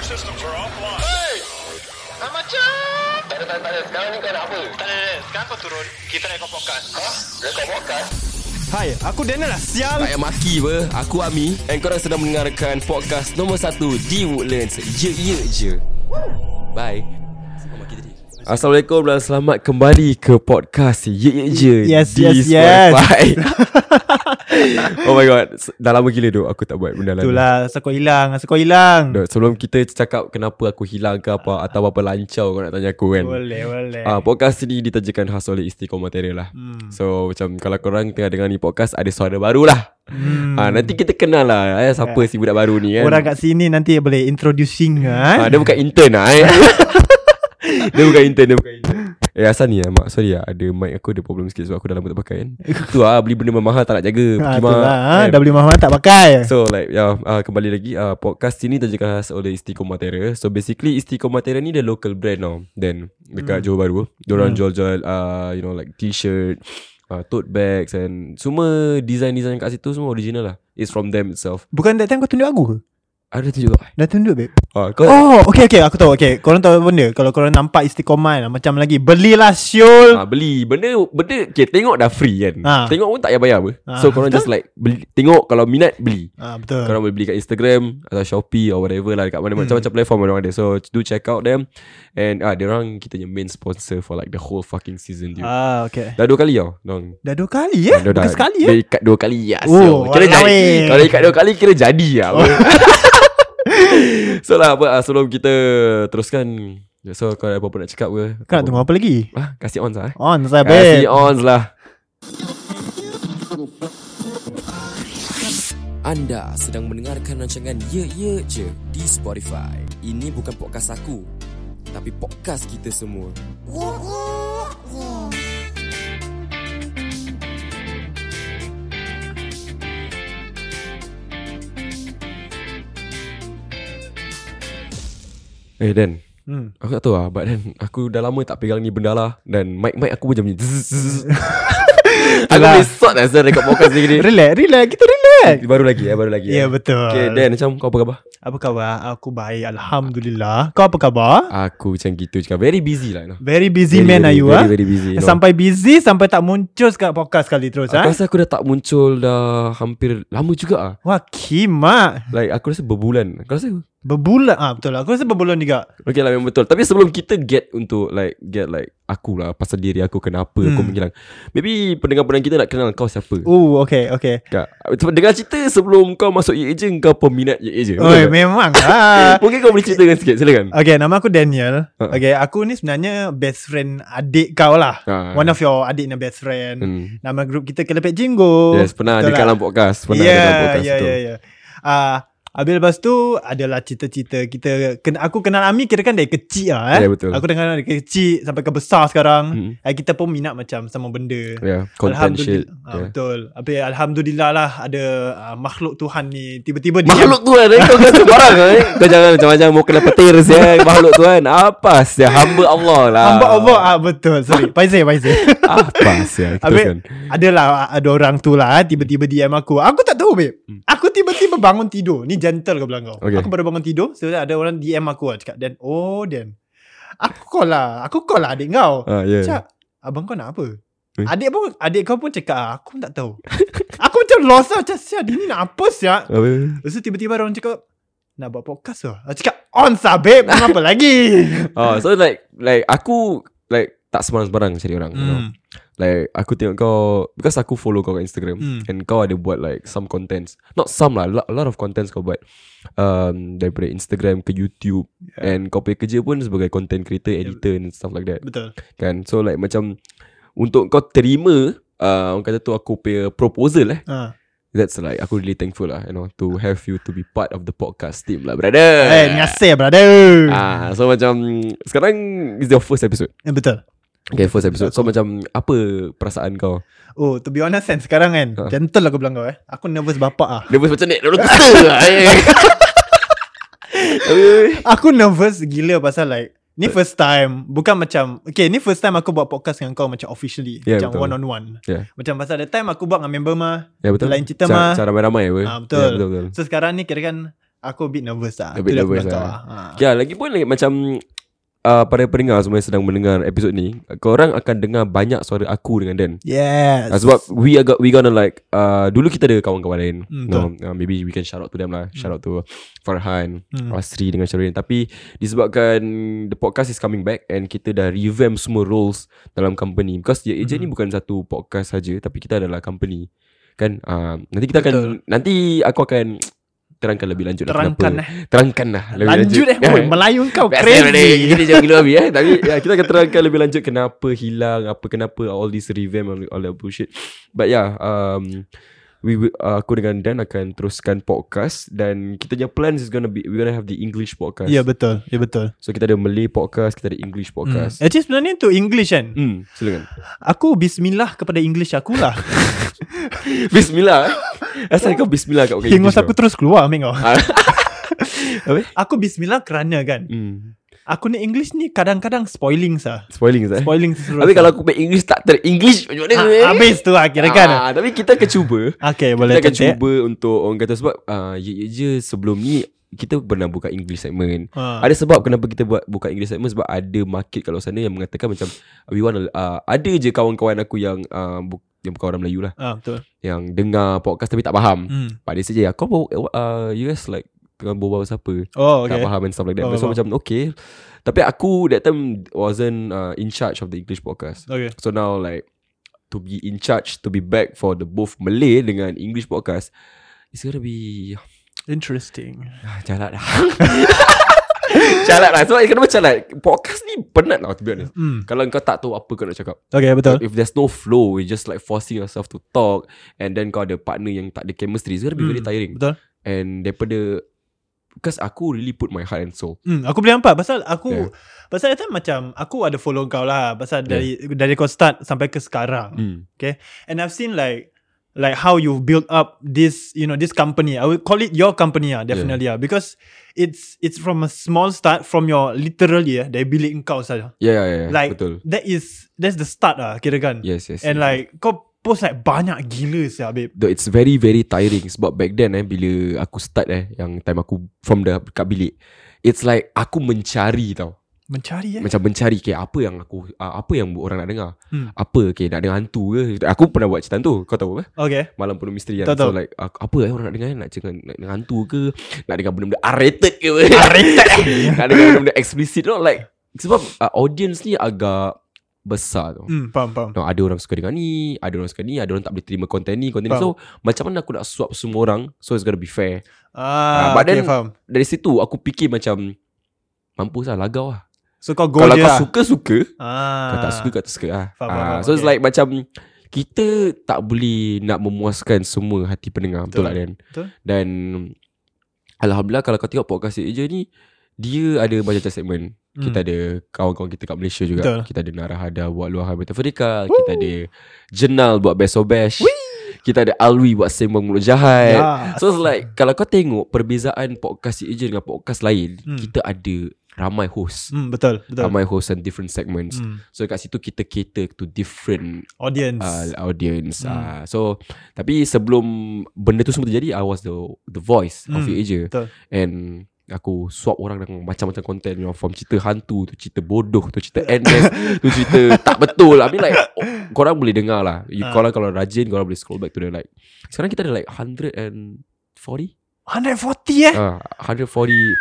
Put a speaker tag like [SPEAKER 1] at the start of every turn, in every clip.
[SPEAKER 1] systems are offline.
[SPEAKER 2] Hey! Dah macam.
[SPEAKER 3] Tak ada, tak ada, tak ada. Sekarang ni kau nak apa?
[SPEAKER 2] Tak ada, tak ada. Sekarang kau turun. Kita nak ikut podcast.
[SPEAKER 3] Ha? Rekod podcast?
[SPEAKER 4] Hai, aku Daniel lah sial.
[SPEAKER 5] Tak payah maki apa Aku Ami And korang sedang mendengarkan Podcast nombor 1 Di Woodlands Ye ye je Bye Assalamualaikum dan selamat kembali ke podcast Ye Ye Je
[SPEAKER 4] Yes,
[SPEAKER 5] di
[SPEAKER 4] yes, yes.
[SPEAKER 5] Spotify. oh my god, S- dah lama gila tu aku tak buat benda lain.
[SPEAKER 4] Itulah, asal kau hilang, asal kau hilang.
[SPEAKER 5] Dok, sebelum kita cakap kenapa aku hilang ke apa atau apa lancau kau nak tanya aku kan.
[SPEAKER 4] Boleh, boleh.
[SPEAKER 5] Ah, podcast ni ditajakan khas oleh Istiqomah Terror lah. Hmm. So macam kalau korang tengah dengar ni podcast ada suara baru lah. Hmm. Ah, nanti kita kenal lah eh, siapa si budak baru ni kan.
[SPEAKER 4] Orang kat sini nanti boleh introducing
[SPEAKER 5] ah,
[SPEAKER 4] kan.
[SPEAKER 5] dia bukan intern lah eh. dia bukan intern, dia bukan intern. Eh asal ni lah Mak sorry lah Ada mic aku ada problem sikit Sebab aku dah lama tak pakai kan Tu lah beli benda mahal Tak nak jaga
[SPEAKER 4] Ha,
[SPEAKER 5] Pergi
[SPEAKER 4] tu
[SPEAKER 5] mak,
[SPEAKER 4] lah, ha,
[SPEAKER 5] kan?
[SPEAKER 4] dah beli mahal tak pakai.
[SPEAKER 5] So like yeah, uh, Kembali lagi uh, Podcast ini terjaga khas oleh Istiqomah Terra So basically Istiqomah Terra ni Dia local brand now Then
[SPEAKER 4] Hmm.
[SPEAKER 5] Dekat Johor Bahru Diorang jual-jual uh, You know like T-shirt uh, Tote bags And Semua design-design kat situ Semua original lah It's from them itself
[SPEAKER 4] Bukan that time kau tunjuk aku ke?
[SPEAKER 5] Ada tunjuk tak?
[SPEAKER 4] Dah tunjuk babe
[SPEAKER 5] Uh, kau oh.
[SPEAKER 4] Oh okay okay aku tahu okay Korang tahu apa benda Kalau korang nampak istiqomah lah, Macam lagi Belilah syul
[SPEAKER 5] uh, Beli Benda Benda Okay tengok dah free kan
[SPEAKER 4] Ah.
[SPEAKER 5] Tengok pun tak payah bayar apa
[SPEAKER 4] Ah,
[SPEAKER 5] So korang just like beli, Tengok kalau minat Beli
[SPEAKER 4] ha, Betul
[SPEAKER 5] Korang boleh beli kat Instagram Atau Shopee Or whatever lah Dekat mana
[SPEAKER 4] Hmm.
[SPEAKER 5] macam-macam platform Mereka ada So do check out them And ah, Diorang kita punya main sponsor For like the whole fucking season dude.
[SPEAKER 4] Ah okay
[SPEAKER 5] Dah dua kali tau Diorang
[SPEAKER 4] Dah dua kali ya Bukan
[SPEAKER 5] Diorang dah-
[SPEAKER 4] sekali ya
[SPEAKER 5] Dia ikat dua kali ya
[SPEAKER 4] Oh, walao
[SPEAKER 5] Kira jadi
[SPEAKER 4] eh.
[SPEAKER 5] Kalau ikat dua kali Kira jadi lah So lah apa, ah, Sebelum kita Teruskan So kau ada apa-apa nak cakap ke
[SPEAKER 4] Kau nak tunggu apa lagi
[SPEAKER 5] ah, Kasih on lah eh.
[SPEAKER 4] On saya
[SPEAKER 5] Kasih
[SPEAKER 4] babe
[SPEAKER 5] on lah
[SPEAKER 6] Anda sedang mendengarkan rancangan Ye Ye Je di Spotify. Ini bukan podcast aku, tapi podcast kita semua.
[SPEAKER 5] Eh Dan
[SPEAKER 4] hmm.
[SPEAKER 5] Aku tak tahu lah But then Aku dah lama tak pegang ni benda lah Dan mic-mic aku macam ni zzz, zzz. Aku
[SPEAKER 4] Alah.
[SPEAKER 5] boleh sort lah Saya rekod podcast ni gini
[SPEAKER 4] Relax relax Kita relax
[SPEAKER 5] Baru lagi eh Baru lagi
[SPEAKER 4] Ya yeah,
[SPEAKER 5] eh.
[SPEAKER 4] betul
[SPEAKER 5] Okay Dan macam kau apa khabar?
[SPEAKER 4] Apa khabar Aku baik Alhamdulillah Kau apa khabar
[SPEAKER 5] Aku macam gitu juga Very busy lah you know.
[SPEAKER 4] Very busy
[SPEAKER 5] Very,
[SPEAKER 4] man are
[SPEAKER 5] very,
[SPEAKER 4] you
[SPEAKER 5] very,
[SPEAKER 4] ah?
[SPEAKER 5] very busy, no.
[SPEAKER 4] Sampai busy Sampai tak muncul Sekat podcast kali terus
[SPEAKER 5] Aku
[SPEAKER 4] ha?
[SPEAKER 5] rasa aku dah tak muncul Dah hampir lama juga ah.
[SPEAKER 4] Wah kimak
[SPEAKER 5] Like aku rasa berbulan Aku rasa
[SPEAKER 4] Berbulan ah Betul lah Aku rasa berbulan juga
[SPEAKER 5] Okay lah memang betul Tapi sebelum kita get untuk like Get like Aku lah Pasal diri aku Kenapa hmm. aku menghilang Maybe pendengar-pendengar kita nak kenal kau siapa
[SPEAKER 4] Oh okay okay
[SPEAKER 5] Kak, sebab dengar cerita sebelum kau masuk EA je Kau peminat EA je
[SPEAKER 4] Oi
[SPEAKER 5] Betul tak?
[SPEAKER 4] memang lah
[SPEAKER 5] Mungkin kau boleh ceritakan sikit silakan
[SPEAKER 4] Okay nama aku Daniel
[SPEAKER 5] Ha.
[SPEAKER 4] Okay aku ni sebenarnya Best friend adik kau lah
[SPEAKER 5] Ha.
[SPEAKER 4] One of your adik ni best friend
[SPEAKER 5] hmm.
[SPEAKER 4] Nama grup kita Kelepek Jinggo
[SPEAKER 5] Yes pernah
[SPEAKER 4] Betul
[SPEAKER 5] dekat dalam podcast
[SPEAKER 4] Ya,
[SPEAKER 5] Pernah yeah, dalam podcast
[SPEAKER 4] ya,
[SPEAKER 5] yeah,
[SPEAKER 4] ya, ya. Ah, Habis lepas tu adalah cita-cita kita ken, aku kenal Ami kira kan dari kecil lah eh.
[SPEAKER 5] Ya, betul.
[SPEAKER 4] Aku dengar dari kecil sampai ke besar sekarang.
[SPEAKER 5] Hmm. Ya,
[SPEAKER 4] Hmm. Kita pun minat macam sama benda.
[SPEAKER 5] yeah, Content
[SPEAKER 4] Ah,
[SPEAKER 5] shit yeah.
[SPEAKER 4] betul. Habis alhamdulillah lah ada ah, makhluk Tuhan ni tiba-tiba dia
[SPEAKER 5] Makhluk Tuhan eh, Kau kena sembarang eh. Kau jangan macam-macam Mau kena petir sial Makhluk Tuhan Apa sial Hamba Allah lah
[SPEAKER 4] hamba Allah. Ah betul. Sorry. Faizal, Faizal.
[SPEAKER 5] Apa sial Kita kan
[SPEAKER 4] Habis adalah ada orang tu lah eh, tiba-tiba DM aku. Aku tak tahu babe. Aku tiba-tiba bangun tidur. Ni gentle ke bilang kau.
[SPEAKER 5] Hmm. Okay.
[SPEAKER 4] Aku baru bangun tidur, sebenarnya ada orang DM aku lah cakap Dan, oh Dan. Aku call lah. Aku call lah adik kau.
[SPEAKER 5] Ah, yeah.
[SPEAKER 4] Cak, abang kau nak apa?
[SPEAKER 5] Eh?
[SPEAKER 4] Adik pun adik kau pun cakap "Ah, aku pun tak tahu. aku macam lost lah macam sial dia ni nak apa sial.
[SPEAKER 5] Habis
[SPEAKER 4] Lepas tu tiba-tiba ada orang cakap nak buat podcast lah. Aku cakap on sah babe, apa lagi?
[SPEAKER 5] oh, So like Like aku Like tak sembarang-sembarang cari orang you know.
[SPEAKER 4] Hmm.
[SPEAKER 5] Like aku tengok kau Because aku follow kau kat Instagram
[SPEAKER 4] Hmm.
[SPEAKER 5] And kau ada buat like Some contents Not some lah lo- A lot of contents kau buat um, Daripada Instagram ke YouTube yeah. And kau punya kerja pun Sebagai content creator Editor and stuff like that
[SPEAKER 4] Betul.
[SPEAKER 5] Kan So like macam Untuk kau terima uh, Orang kata tu aku punya Proposal eh
[SPEAKER 4] Ha.
[SPEAKER 5] That's like Aku really thankful lah You know To have you to be part of the podcast team lah Brother
[SPEAKER 4] Eh, ngasih brother.
[SPEAKER 5] Ah, So macam Sekarang Is your first episode
[SPEAKER 4] Eh, betul.
[SPEAKER 5] Okay first episode So macam Apa perasaan kau
[SPEAKER 4] Oh to be honest kan Sekarang kan
[SPEAKER 5] Ha.
[SPEAKER 4] Gentle aku bilang kau eh Aku nervous bapak ah.
[SPEAKER 5] Nervous macam ni Roller coaster lah eh.
[SPEAKER 4] Aku nervous gila pasal like Ni first time Bukan macam Okay ni first time aku buat podcast dengan kau Macam officially
[SPEAKER 5] Yeah,
[SPEAKER 4] Macam
[SPEAKER 5] betul.
[SPEAKER 4] one on one
[SPEAKER 5] Yeah.
[SPEAKER 4] Macam pasal the time aku buat dengan member mah
[SPEAKER 5] Ya betul
[SPEAKER 4] Lain cerita
[SPEAKER 5] Cara-
[SPEAKER 4] mah.
[SPEAKER 5] Cara ramai-ramai apa
[SPEAKER 4] Ah, betul.
[SPEAKER 5] Ya, betul, betul.
[SPEAKER 4] So sekarang ni kira kan Aku a bit nervous lah
[SPEAKER 7] A bit
[SPEAKER 4] Itulah aku
[SPEAKER 7] nervous
[SPEAKER 4] cakap
[SPEAKER 7] lah.
[SPEAKER 4] lah. Ha.
[SPEAKER 7] Ya, lagi pun lagi, macam uh, para pendengar semua yang sedang mendengar episod ni, korang akan dengar banyak suara aku dengan Dan.
[SPEAKER 4] Yes
[SPEAKER 7] Uh, sebab we are go- we gonna like uh, dulu kita ada kawan-kawan lain.
[SPEAKER 4] Hmm,
[SPEAKER 7] no, uh, maybe we can shout out to them lah. Shout out to Farhan,
[SPEAKER 4] Hmm.
[SPEAKER 7] Asri dengan Syarin. Tapi disebabkan the podcast is coming back and kita dah revamp semua roles dalam company because Ye Ejen ni
[SPEAKER 4] Hmm.
[SPEAKER 7] bukan satu podcast saja tapi kita adalah company. Kan uh, nanti kita akan
[SPEAKER 4] Betul.
[SPEAKER 7] nanti aku akan terangkan lebih lanjut lah
[SPEAKER 4] Terangkan eh.
[SPEAKER 7] kenapa. Terangkan lah lebih
[SPEAKER 4] Lanjut eh boy Melayu kau
[SPEAKER 7] Biasa boleh.
[SPEAKER 4] crazy
[SPEAKER 7] Kita jangan gila habis eh Tapi ya, kita akan terangkan lebih lanjut Kenapa hilang Apa kenapa All this revamp and All that bullshit But yeah um, We will- uh, Aku dengan Dan akan teruskan podcast Dan kita punya plans is gonna be We're gonna have the English podcast
[SPEAKER 4] Ya betul Ya betul
[SPEAKER 7] So kita ada Malay podcast Kita ada English
[SPEAKER 4] hmm.
[SPEAKER 7] podcast
[SPEAKER 4] Actually sebenarnya tu English kan
[SPEAKER 7] Hmm, silakan
[SPEAKER 4] Aku bismillah kepada English aku lah
[SPEAKER 7] Bismillah eh? Asal kau bismillah kat pakai
[SPEAKER 4] Hingos
[SPEAKER 7] English
[SPEAKER 4] aku
[SPEAKER 7] kau?
[SPEAKER 4] terus keluar Amik kau
[SPEAKER 7] Ah. Apa?
[SPEAKER 4] Aku bismillah kerana kan
[SPEAKER 7] Hmm.
[SPEAKER 4] Aku ni English ni kadang-kadang spoiling sah
[SPEAKER 7] Spoiling sah
[SPEAKER 4] Spoiling terus
[SPEAKER 7] Tapi kalau aku pakai English tak ter-English Macam mana eh?
[SPEAKER 4] ha, Habis tu lah kira kan
[SPEAKER 7] ah, Tapi kita akan cuba
[SPEAKER 4] Okay
[SPEAKER 7] Boleh
[SPEAKER 4] boleh
[SPEAKER 7] Ah. kita akan
[SPEAKER 4] cantik.
[SPEAKER 7] cuba untuk orang kata sebab uh, ye ye je sebelum ni kita pernah buka English segment.
[SPEAKER 4] Ha.
[SPEAKER 7] Ada sebab kenapa kita buat buka English segment sebab ada market kalau sana yang mengatakan macam we want uh, ada je kawan-kawan aku yang uh, bu- yang bukan orang Melayu lah
[SPEAKER 4] Ah, betul
[SPEAKER 7] yang dengar podcast tapi tak faham.
[SPEAKER 4] hmm.
[SPEAKER 7] Pak dia saja kau bawa uh, you guys like tengah berbual pasal apa? Okay.
[SPEAKER 4] Oh okay
[SPEAKER 7] Tak faham and stuff like that.
[SPEAKER 4] Faham,
[SPEAKER 7] Oh, so
[SPEAKER 4] faham.
[SPEAKER 7] macam okay. Tapi aku that time wasn't uh, in charge of the English podcast.
[SPEAKER 4] Okay
[SPEAKER 7] So now like to be in charge, to be back for the both Malay dengan English podcast, it's gonna be
[SPEAKER 4] Interesting
[SPEAKER 7] ah, jalat lah. jalat lah. Sebab kenapa jalat? Podcast ni penat lah to be honest.
[SPEAKER 4] hmm.
[SPEAKER 7] Kalau kau tak tahu apa kau nak cakap
[SPEAKER 4] Okay betul
[SPEAKER 7] If there's no flow You just like forcing yourself to talk And then kau ada partner Yang tak ada chemistry It's gonna be
[SPEAKER 4] Hmm,
[SPEAKER 7] very tiring
[SPEAKER 4] Betul
[SPEAKER 7] And daripada Because aku really put my heart and soul
[SPEAKER 4] Hmm, aku boleh nampak pasal aku
[SPEAKER 7] Yeah.
[SPEAKER 4] yeah. pasal itu macam aku ada follow kau lah pasal
[SPEAKER 7] Ya.
[SPEAKER 4] dari dari kau start sampai ke sekarang.
[SPEAKER 7] mm.
[SPEAKER 4] And I've seen like like how you build up this you know this company. I would call it your company ah definitely ah because it's it's from a small start from your literally ah dari bilik kau saja.
[SPEAKER 7] Yeah yeah yeah
[SPEAKER 4] Like
[SPEAKER 7] Betul
[SPEAKER 4] that is that's the start ah kira kan.
[SPEAKER 7] Yes yes
[SPEAKER 4] And
[SPEAKER 7] yes.
[SPEAKER 4] like kau post like banyak gila sih babe.
[SPEAKER 7] Though it's very very tiring sebab back then eh bila aku start eh yang time aku from the kat bilik it's like aku mencari tau
[SPEAKER 4] Mencari eh.
[SPEAKER 7] macam mencari okay, apa yang aku uh, apa yang orang nak dengar
[SPEAKER 4] Hmm.
[SPEAKER 7] apa okay, nak dengar hantu ke aku pernah buat cerita tu kau tahu apa
[SPEAKER 4] Okay.
[SPEAKER 7] malam penuh misteri kan
[SPEAKER 4] Tahu,
[SPEAKER 7] so
[SPEAKER 4] tahu.
[SPEAKER 7] like aku- apa eh orang nak dengar eh? nak dengar nak dengar hantu ke nak dengar benda-benda R-rated ke apa? nak dengar benda-benda explicit no like sebab uh, audience ni agak besar tau
[SPEAKER 4] Hmm, faham faham.
[SPEAKER 7] No, ada orang suka dengan ni, ada orang suka ni, ada orang tak boleh terima konten ni, konten ni. So,
[SPEAKER 4] Faham.
[SPEAKER 7] macam mana aku nak swap semua orang? So, it's gonna be fair. Ah,
[SPEAKER 4] Ah,
[SPEAKER 7] but
[SPEAKER 4] okay,
[SPEAKER 7] then-
[SPEAKER 4] faham.
[SPEAKER 7] Dari situ, aku fikir macam, mampus lah, lagau lah.
[SPEAKER 4] So kau go
[SPEAKER 7] Kalau
[SPEAKER 4] je
[SPEAKER 7] kau
[SPEAKER 4] lah.
[SPEAKER 7] suka-suka,
[SPEAKER 4] Ah.
[SPEAKER 7] kau tak suka, kau tak suka lah.
[SPEAKER 4] Faham,
[SPEAKER 7] Ah,
[SPEAKER 4] faham, faham.
[SPEAKER 7] so, it's
[SPEAKER 4] Okay.
[SPEAKER 7] like macam, kita tak boleh nak memuaskan semua hati pendengar. Betul,
[SPEAKER 4] Betul.
[SPEAKER 7] lah, Dan?
[SPEAKER 4] Betul.
[SPEAKER 7] Dan, Alhamdulillah, kalau kau tengok podcast Ye je ni, dia ada macam-macam segmen.
[SPEAKER 4] Hmm.
[SPEAKER 7] Kita ada kawan-kawan kita kat Malaysia juga.
[SPEAKER 4] Betul.
[SPEAKER 7] Kita ada Narahada buat Luahan Betul Fadika. Kita ada Jenal buat Best of Bash. Kita ada Alwi buat Sembang Mulut Jahat.
[SPEAKER 4] Ya.
[SPEAKER 7] So it's like kalau kau tengok perbezaan podcast Cik Ejen dengan podcast lain,
[SPEAKER 4] Hmm.
[SPEAKER 7] kita ada ramai host.
[SPEAKER 4] Hmm, betul, betul.
[SPEAKER 7] Ramai host and different segments.
[SPEAKER 4] Hmm.
[SPEAKER 7] So kat situ kita cater to different
[SPEAKER 4] Audience.
[SPEAKER 7] uh, audience. Uh,
[SPEAKER 4] Hmm.
[SPEAKER 7] so tapi sebelum benda tu semua terjadi, I was the the voice of
[SPEAKER 4] Hmm,
[SPEAKER 7] Cik Ejen.
[SPEAKER 4] betul.
[SPEAKER 7] And aku swap orang dengan macam-macam konten you know, From cerita hantu tu cerita bodoh tu cerita endless tu cerita tak betul I mean like oh, korang boleh dengar lah you,
[SPEAKER 4] Ah.
[SPEAKER 7] Korang kalau rajin korang boleh scroll back to the like Sekarang kita ada like 140
[SPEAKER 4] 140 eh?
[SPEAKER 7] uh, 140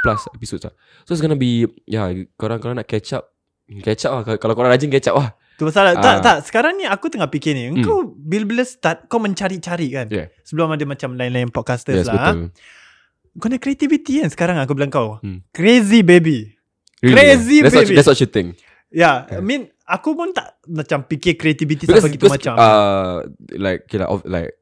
[SPEAKER 7] plus episodes lah So it's gonna be yeah, korang, korang nak catch up Catch up lah Kalau- Kalau korang rajin catch up lah
[SPEAKER 4] Tu
[SPEAKER 7] Ah.
[SPEAKER 4] pasal
[SPEAKER 7] Hmm.
[SPEAKER 4] tak tak sekarang ni aku tengah fikir ni. Engkau bila-bila start kau mencari-cari kan.
[SPEAKER 7] Yeah.
[SPEAKER 4] Sebelum ada macam lain-lain podcasters lah.
[SPEAKER 7] betul
[SPEAKER 4] Kau nak creativity kan sekarang aku bilang kau.
[SPEAKER 7] Hmm.
[SPEAKER 4] Crazy baby. Crazy,
[SPEAKER 7] that's What,
[SPEAKER 4] baby.
[SPEAKER 7] that's what you think
[SPEAKER 4] Ya,
[SPEAKER 7] Yeah.
[SPEAKER 4] yeah, I mean aku pun tak macam fikir creativity
[SPEAKER 7] Because,
[SPEAKER 4] sampai gitu
[SPEAKER 7] because
[SPEAKER 4] macam.
[SPEAKER 7] uh, Like okay, lah, of- like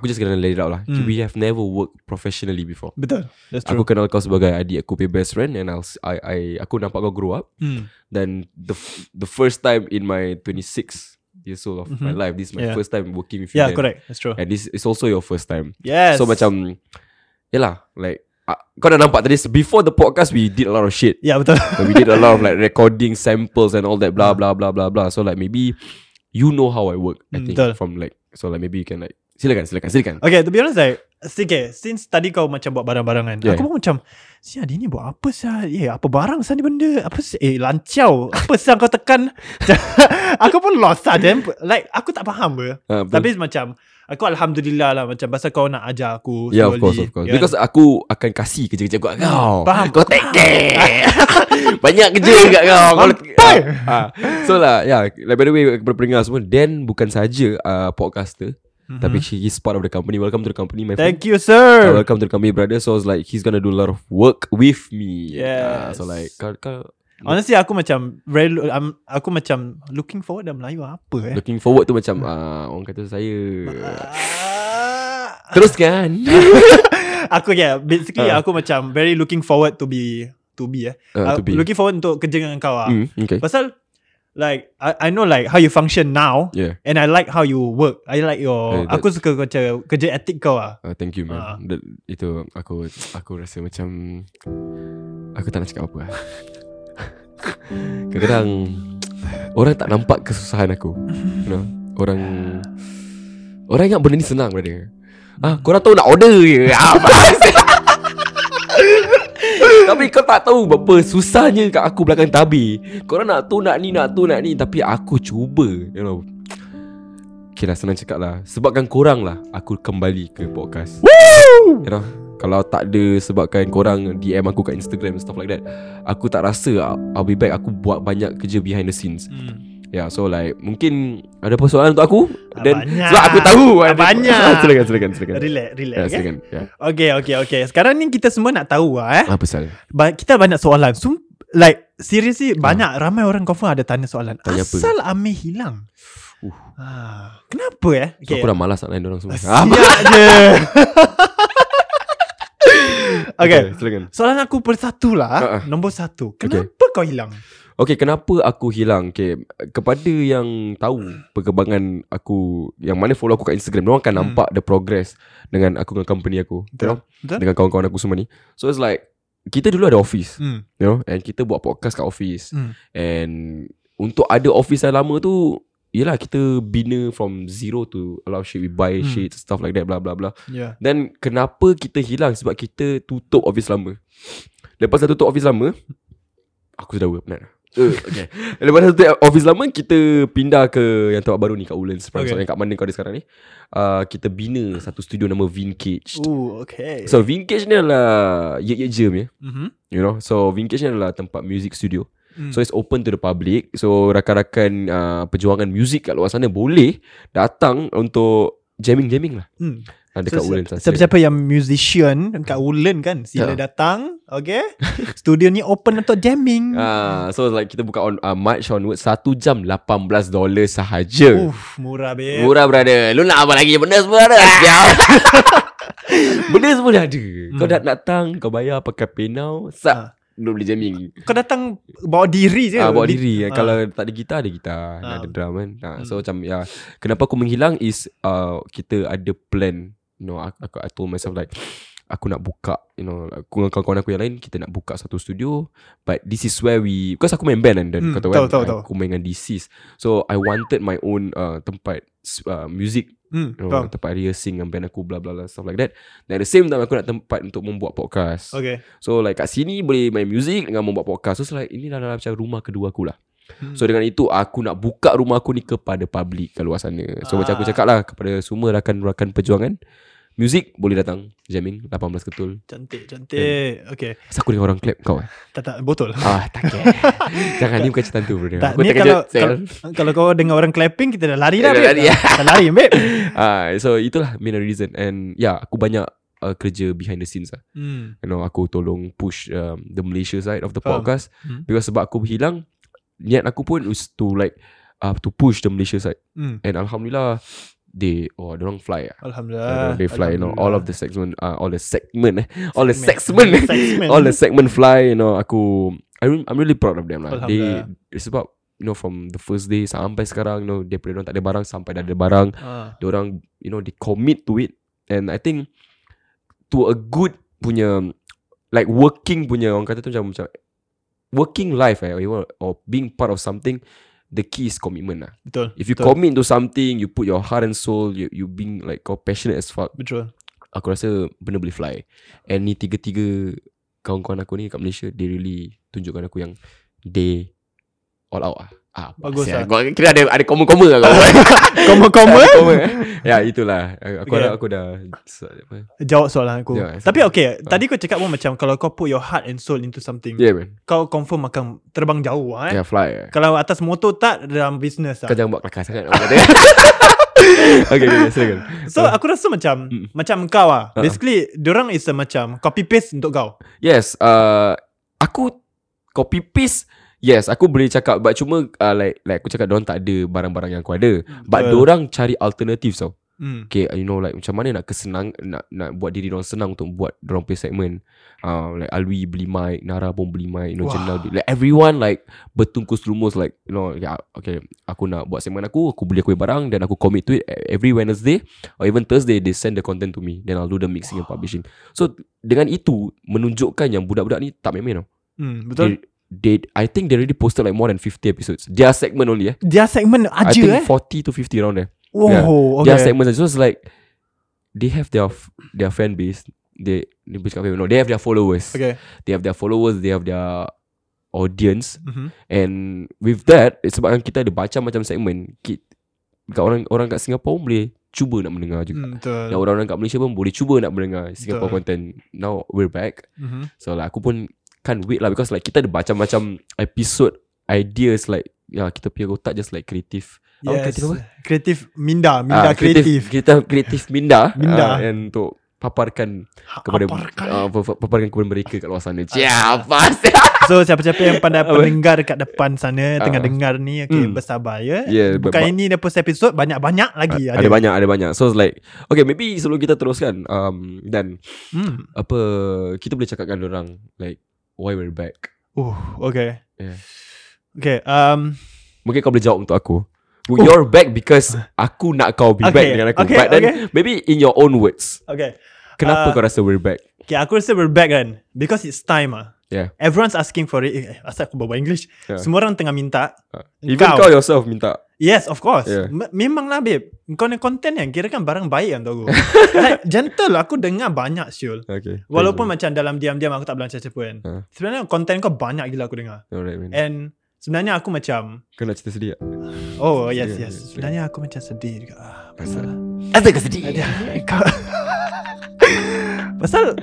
[SPEAKER 7] Aku just gonna let it out lah
[SPEAKER 4] Hmm.
[SPEAKER 7] We have never worked professionally before
[SPEAKER 4] Betul. That's
[SPEAKER 7] True. Aku
[SPEAKER 4] true.
[SPEAKER 7] kenal kau sebagai adik aku punya best friend and I'll, I, I aku nampak kau grow up
[SPEAKER 4] hmm.
[SPEAKER 7] dan the f- the first time in my 26 years old of my
[SPEAKER 4] Mhm.
[SPEAKER 7] life this is my
[SPEAKER 4] Yeah.
[SPEAKER 7] first time working with you. Dan.
[SPEAKER 4] Yeah, Ya, correct. That's true.
[SPEAKER 7] And this is also your first time.
[SPEAKER 4] Yes.
[SPEAKER 7] So macam yalah like uh, kau dah nampak tadi before the podcast we did a lot of shit.
[SPEAKER 4] Ya, yeah, betul.
[SPEAKER 7] we did a lot of like recording samples and all that blah blah blah blah blah. So like maybe you know how I work I
[SPEAKER 4] Mm,
[SPEAKER 7] think
[SPEAKER 4] betul.
[SPEAKER 7] from like so like maybe you can like silakan silakan silakan.
[SPEAKER 4] Okay, to be honest like Okay Since tadi kau macam buat barang-barang kan
[SPEAKER 7] Yeah.
[SPEAKER 4] Aku pun macam Sia dia ni buat apa sia Eh apa barang sia ni benda Apa sia Eh lancau Apa sia kau tekan Aku pun lost lah then, Like aku tak faham ber
[SPEAKER 7] Ah, betul.
[SPEAKER 4] Tapi macam Aku Alhamdulillah lah Macam pasal kau nak ajar aku
[SPEAKER 7] Yeah of course of course
[SPEAKER 4] kan? Hmm.
[SPEAKER 7] Because aku Akan kasih kerja-kerja kat kau
[SPEAKER 4] Faham.
[SPEAKER 7] Kau take care Banyak kerja kat kau Kau
[SPEAKER 4] Eh, Sampai.
[SPEAKER 7] Ah, ah. So lah yeah, like, By the way Kepada pendengar semua Dan bukan saja uh, Podcaster mm-hmm. Tapi he is part of the company Welcome to the company my friend
[SPEAKER 4] Hmm. Thank you sir
[SPEAKER 7] Uh, welcome to the company brother So I was like He's gonna do a lot of work With me Ah,
[SPEAKER 4] Yes.
[SPEAKER 7] So like kau, kau
[SPEAKER 4] Honestly aku macam very, lo- I'm, Aku macam Looking forward dalam Melayu apa eh
[SPEAKER 7] Looking forward tu macam uh, Orang kata saya
[SPEAKER 4] Ah.
[SPEAKER 7] Teruskan
[SPEAKER 4] Aku yeah Basically
[SPEAKER 7] Ah.
[SPEAKER 4] aku macam Very looking forward to be To be eh
[SPEAKER 7] Ah, to
[SPEAKER 4] Aku
[SPEAKER 7] be.
[SPEAKER 4] Looking forward untuk kerja dengan kau lah
[SPEAKER 7] mm, Okay
[SPEAKER 4] Pasal Like I, I know like How you function now
[SPEAKER 7] Yeah
[SPEAKER 4] And I like how you work I like
[SPEAKER 7] Eh,
[SPEAKER 4] your
[SPEAKER 7] that's-
[SPEAKER 4] Aku suka kau macam Kerja etik kau lah
[SPEAKER 7] Uh, thank you man.
[SPEAKER 4] Ah.
[SPEAKER 7] That, itu aku aku rasa macam aku tak nak cakap apa. lah. Kadang-kadang orang tak nampak kesusahan aku. You know? Orang orang ingat benda ni senang brother. Ah, korang tahu nak order je. Ah, malas. Tapi kau tak tahu berapa susahnya kat aku belakang tabi. Korang nak tu nak ni nak tu nak ni tapi aku cuba, you know. Okay lah senang cakap lah Sebabkan korang lah Aku kembali ke podcast Woo! You know Kalau tak ada sebabkan korang DM aku kat Instagram and Stuff like that Aku tak rasa I'll- I'll be back Aku buat banyak kerja behind the scenes
[SPEAKER 4] hmm.
[SPEAKER 7] Ya yeah, so like Mungkin Ada persoalan untuk aku
[SPEAKER 4] Ah,
[SPEAKER 7] Dan
[SPEAKER 4] banyak.
[SPEAKER 7] Sebab aku tahu
[SPEAKER 4] Ah,
[SPEAKER 7] ada-
[SPEAKER 4] banyak.
[SPEAKER 7] Silakan silakan silakan
[SPEAKER 4] Relax Relax
[SPEAKER 7] Ya
[SPEAKER 4] okay?
[SPEAKER 7] silakan yeah.
[SPEAKER 4] okay okay okay Sekarang ni kita semua nak tahu lah eh
[SPEAKER 7] Apa pasal
[SPEAKER 4] ba- Kita banyak soalan Sum- Like Seriously Banyak ramai orang confirm Ada tanya
[SPEAKER 7] Ah.
[SPEAKER 4] soalan
[SPEAKER 7] Tanya apa?
[SPEAKER 4] Asal Amir hilang
[SPEAKER 7] Uh.
[SPEAKER 4] ah, Kenapa eh
[SPEAKER 7] so, Aku dah malas nak lain orang semua Ah,
[SPEAKER 4] Siap
[SPEAKER 7] Apa?
[SPEAKER 4] je Okay
[SPEAKER 7] Silakan
[SPEAKER 4] Soalan aku persatu lah
[SPEAKER 7] Ah, ah.
[SPEAKER 4] Nombor satu
[SPEAKER 7] Okay.
[SPEAKER 4] Kenapa kau hilang?
[SPEAKER 7] Okay, kenapa aku hilang? Okay, kepada yang tahu perkembangan aku, yang mana follow aku kat Instagram, diorang akan
[SPEAKER 4] Hmm.
[SPEAKER 7] nampak the progress dengan aku dengan company aku. You know?
[SPEAKER 4] Betul?
[SPEAKER 7] Dengan kawan-kawan aku semua ni. So it's like, kita dulu ada office,
[SPEAKER 4] Hmm.
[SPEAKER 7] you know, and kita buat podcast kat office.
[SPEAKER 4] Hmm.
[SPEAKER 7] And untuk ada office yang lama tu, yelah kita bina from zero to a lot of shit. We buy
[SPEAKER 4] Hmm.
[SPEAKER 7] shit, stuff like that, blah blah blah.
[SPEAKER 4] Yeah.
[SPEAKER 7] Then kenapa kita hilang Sebab kita tutup office lama Lepas dah tutup office lama Aku sudah penat dah.
[SPEAKER 4] Oh,
[SPEAKER 7] Eh, okay. Lepas dah tutup office lama Kita pindah ke Yang tempat baru ni Kat Woodlands
[SPEAKER 4] Okay.
[SPEAKER 7] okay. Yang kat mana kau ada sekarang ni uh, Kita bina Satu studio nama Vincage
[SPEAKER 4] Ooh, okay.
[SPEAKER 7] So Vincage ni adalah Ye Ye Jam ya
[SPEAKER 4] mm-hmm.
[SPEAKER 7] You know So Vincage ni adalah Tempat music studio
[SPEAKER 4] Hmm.
[SPEAKER 7] So it's open to the public So rakan-rakan uh, Perjuangan muzik kat luar sana Boleh Datang untuk Jamming-jamming lah
[SPEAKER 4] hmm.
[SPEAKER 7] Ah, Dekat
[SPEAKER 4] so,
[SPEAKER 7] Woodlands
[SPEAKER 4] se-
[SPEAKER 7] lah.
[SPEAKER 4] Siapa-siapa yang musician Dekat Woodland kan Sila
[SPEAKER 7] Yeah.
[SPEAKER 4] datang Okay Studio ni open untuk jamming
[SPEAKER 7] Ah, so like kita buka on uh, March onwards satu jam 18 dolar sahaja.
[SPEAKER 4] Uff, murah babe
[SPEAKER 7] Murah brother. Lu nak apa lagi? Benda semua ada. Benda semua dah ada. Kau dah datang, kau bayar pakai PayNow,
[SPEAKER 4] Ah.
[SPEAKER 7] sah. Lu boleh jamming.
[SPEAKER 4] Kau datang Bawa diri je
[SPEAKER 7] Ah, bawa
[SPEAKER 4] Di-
[SPEAKER 7] diri.
[SPEAKER 4] ah.
[SPEAKER 7] Kalau tak ada gitar, ada gitar.
[SPEAKER 4] Ah.
[SPEAKER 7] Ada drum kan. Ah,
[SPEAKER 4] Hmm.
[SPEAKER 7] so macam ya, kenapa aku menghilang is uh, kita ada plan. You know, aku, aku I told myself like aku nak buka, you know, aku dengan kawan-kawan aku yang lain kita nak buka satu studio, but this is where we because aku main band kan dan
[SPEAKER 4] Hmm,
[SPEAKER 7] kau tahu
[SPEAKER 4] tahu,
[SPEAKER 7] kan
[SPEAKER 4] tahu, tahu.
[SPEAKER 7] aku main dengan DCs. So I wanted my own uh, tempat s- uh, music
[SPEAKER 4] hmm,
[SPEAKER 7] you know,
[SPEAKER 4] faham.
[SPEAKER 7] tempat rehearsing dengan band aku bla bla bla stuff like that. Dan at the same time aku nak tempat untuk membuat podcast.
[SPEAKER 4] Okay
[SPEAKER 7] So like kat sini boleh main music dengan membuat podcast. So it's like inilah adalah macam rumah kedua aku lah. Hmm.
[SPEAKER 4] Hmm.
[SPEAKER 7] So dengan itu aku nak buka rumah aku ni kepada public kat luar sana. So macam aku
[SPEAKER 4] Ah.
[SPEAKER 7] cakap lah kepada semua rakan-rakan perjuangan. Music boleh datang jamming 18 ketul.
[SPEAKER 4] Cantik Cantik Okay
[SPEAKER 7] Asal aku dengan orang clap kau eh.
[SPEAKER 4] Tak tak botol
[SPEAKER 7] Ah tak care. Jangan ni bukan cerita tu bro.
[SPEAKER 4] Tak, ni kalau, kalau kalau kau dengar orang clapping kita dah lari dah.
[SPEAKER 7] Dah
[SPEAKER 4] babe.
[SPEAKER 7] lari, ya.
[SPEAKER 4] Dah lari, babe.
[SPEAKER 7] ah, so itulah main reason and yeah aku banyak uh, kerja behind the scenes lah.
[SPEAKER 4] Hmm.
[SPEAKER 7] you know aku tolong push um, the Malaysia side of the
[SPEAKER 4] Faham.
[SPEAKER 7] podcast
[SPEAKER 4] Hmm.
[SPEAKER 7] because sebab aku berhilang niat aku pun is to like uh, to push the Malaysia side
[SPEAKER 4] Hmm.
[SPEAKER 7] and alhamdulillah they oh orang fly ah
[SPEAKER 4] Alhamdulillah.
[SPEAKER 7] they fly you know all of the segment uh, all the segment eh all the
[SPEAKER 4] Segment.
[SPEAKER 7] segment eh,
[SPEAKER 4] Segment.
[SPEAKER 7] all the segment fly you know aku I re- I'm really proud of them lah they
[SPEAKER 4] Alhamdulillah.
[SPEAKER 7] sebab you know from the first day sampai sekarang you know dia orang tak ada barang sampai dah ada barang
[SPEAKER 4] Ah.
[SPEAKER 7] orang you know they commit to it and I think to a good punya like working punya orang kata tu macam macam working life eh or, you want- or being part of something the key is commitment lah
[SPEAKER 4] Betul.
[SPEAKER 7] if you
[SPEAKER 4] betul,
[SPEAKER 7] commit to something you put your heart and soul you you being like kau passionate as fuck
[SPEAKER 4] betul.
[SPEAKER 7] Aku rasa benda boleh fly And ni tiga-tiga Kawan-kawan aku ni kat Malaysia They really Tunjukkan aku yang They All out lah Ah,
[SPEAKER 4] Bagus
[SPEAKER 7] sial.
[SPEAKER 4] lah.
[SPEAKER 7] Kau kira ada ada koma-koma lah kau.
[SPEAKER 4] Koma-koma
[SPEAKER 7] Ada koma eh. Ya, itulah. Aku
[SPEAKER 4] Okay.
[SPEAKER 7] harap aku dah apa?
[SPEAKER 4] Eh, Jawab soalan aku
[SPEAKER 7] Yeah,
[SPEAKER 4] Tapi okay Tadi kau cakap pun macam Kalau kau put your heart and soul Into something
[SPEAKER 7] Yeah, man.
[SPEAKER 4] Kau confirm akan Terbang jauh lah
[SPEAKER 7] Yeah,
[SPEAKER 4] eh.
[SPEAKER 7] fly. Eh.
[SPEAKER 4] Kalau atas motor tak Dalam business
[SPEAKER 7] Kau
[SPEAKER 4] lah
[SPEAKER 7] jangan buat kelakar sangat orang kata. Okay, okay, okay, silakan
[SPEAKER 4] So aku rasa macam
[SPEAKER 7] Mm.
[SPEAKER 4] Macam kau lah
[SPEAKER 7] Ah.
[SPEAKER 4] Basically Diorang is a macam Copy paste untuk kau
[SPEAKER 7] Yes uh, Aku Copy paste Yes aku boleh cakap But cuma uh, like, like aku cakap Diorang tak ada Barang-barang yang aku ada But
[SPEAKER 4] Betul.
[SPEAKER 7] diorang cari alternative tau
[SPEAKER 4] Hmm.
[SPEAKER 7] Okay you know like Macam mana nak kesenang Nak nak buat diri diorang senang Untuk buat diorang punya segmen uh, Like Alwi beli mic Nara pun beli mic You know
[SPEAKER 4] Wah.
[SPEAKER 7] Jenal beli- Like everyone like Bertungkus lumus like You know okay, ah, okay Aku nak buat segmen aku Aku beli aku punya barang Dan aku commit to it Every Wednesday Or even Thursday They send the content to me Then I'll do the mixing and publishing So dengan itu Menunjukkan yang budak-budak ni Tak main-main tau
[SPEAKER 4] Hmm, Betul
[SPEAKER 7] they, they, I think they already posted like More than 50 episodes Their segment only eh
[SPEAKER 4] Dia segmen
[SPEAKER 7] I think
[SPEAKER 4] aja eh
[SPEAKER 7] 40 to 50 around there yeah.
[SPEAKER 4] Wow
[SPEAKER 7] their
[SPEAKER 4] okay.
[SPEAKER 7] segments. So it's like they have their f- their fan base. They they bukan fan base, no, they have their followers.
[SPEAKER 4] Okay
[SPEAKER 7] They have their followers. They have their audience.
[SPEAKER 4] Mhm.
[SPEAKER 7] And with that, it's sebabkan kita ada baca macam segmen. Kit, kat orang orang kat Singapura pun boleh cuba nak mendengar juga.
[SPEAKER 4] Hmm, Betul
[SPEAKER 7] Dan orang-orang kat Malaysia pun boleh cuba nak mendengar Singapore
[SPEAKER 4] Betul.
[SPEAKER 7] content. Now we're back.
[SPEAKER 4] Mhm.
[SPEAKER 7] So like aku pun can't wait lah because like kita ada baca macam episode ideas like ya kita punya otak just like creative. Apa
[SPEAKER 4] Yes.
[SPEAKER 7] creative apa?
[SPEAKER 4] Kreatif minda, minda
[SPEAKER 7] Ah,
[SPEAKER 4] kreatif.
[SPEAKER 7] Kita kreatif minda. ah,
[SPEAKER 4] Minda.
[SPEAKER 7] and untuk paparkan kepada
[SPEAKER 4] Kepada Aparkan.
[SPEAKER 7] ah, pa- paparkan kepada mereka kat luar sana. Ya, apa sih?
[SPEAKER 4] So siapa-siapa yang pandai pendengar dekat depan
[SPEAKER 7] Ah.
[SPEAKER 4] sana tengah dengar ni okay
[SPEAKER 7] Hmm.
[SPEAKER 4] bersabar ya.
[SPEAKER 7] Yeah,
[SPEAKER 4] Bukan
[SPEAKER 7] but-
[SPEAKER 4] ini dah first episode banyak-banyak lagi
[SPEAKER 7] Ada banyak, ada banyak. So it's like okay, maybe sebelum kita teruskan um dan
[SPEAKER 4] Hmm.
[SPEAKER 7] apa kita boleh cakapkan orang like why we're back.
[SPEAKER 4] Uh, okay.
[SPEAKER 7] Yeah.
[SPEAKER 4] Okay, um
[SPEAKER 7] Mungkin kau boleh jawab untuk aku. You're back because aku nak kau be
[SPEAKER 4] Oh. Okay,
[SPEAKER 7] back dengan aku.
[SPEAKER 4] okay,
[SPEAKER 7] But then
[SPEAKER 4] okay.
[SPEAKER 7] maybe in your own words,
[SPEAKER 4] okay.
[SPEAKER 7] kenapa
[SPEAKER 4] Ah.
[SPEAKER 7] kau rasa we're back?
[SPEAKER 4] Okay, aku rasa we're back kan because it's time ah.
[SPEAKER 7] Yeah.
[SPEAKER 4] Everyone's asking for it. Eh, asal aku berbual English?
[SPEAKER 7] Yeah.
[SPEAKER 4] Semua orang tengah minta.
[SPEAKER 7] Ah. Even
[SPEAKER 4] Kau.
[SPEAKER 7] kau yourself minta.
[SPEAKER 4] Yes, of course.
[SPEAKER 7] Yeah.
[SPEAKER 4] Me- Memanglah babe. Kau ni content yang kira kan barang baik kan tu aku. like, gentle aku dengar banyak Syul.
[SPEAKER 7] Okay. thank
[SPEAKER 4] Walaupun
[SPEAKER 7] you.
[SPEAKER 4] macam dalam diam-diam aku tak bilang siapa-siapa kan.
[SPEAKER 7] Ha.
[SPEAKER 4] Sebenarnya konten kau banyak gila aku dengar.
[SPEAKER 7] Alright man.
[SPEAKER 4] And sebenarnya aku macam
[SPEAKER 7] Kau nak cerita sedih tak?
[SPEAKER 4] oh yes
[SPEAKER 7] Yeah, yeah,
[SPEAKER 4] yes. Sebenarnya aku macam sedih juga. Ah, pasal
[SPEAKER 7] Asal kau sedih?
[SPEAKER 4] ada kau. pasal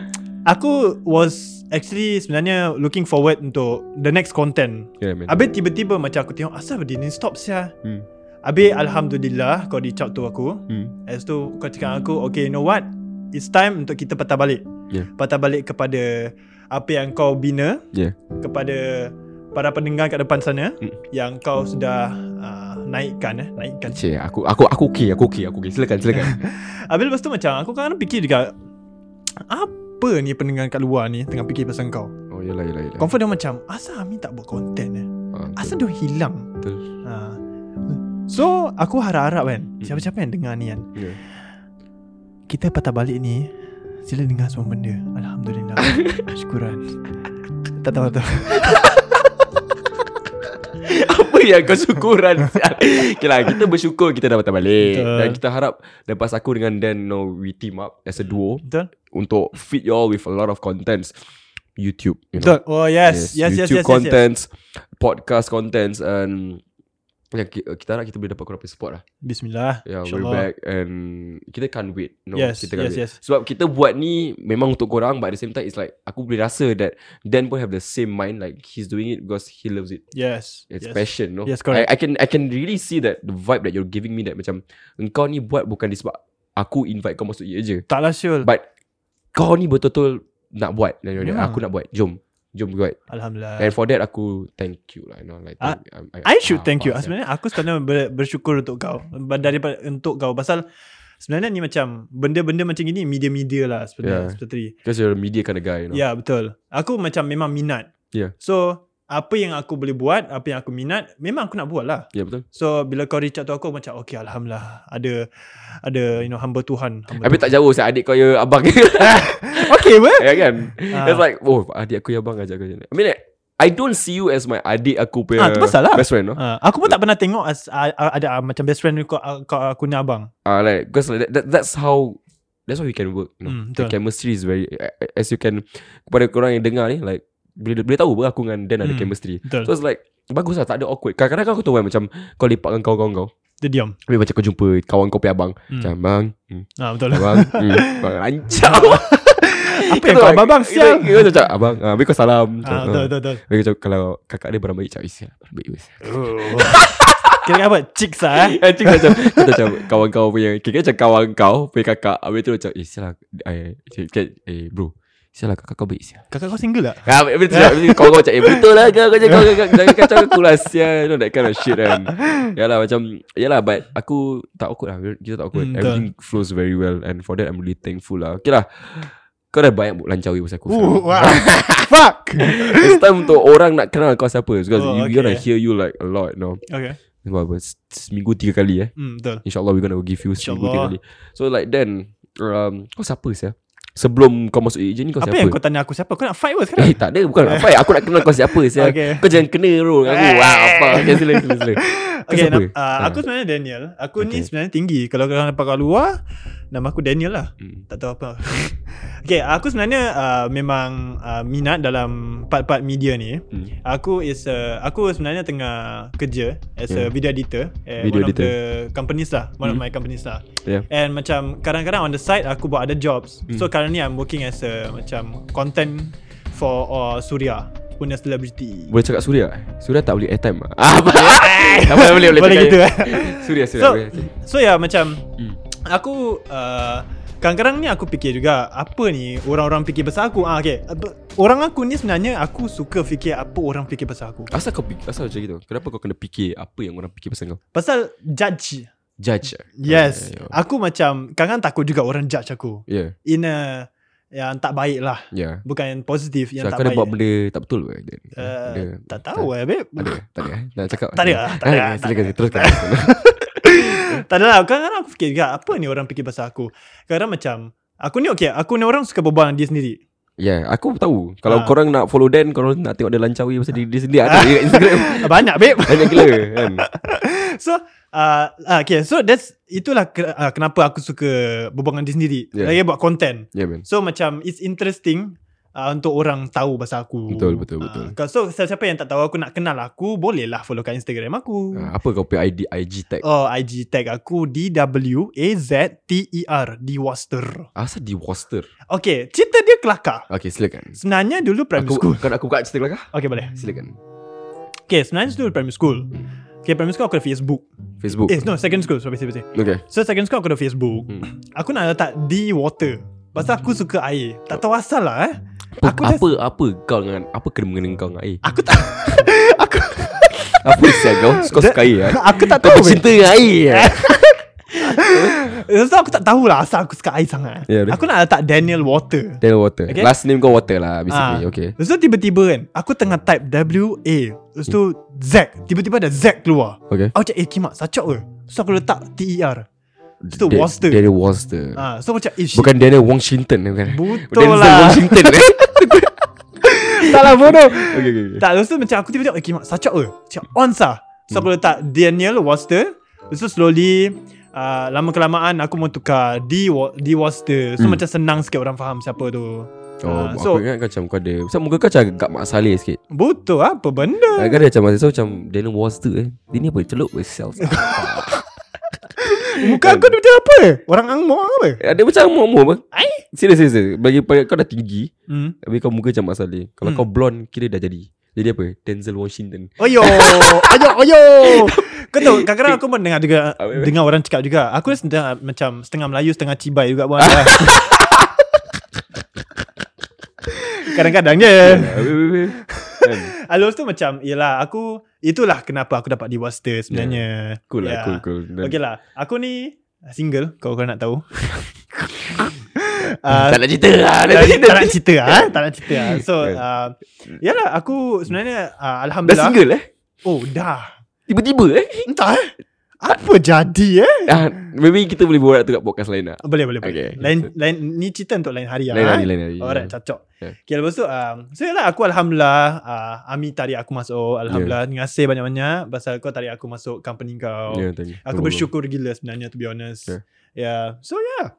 [SPEAKER 4] aku was actually sebenarnya looking forward untuk the next content.
[SPEAKER 7] Yeah man.
[SPEAKER 4] Habis tiba-tiba macam aku tengok asal dia ni stop sia.
[SPEAKER 7] Hmm.
[SPEAKER 4] Habis alhamdulillah kau reach out to aku.
[SPEAKER 7] Hmm.
[SPEAKER 4] Lepas tu kau cakap dengan aku Okay you know what It's time untuk kita patah balik
[SPEAKER 7] Yeah.
[SPEAKER 4] Patah balik kepada Apa yang kau bina
[SPEAKER 7] Yeah.
[SPEAKER 4] Kepada Para pendengar kat depan sana
[SPEAKER 7] Mm.
[SPEAKER 4] Yang kau sudah uh, Naikkan eh Naikkan
[SPEAKER 7] Cik, aku aku aku okey, aku okey, aku okey. Silakan, silakan.
[SPEAKER 4] Habis lepas tu macam Aku kadang-kadang fikir juga Apa ni pendengar kat luar ni Tengah fikir pasal kau
[SPEAKER 7] oh, yalah yalah yalah.
[SPEAKER 4] Confirm dia macam Asal Amin tak buat konten eh
[SPEAKER 7] Ah, betul.
[SPEAKER 4] Asal dia hilang
[SPEAKER 7] Betul.
[SPEAKER 4] ha. So aku harap-harap kan Siapa-siapa yang dengar ni kan
[SPEAKER 7] Yeah.
[SPEAKER 4] Kita patah balik ni Sila dengar semua benda Alhamdulillah Syukuran Tak tahu tak tahu
[SPEAKER 7] Apa yang kau syukuran? sial? okay lah, kita bersyukur kita dah patah balik.
[SPEAKER 4] Betul.
[SPEAKER 7] Dan kita harap lepas aku dengan Dan, you know, we team up as a duo
[SPEAKER 4] Betul?
[SPEAKER 7] untuk feed you all with a lot of contents. YouTube, you
[SPEAKER 4] Betul
[SPEAKER 7] know.
[SPEAKER 4] Oh yes Yes
[SPEAKER 7] YouTube
[SPEAKER 4] yes yes, yes, yes, yes.
[SPEAKER 7] contents, podcast contents and Ya, ki- kita harap kita boleh dapat korang punya support lah
[SPEAKER 4] Bismillah
[SPEAKER 7] Yeah, we're
[SPEAKER 4] InsyaAllah.
[SPEAKER 7] back And kita can't wait no,
[SPEAKER 4] Yes,
[SPEAKER 7] kita can't
[SPEAKER 4] yes,
[SPEAKER 7] wait.
[SPEAKER 4] yes.
[SPEAKER 7] Sebab kita buat ni Memang untuk korang But at the same time It's like Aku boleh rasa that Dan pun have the same mind Like he's doing it Because he loves it
[SPEAKER 4] Yes
[SPEAKER 7] It's
[SPEAKER 4] yes.
[SPEAKER 7] passion no?
[SPEAKER 4] Yes, correct.
[SPEAKER 7] I, I can I can really see that The vibe that you're giving me That macam Engkau ni buat bukan disebab Aku invite kau masuk ye je
[SPEAKER 4] Tak lah Syul
[SPEAKER 7] But Kau ni betul-betul Nak buat Dan you're like,
[SPEAKER 4] Yeah.
[SPEAKER 7] Aku nak buat Jom Jom buat
[SPEAKER 4] Alhamdulillah
[SPEAKER 7] And for that aku Thank you lah you know, like,
[SPEAKER 4] Ah,
[SPEAKER 7] thank- I'm- ah,
[SPEAKER 4] I should thank you
[SPEAKER 7] faham,
[SPEAKER 4] Sebenarnya aku sebenarnya ber, bersyukur untuk kau Daripada untuk kau Pasal Sebenarnya ni macam Benda-benda macam gini Media-media lah
[SPEAKER 7] Yeah.
[SPEAKER 4] Sebenarnya Seperti
[SPEAKER 7] Because you're a media kind of guy you know? Ya.
[SPEAKER 4] Ya yeah, betul. Aku macam memang minat.
[SPEAKER 7] Yeah.
[SPEAKER 4] So apa yang aku boleh buat, apa yang aku minat, memang aku nak buat lah.
[SPEAKER 7] yeah betul
[SPEAKER 4] So bila kau reach out to aku aku macam okay alhamdulillah ada ada you know hamba Tuhan. Hamba
[SPEAKER 7] Habis tak jauh saya adik kau ya abang
[SPEAKER 4] okay weh.
[SPEAKER 7] Ya kan
[SPEAKER 4] Ah.
[SPEAKER 7] It's like Oh adik aku ya abang ajak aku je. I mean like, I don't see you as my adik aku punya
[SPEAKER 4] Ah, tu pasal lah.
[SPEAKER 7] Best friend no?
[SPEAKER 4] Ah, aku pun tak pernah tengok as, ah, ah, ada ah, macam best friend kau, ah, kau aku ni abang.
[SPEAKER 7] Ah, like Because like, that, that, that's how that's why we can work you know.
[SPEAKER 4] Mm,
[SPEAKER 7] mm,
[SPEAKER 4] betul.
[SPEAKER 7] the chemistry is very as you can kepada korang yang dengar ni like boleh boleh tahu apa aku dengan Dan ada
[SPEAKER 4] Mm,
[SPEAKER 7] chemistry
[SPEAKER 4] betul.
[SPEAKER 7] so it's like bagus lah tak ada awkward kadang-kadang kan aku tahu kan macam kau lepak dengan kawan-kawan kau
[SPEAKER 4] Dia diam
[SPEAKER 7] Habis macam kau jumpa kawan kau punya abang
[SPEAKER 4] Mm.
[SPEAKER 7] macam bang mm,
[SPEAKER 4] ah, Betul lah
[SPEAKER 7] abang mm, abang rancau
[SPEAKER 4] Apa yang kau abang-abang sial
[SPEAKER 7] Kau macam abang ah, Habis kau salam macam,
[SPEAKER 4] Ah, Betul betul betul
[SPEAKER 7] Habis kau cakap kalau kakak dia barang baik Cakap isi barang baik wes.
[SPEAKER 4] Kira apa Chicks lah eh
[SPEAKER 7] Anjing kau macam Kau macam kawan kau punya Kira macam kawan kau Punya kakak Habis tu macam Eh sial lah Eh, eh, eh bro Sial lah kakak kau baik sial
[SPEAKER 4] Kakak kau single lah
[SPEAKER 7] Ha, habis tu cakap- habis tu kawan kau macam Eh betul lah kau Kau jangan kau- kau- jangan kacau aku lah Sial You know that kind of shit kan Yalah macam Yalah but Aku tak awkward lah Kita tak awkward
[SPEAKER 4] Hmm,
[SPEAKER 7] Everything flows very well And for that I'm really thankful lah Okay lah Kau dah banyak lancawi pasal aku sekarang.
[SPEAKER 4] Ooh, wow. Fuck
[SPEAKER 7] It's time untuk orang nak kenal kau siapa Because
[SPEAKER 4] Oh,
[SPEAKER 7] oh, we gonna
[SPEAKER 4] okay.
[SPEAKER 7] hear you like a lot no?
[SPEAKER 4] Okay
[SPEAKER 7] Sebab apa, se- Seminggu tiga kali eh
[SPEAKER 4] hmm, Betul
[SPEAKER 7] InsyaAllah we gonna give you Seminggu tiga
[SPEAKER 4] InsyaAllah.
[SPEAKER 7] kali So like then um, Kau siapa sih Sebelum kau masuk agent ni kau
[SPEAKER 4] Apa
[SPEAKER 7] siapa
[SPEAKER 4] yang kau tanya aku siapa Kau nak fight pun sekarang
[SPEAKER 7] Eh tak ada bukan apa eh. Aku nak kenal kau siapa sih
[SPEAKER 4] Okay.
[SPEAKER 7] Kau jangan kena roll dengan aku
[SPEAKER 4] Eh.
[SPEAKER 7] Wah apa Okay sila sila sila Kau
[SPEAKER 4] Okay,
[SPEAKER 7] siapa?
[SPEAKER 4] nama, uh,
[SPEAKER 7] Ah.
[SPEAKER 4] aku sebenarnya Daniel. Aku ni
[SPEAKER 7] Okay.
[SPEAKER 4] sebenarnya tinggi. Kalau kau nampak kat luar, nama aku Daniel lah.
[SPEAKER 7] Hmm.
[SPEAKER 4] Tak tahu apa. okay, aku sebenarnya uh, memang uh, minat dalam part-part media ni.
[SPEAKER 7] Hmm.
[SPEAKER 4] Aku is a, aku sebenarnya tengah kerja as
[SPEAKER 7] Yeah.
[SPEAKER 4] a video editor
[SPEAKER 7] Hmm.
[SPEAKER 4] at
[SPEAKER 7] Video
[SPEAKER 4] one
[SPEAKER 7] editor.
[SPEAKER 4] of the companies lah, one of
[SPEAKER 7] Hmm.
[SPEAKER 4] my companies lah.
[SPEAKER 7] Yeah. Hmm.
[SPEAKER 4] And macam kadang-kadang on the side aku buat other jobs. So currently I'm working as a macam content for uh, Suria punya celebrity.
[SPEAKER 7] Boleh cakap Surya Eh, Surya tak boleh airtime ah. Apa Tak boleh boleh boleh
[SPEAKER 4] Boleh
[SPEAKER 7] cakap.
[SPEAKER 4] gitu, eh.
[SPEAKER 7] Surya Surya
[SPEAKER 4] So,
[SPEAKER 7] boleh.
[SPEAKER 4] so ya yeah, macam
[SPEAKER 7] Hmm.
[SPEAKER 4] aku uh, kadang-kadang ni aku fikir juga apa ni orang-orang fikir pasal aku. Ah okey. Orang aku ni sebenarnya aku suka fikir apa orang fikir pasal aku.
[SPEAKER 7] Asal kau pik- Asal macam gitu Kenapa kau kena fikir Apa yang orang fikir pasal kau
[SPEAKER 4] Pasal judge.
[SPEAKER 7] Judge eh?
[SPEAKER 4] Yes.
[SPEAKER 7] Ah,
[SPEAKER 4] Aku macam kadang-kadang takut juga orang judge aku.
[SPEAKER 7] Ya
[SPEAKER 4] In a yang tak baik lah.
[SPEAKER 7] Ya
[SPEAKER 4] Bukan yang positif yang
[SPEAKER 7] So
[SPEAKER 4] tak
[SPEAKER 7] kau dah
[SPEAKER 4] baik.
[SPEAKER 7] buat benda Tak betul ke Dan Ada.
[SPEAKER 4] Uh, tak tahu eh babe.
[SPEAKER 7] Ada Tak ada eh Nak cakap
[SPEAKER 4] Tak ada lah, tak
[SPEAKER 7] Eh,
[SPEAKER 4] ada lah, tak
[SPEAKER 7] Silakan
[SPEAKER 4] ada.
[SPEAKER 7] teruskan
[SPEAKER 4] tak ada lah Kadang-kadang aku fikir juga Apa ni orang fikir pasal aku Kadang-kadang macam Aku ni okay Aku ni orang suka berbual dengan dia sendiri
[SPEAKER 7] Ya aku tahu Kalau
[SPEAKER 4] Ah.
[SPEAKER 7] korang nak follow Dan Korang nak tengok dia lancawi Pasal diri dia sendiri Ada di Instagram
[SPEAKER 4] Banyak babe
[SPEAKER 7] Banyak gila kan
[SPEAKER 4] So uh, Okay so that's Itulah ke, uh, kenapa aku suka Berbual dengan dia sendiri
[SPEAKER 7] Yeah.
[SPEAKER 4] Lagi buat content
[SPEAKER 7] Ya man
[SPEAKER 4] So macam It's interesting uh, Untuk orang tahu pasal aku
[SPEAKER 7] Betul, betul,
[SPEAKER 4] Ah,
[SPEAKER 7] betul.
[SPEAKER 4] kau- So siapa-siapa yang tak tahu Aku nak kenal aku Boleh lah follow kat Instagram aku
[SPEAKER 7] Ah, Apa kau punya ID, IG tag
[SPEAKER 4] Oh IG tag aku D-W-A-Z-T-E-R D-Waster
[SPEAKER 7] Asal di Worcester
[SPEAKER 4] Okay Cerita dia kelakar
[SPEAKER 7] Okay silakan
[SPEAKER 4] Sebenarnya dulu primary
[SPEAKER 7] aku,
[SPEAKER 4] school
[SPEAKER 7] Kan aku buka cerita kelakar
[SPEAKER 4] Okay boleh
[SPEAKER 7] Silakan
[SPEAKER 4] Okay sebenarnya dulu primary school Okay primary school aku ada Facebook
[SPEAKER 7] Facebook
[SPEAKER 4] Eh no second school Sorry sorry sorry
[SPEAKER 7] Okay
[SPEAKER 4] So second school aku ada Facebook
[SPEAKER 7] Hmm.
[SPEAKER 4] Aku nak letak D water Pasal aku suka air Tak tahu asal lah eh
[SPEAKER 7] apa,
[SPEAKER 4] Aku
[SPEAKER 7] aku
[SPEAKER 4] dah-
[SPEAKER 7] apa, apa kau dengan Apa kena mengenai kau dengan air
[SPEAKER 4] Aku tak
[SPEAKER 7] Apa sial kau Kau suka air eh?
[SPEAKER 4] Aku tak
[SPEAKER 7] Kau
[SPEAKER 4] tahu weh.
[SPEAKER 7] bercinta dengan air eh?
[SPEAKER 4] So aku tak tahulah Asal aku suka air sangat eh.
[SPEAKER 7] Ya, boleh.
[SPEAKER 4] Aku nak letak Daniel water
[SPEAKER 7] Tell water
[SPEAKER 4] Okay.
[SPEAKER 7] Last name kau water lah Basically
[SPEAKER 4] Ah.
[SPEAKER 7] okay
[SPEAKER 4] Lepas tu tiba-tiba kan Aku tengah type W-A Lepas tu Z Tiba-tiba ada Z keluar
[SPEAKER 7] Okay
[SPEAKER 4] Aku cakap eh kimak Sacok ke So aku letak T-E-R Lepas tu
[SPEAKER 7] Da-
[SPEAKER 4] Worcester
[SPEAKER 7] Daniel Worcester
[SPEAKER 4] ha, So aku cakak eh shit
[SPEAKER 7] Bukan Daniel Washington eh, Bukan
[SPEAKER 4] Betul
[SPEAKER 7] Denzel
[SPEAKER 4] lah
[SPEAKER 7] Washington eh?
[SPEAKER 4] Tak lah bodoh
[SPEAKER 7] okay, okay, okay.
[SPEAKER 4] Tak lepas tu macam aku tiba-tiba Eh kimak sacok ke Macam on sah So
[SPEAKER 7] Hmm.
[SPEAKER 4] aku letak Daniel Worcester Lepas tu slowly uh, Lama kelamaan aku mau tukar D, Wa- D Worcester
[SPEAKER 7] Hmm.
[SPEAKER 4] So macam senang sikit orang faham siapa tu
[SPEAKER 7] Oh,
[SPEAKER 4] Ah,
[SPEAKER 7] aku
[SPEAKER 4] so-
[SPEAKER 7] ingat kau macam kau ada Macam muka kau macam agak Mak Saleh sikit
[SPEAKER 4] Betul apa benda
[SPEAKER 7] Agak ada macam Masa macam Daniel Worcester eh Dia ni apa celup ke sales Eh,
[SPEAKER 4] Muka aku tu macam apa Orang angmo apa
[SPEAKER 7] Ada macam umur-umur apa
[SPEAKER 4] Ai?
[SPEAKER 7] Serius serius, serius Bagi pada kau dah tinggi
[SPEAKER 4] hmm.
[SPEAKER 7] Habis kau muka macam Mak Saleh Kalau
[SPEAKER 4] Hmm.
[SPEAKER 7] kau blonde Kira dah jadi Jadi apa Denzel Washington
[SPEAKER 4] Oyo Oyo Oyo Kau tahu kadang-kadang aku pun dengar juga
[SPEAKER 7] Apa, apa?
[SPEAKER 4] Dengar orang cakap juga Aku sedang, macam Setengah Melayu Setengah Cibai juga pun ada. Kadang-kadang je
[SPEAKER 7] Habis, habis, habis. Kan?
[SPEAKER 4] Alus tu macam Yelah aku Itulah kenapa aku dapat di Worcester Sebenarnya yeah.
[SPEAKER 7] Cool lah cool cool Dan-
[SPEAKER 4] Okay lah Aku ni Single Kalau kau nak tahu
[SPEAKER 7] Tak
[SPEAKER 4] uh,
[SPEAKER 7] nak cerita lah Tak nak
[SPEAKER 4] tak,
[SPEAKER 7] cerita
[SPEAKER 4] tak nak cerita ah, Tak nak cerita ah. So
[SPEAKER 7] Yeah.
[SPEAKER 4] uh, Yalah aku Sebenarnya uh,
[SPEAKER 7] Dah
[SPEAKER 4] Alhamdulillah
[SPEAKER 7] single eh
[SPEAKER 4] Oh dah
[SPEAKER 7] Tiba-tiba eh
[SPEAKER 4] Entah eh Apa jadi eh
[SPEAKER 7] ah, Maybe kita boleh borak tu Kat podcast lain lah
[SPEAKER 4] Boleh boleh boleh
[SPEAKER 7] Okay, okay.
[SPEAKER 4] lain, lain, Ni cerita untuk lain hari
[SPEAKER 7] Lain
[SPEAKER 4] ah.
[SPEAKER 7] hari lain hari
[SPEAKER 4] Alright cocok
[SPEAKER 7] Yeah.
[SPEAKER 4] Okay lepas tu um, So yalah aku Alhamdulillah uh, Ami tarik aku masuk Alhamdulillah Terima kasih banyak-banyak Pasal kau tarik aku masuk Company kau
[SPEAKER 7] Ya, thank you.
[SPEAKER 4] Aku bersyukur gila sebenarnya To be honest
[SPEAKER 7] Yeah.
[SPEAKER 4] Yeah So yeah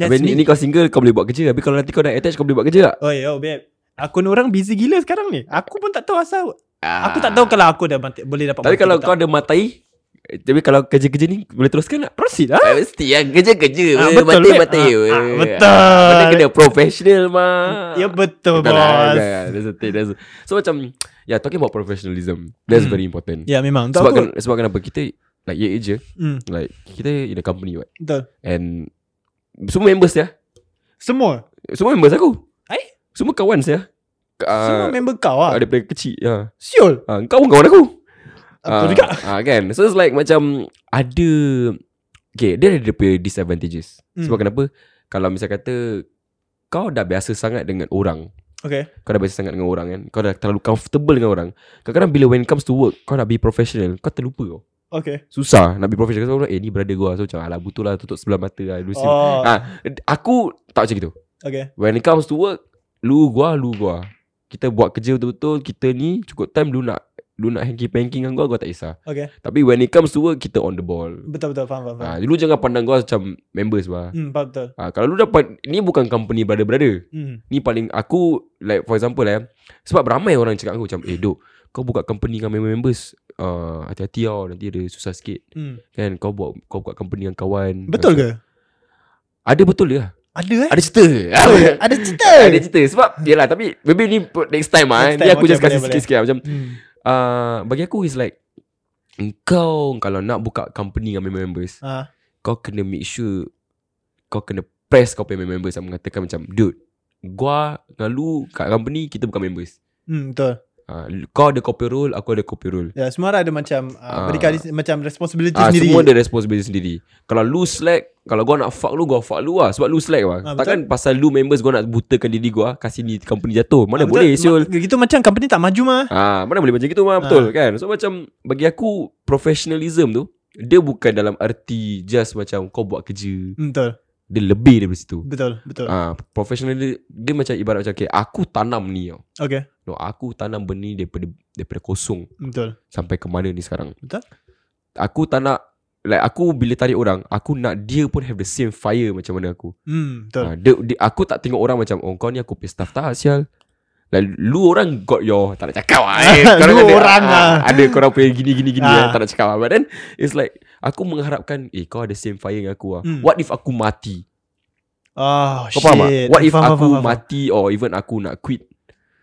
[SPEAKER 7] Habis
[SPEAKER 4] Ya, That's
[SPEAKER 7] ni, ni
[SPEAKER 4] me
[SPEAKER 7] kau single Kau boleh buat kerja Habis kalau nanti kau nak attach Kau boleh buat kerja tak
[SPEAKER 4] Oh yo babe Aku ni orang busy gila sekarang ni Aku pun tak tahu asal Aku tak tahu kalau aku dah mati, boleh dapat
[SPEAKER 7] Ah. Tapi
[SPEAKER 4] mati
[SPEAKER 7] kalau
[SPEAKER 4] ke
[SPEAKER 7] kau ada matai eh, Tapi kalau kerja-kerja ni Boleh teruskan tak
[SPEAKER 4] Proceed lah
[SPEAKER 7] Eh, Mesti kan Kerja-kerja
[SPEAKER 4] Ah,
[SPEAKER 7] weh,
[SPEAKER 4] betul,
[SPEAKER 7] Matai
[SPEAKER 4] babe.
[SPEAKER 7] matai
[SPEAKER 4] Ah,
[SPEAKER 7] weh.
[SPEAKER 4] ah, betul.
[SPEAKER 7] Matai kena professional mah
[SPEAKER 4] Ya betul
[SPEAKER 7] Betul lah,
[SPEAKER 4] bos
[SPEAKER 7] betul lah. That's the thing that's the- So macam Yeah talking about professionalism That's
[SPEAKER 4] Hmm.
[SPEAKER 7] very important
[SPEAKER 4] Ya memang Untuk
[SPEAKER 7] Sebab,
[SPEAKER 4] aku
[SPEAKER 7] ken, sebab kenapa kita Like ye je
[SPEAKER 4] mm,
[SPEAKER 7] Like kita in a company what
[SPEAKER 4] Betul
[SPEAKER 7] And Semua members ya
[SPEAKER 4] Semua
[SPEAKER 7] Semua members aku
[SPEAKER 4] Eh?
[SPEAKER 7] Semua kawan ya. saya
[SPEAKER 4] Semua
[SPEAKER 7] uh,
[SPEAKER 4] member kau lah
[SPEAKER 7] Daripada kecil ya.
[SPEAKER 4] Siul
[SPEAKER 7] Ah, kau pun kawan aku
[SPEAKER 4] Aku
[SPEAKER 7] Ah,
[SPEAKER 4] juga
[SPEAKER 7] ah, Kan So it's like macam Ada Okay Dia ada dia punya disadvantages
[SPEAKER 4] Hmm.
[SPEAKER 7] Sebab kenapa Kalau misal kata Kau dah biasa sangat dengan orang
[SPEAKER 4] Okay
[SPEAKER 7] Kau dah biasa sangat dengan orang kan Kau dah terlalu comfortable dengan orang Kadang-kadang bila when it comes to work Kau nak be professional Kau terlupa kau
[SPEAKER 4] Okay
[SPEAKER 7] Susah nak be professional Kau tahu, eh ni brother gua So macam alah butuh lah Tutup sebelah mata lah Lucy
[SPEAKER 4] Oh
[SPEAKER 7] Ah, Aku tak macam gitu
[SPEAKER 4] Okay
[SPEAKER 7] When it comes to work Lu gua Lu gua Kita buat kerja betul-betul Kita ni Cukup time Lu nak Lu nak hanky-panky dengan gua Gua tak kisah
[SPEAKER 4] Okay
[SPEAKER 7] Tapi when it comes to work Kita on the ball
[SPEAKER 4] Betul-betul faham faham,
[SPEAKER 7] ha,
[SPEAKER 4] faham.
[SPEAKER 7] Lu jangan pandang gua Macam members bah
[SPEAKER 4] Hmm, faham betul
[SPEAKER 7] ha, Kalau lu dapat Ni bukan company brother-brother
[SPEAKER 4] hmm.
[SPEAKER 7] Ni paling Aku Like for example lah eh, Sebab ramai orang cakap aku Macam eh dok Kau buka company dengan members uh, Hati-hati tau Nanti ada susah sikit
[SPEAKER 4] Hmm.
[SPEAKER 7] Kan kau buat Kau buka company dengan kawan
[SPEAKER 4] Betul ke?
[SPEAKER 7] Ada betul dia
[SPEAKER 4] Ada eh?
[SPEAKER 7] Ada cerita
[SPEAKER 4] Betul. Ada cerita
[SPEAKER 7] Ada cerita Sebab Yelah tapi Maybe ni put next time lah eh. Ni
[SPEAKER 4] Eh. Next time,
[SPEAKER 7] aku
[SPEAKER 4] okay,
[SPEAKER 7] just
[SPEAKER 4] boleh,
[SPEAKER 7] kasih
[SPEAKER 4] boleh.
[SPEAKER 7] sikit-sikit lah. Macam
[SPEAKER 4] Hmm.
[SPEAKER 7] uh, Bagi aku is like Kau Kalau nak buka company Dengan members
[SPEAKER 4] Ah.
[SPEAKER 7] Kau kena make sure Kau kena press Kau punya members Dan mengatakan macam Dude Gua Dengan lu Kat company Kita bukan members
[SPEAKER 4] Hmm, betul.
[SPEAKER 7] uh, Kau ada copy role Aku ada copy role
[SPEAKER 4] Ya, semua orang ada macam
[SPEAKER 7] Ah.
[SPEAKER 4] uh, berikan macam responsibility
[SPEAKER 7] Ah,
[SPEAKER 4] sendiri.
[SPEAKER 7] semua ada responsibility sendiri Kalau lu slack Kalau gua nak fuck lu Gua fuck lu lah Sebab lu slack lah
[SPEAKER 4] Ah, betul.
[SPEAKER 7] Takkan pasal lu members Gua nak butakan diri gua Kasih ni company jatuh Mana
[SPEAKER 4] Ah, betul.
[SPEAKER 7] boleh Syul
[SPEAKER 4] Ma- Gitu macam company tak maju mah.
[SPEAKER 7] Ah, mana boleh macam gitu mah
[SPEAKER 4] Ah.
[SPEAKER 7] betul kan? So macam bagi aku professionalism tu dia bukan dalam arti just macam kau buat kerja.
[SPEAKER 4] Hmm, betul.
[SPEAKER 7] Dia lebih daripada situ.
[SPEAKER 4] Betul, betul.
[SPEAKER 7] Ah, professional dia, dia macam ibarat macam okay, aku tanam ni tau.
[SPEAKER 4] Okay.
[SPEAKER 7] No, aku tanam benda ni daripada daripada kosong
[SPEAKER 4] Betul.
[SPEAKER 7] sampai ke mana ni sekarang.
[SPEAKER 4] Betul.
[SPEAKER 7] Aku tak nak like aku bila tarik orang, aku nak dia pun have the same fire macam mana aku.
[SPEAKER 4] Hmm, betul.
[SPEAKER 7] Ah, dia, dia, aku tak tengok orang macam oh kau ni aku punya staff tak sial. Like, lu orang got your Tak nak cakap lah eh. Korang
[SPEAKER 4] Lu orang
[SPEAKER 7] ah,
[SPEAKER 4] lah.
[SPEAKER 7] Ada korang punya gini gini gini ah.
[SPEAKER 4] Ah.
[SPEAKER 7] Tak nak cakap lah But then It's like Aku mengharapkan Eh kau ada same fire dengan aku lah
[SPEAKER 4] Hmm.
[SPEAKER 7] What if aku mati
[SPEAKER 4] Oh,
[SPEAKER 7] Kau
[SPEAKER 4] shit.
[SPEAKER 7] faham tak What if aku
[SPEAKER 4] Faham, faham, faham, faham.
[SPEAKER 7] mati Or even aku nak quit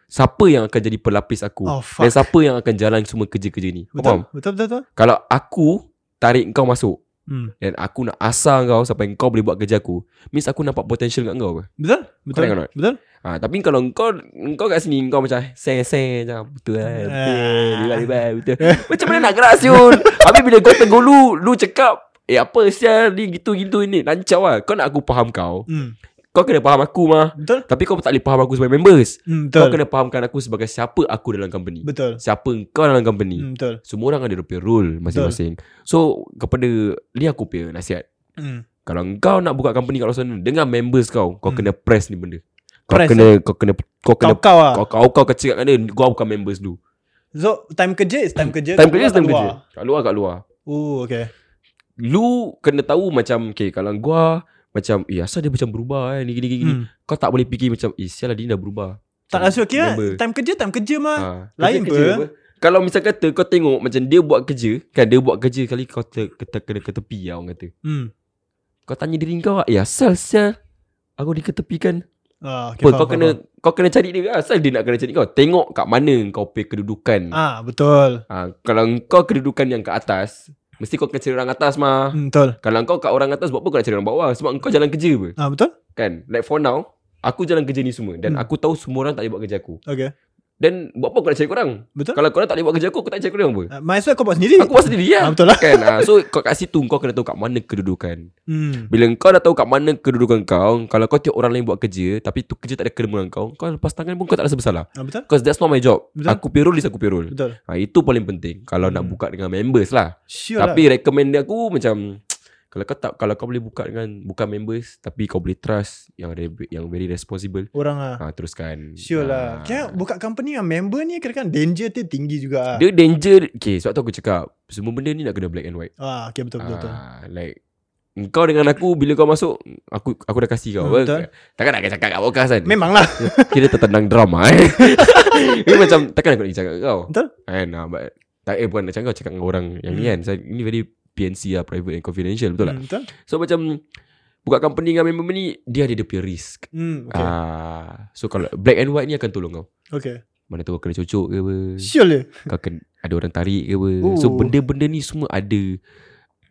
[SPEAKER 7] Siapa yang akan jadi pelapis aku
[SPEAKER 4] Oh,
[SPEAKER 7] Dan
[SPEAKER 4] fuck.
[SPEAKER 7] siapa yang akan jalan semua kerja-kerja ni Kau
[SPEAKER 4] Betul,
[SPEAKER 7] faham
[SPEAKER 4] betul, betul, betul.
[SPEAKER 7] Kalau aku Tarik kau masuk
[SPEAKER 4] Hmm.
[SPEAKER 7] Dan aku nak asah kau Sampai kau boleh buat kerja aku Means aku nampak potential kat kau apa
[SPEAKER 4] Betul? Betul.
[SPEAKER 7] tengok tak?
[SPEAKER 4] Betul?
[SPEAKER 7] Ha, tapi kalau kau kau kat sini kau macam seng-seng macam betul lah. Betul.
[SPEAKER 4] Ah.
[SPEAKER 7] Ribai-ribai, betul. Macam mana nak gerak Siul? Habis bila kau tegur lu, lu cakap Eh apa sial ni gitu-gitu ni Lancau lah Kau nak aku faham kau
[SPEAKER 4] Hmm.
[SPEAKER 7] Kau kena faham aku mah
[SPEAKER 4] Betul?
[SPEAKER 7] Tapi kau tak boleh faham aku sebagai members Betul.
[SPEAKER 4] Hmm,
[SPEAKER 7] Kau
[SPEAKER 4] betul.
[SPEAKER 7] kena fahamkan aku sebagai siapa aku dalam company
[SPEAKER 4] Betul.
[SPEAKER 7] Siapa kau dalam company
[SPEAKER 4] Hmm, betul.
[SPEAKER 7] Semua orang ada dia punya role masing-masing So kepada Ni aku punya nasihat
[SPEAKER 4] Hmm.
[SPEAKER 7] Kalau kau nak buka company kat luar sana Dengan members kau Kau
[SPEAKER 4] Hmm.
[SPEAKER 7] kena press ni benda Kau
[SPEAKER 4] Press, eh?
[SPEAKER 7] kena Kau kena Kau kena
[SPEAKER 4] Kau kau ah.
[SPEAKER 7] kau kau kau kecil kat dia Gua bukan members dulu
[SPEAKER 4] So, time kerja is time kerja.
[SPEAKER 7] Time
[SPEAKER 4] kat
[SPEAKER 7] kerja
[SPEAKER 4] luar,
[SPEAKER 7] time
[SPEAKER 4] kat
[SPEAKER 7] kerja
[SPEAKER 4] luar.
[SPEAKER 7] Kat luar kat luar
[SPEAKER 4] Oh, okay.
[SPEAKER 7] Lu kena tahu macam Okay kalau gua Macam Eh asal dia macam berubah eh Ni gini gini gini.
[SPEAKER 4] Hmm.
[SPEAKER 7] Kau tak boleh fikir macam Eh sial lah dia ni dah berubah
[SPEAKER 4] Tak nak suruh kira
[SPEAKER 7] Member.
[SPEAKER 4] Time kerja time kerja mah
[SPEAKER 7] ha.
[SPEAKER 4] lain
[SPEAKER 7] kerja
[SPEAKER 4] apa?
[SPEAKER 7] Kalau misal kata Kau tengok macam dia buat kerja Kan dia buat kerja Kali kau ter, kata, kena ke tepi lah orang kata
[SPEAKER 4] Hmm
[SPEAKER 7] Kau tanya diri kau Eh asal sial Aku diketepikan
[SPEAKER 4] ah, okay,
[SPEAKER 7] okay, kan?" Kau
[SPEAKER 4] faham, faham,
[SPEAKER 7] kena Kau kena cari dia Asal dia nak kena cari kau Tengok kat mana Kau punya kedudukan
[SPEAKER 4] faham. Ah betul
[SPEAKER 7] Ha, kalau kau kedudukan yang ke atas, mesti kau kena cari orang atas mah.
[SPEAKER 4] hmm, Betul
[SPEAKER 7] Kalau kau kat orang atas, buat apa kau nak cari orang bawah? Sebab kau jalan kerja apa?
[SPEAKER 4] ah, Betul
[SPEAKER 7] Kan? Like for now, aku jalan kerja ni semua. Dan
[SPEAKER 4] Hmm.
[SPEAKER 7] aku tahu semua orang tak boleh buat kerja aku.
[SPEAKER 4] Okay
[SPEAKER 7] Dan buat apa kau nak cari korang?
[SPEAKER 4] Betul
[SPEAKER 7] Kalau korang tak boleh buat kerja aku, aku tak cari korang apa?
[SPEAKER 4] Ah, Might as well kau buat sendiri
[SPEAKER 7] Aku buat sendiri
[SPEAKER 4] ah,
[SPEAKER 7] lah.
[SPEAKER 4] Betul lah
[SPEAKER 7] kan? Ha, so kau kat situ, kau kena tahu kat mana kedudukan.
[SPEAKER 4] hmm.
[SPEAKER 7] Bila kau dah tahu kat mana kedudukan kau, kalau kau tengok orang lain buat kerja, tapi tu kerja tak ada kena dengan kau, kau lepas tangan pun kau tak rasa bersalah.
[SPEAKER 4] ah, Betul
[SPEAKER 7] Because that's not my job.
[SPEAKER 4] Betul.
[SPEAKER 7] Aku payroll is aku payroll.
[SPEAKER 4] Betul
[SPEAKER 7] Ha, itu paling penting. Kalau nak
[SPEAKER 4] Hmm.
[SPEAKER 7] buka dengan members lah.
[SPEAKER 4] Sure
[SPEAKER 7] Tapi
[SPEAKER 4] lah
[SPEAKER 7] recommend dia aku macam kalau kau tak kalau kau boleh buka dengan bukan members tapi kau boleh trust yang re- yang very responsible.
[SPEAKER 4] Orang ah
[SPEAKER 7] Ha teruskan. Ha.
[SPEAKER 4] Sure
[SPEAKER 7] Ah.
[SPEAKER 4] lah Kira buka company yang member ni Kira kan danger dia tinggi juga ah.
[SPEAKER 7] Dia danger Okay sebab tu aku cakap Semua benda ni nak kena black and white
[SPEAKER 4] ah, Okay betul betul, betul.
[SPEAKER 7] Ah, Like Kau dengan aku Bila kau masuk Aku aku dah kasih kau
[SPEAKER 4] Hmm, betul.
[SPEAKER 7] hmm, Takkan nak cakap kat podcast kan
[SPEAKER 4] Memanglah
[SPEAKER 7] Kita tertendang drama eh Ini macam Takkan aku nak pergi cakap kat kau
[SPEAKER 4] Betul.
[SPEAKER 7] Kan ah, but, tak, Eh bukan nak cakap kau Cakap dengan orang yang ni kan so, Ini very PNC lah Private and confidential Betul lah. tak
[SPEAKER 4] Hmm, Betul
[SPEAKER 7] So macam Buka company dengan member ni Dia ada dia punya risk
[SPEAKER 4] Hmm,
[SPEAKER 7] okay.
[SPEAKER 4] Okay
[SPEAKER 7] ah, So kalau Black and white ni akan tolong kau
[SPEAKER 4] Okay
[SPEAKER 7] Mana tahu kau kena cocok ke apa
[SPEAKER 4] Sure le
[SPEAKER 7] Kau kena Ada orang tarik ke apa So
[SPEAKER 4] Ooh.
[SPEAKER 7] benda-benda ni semua ada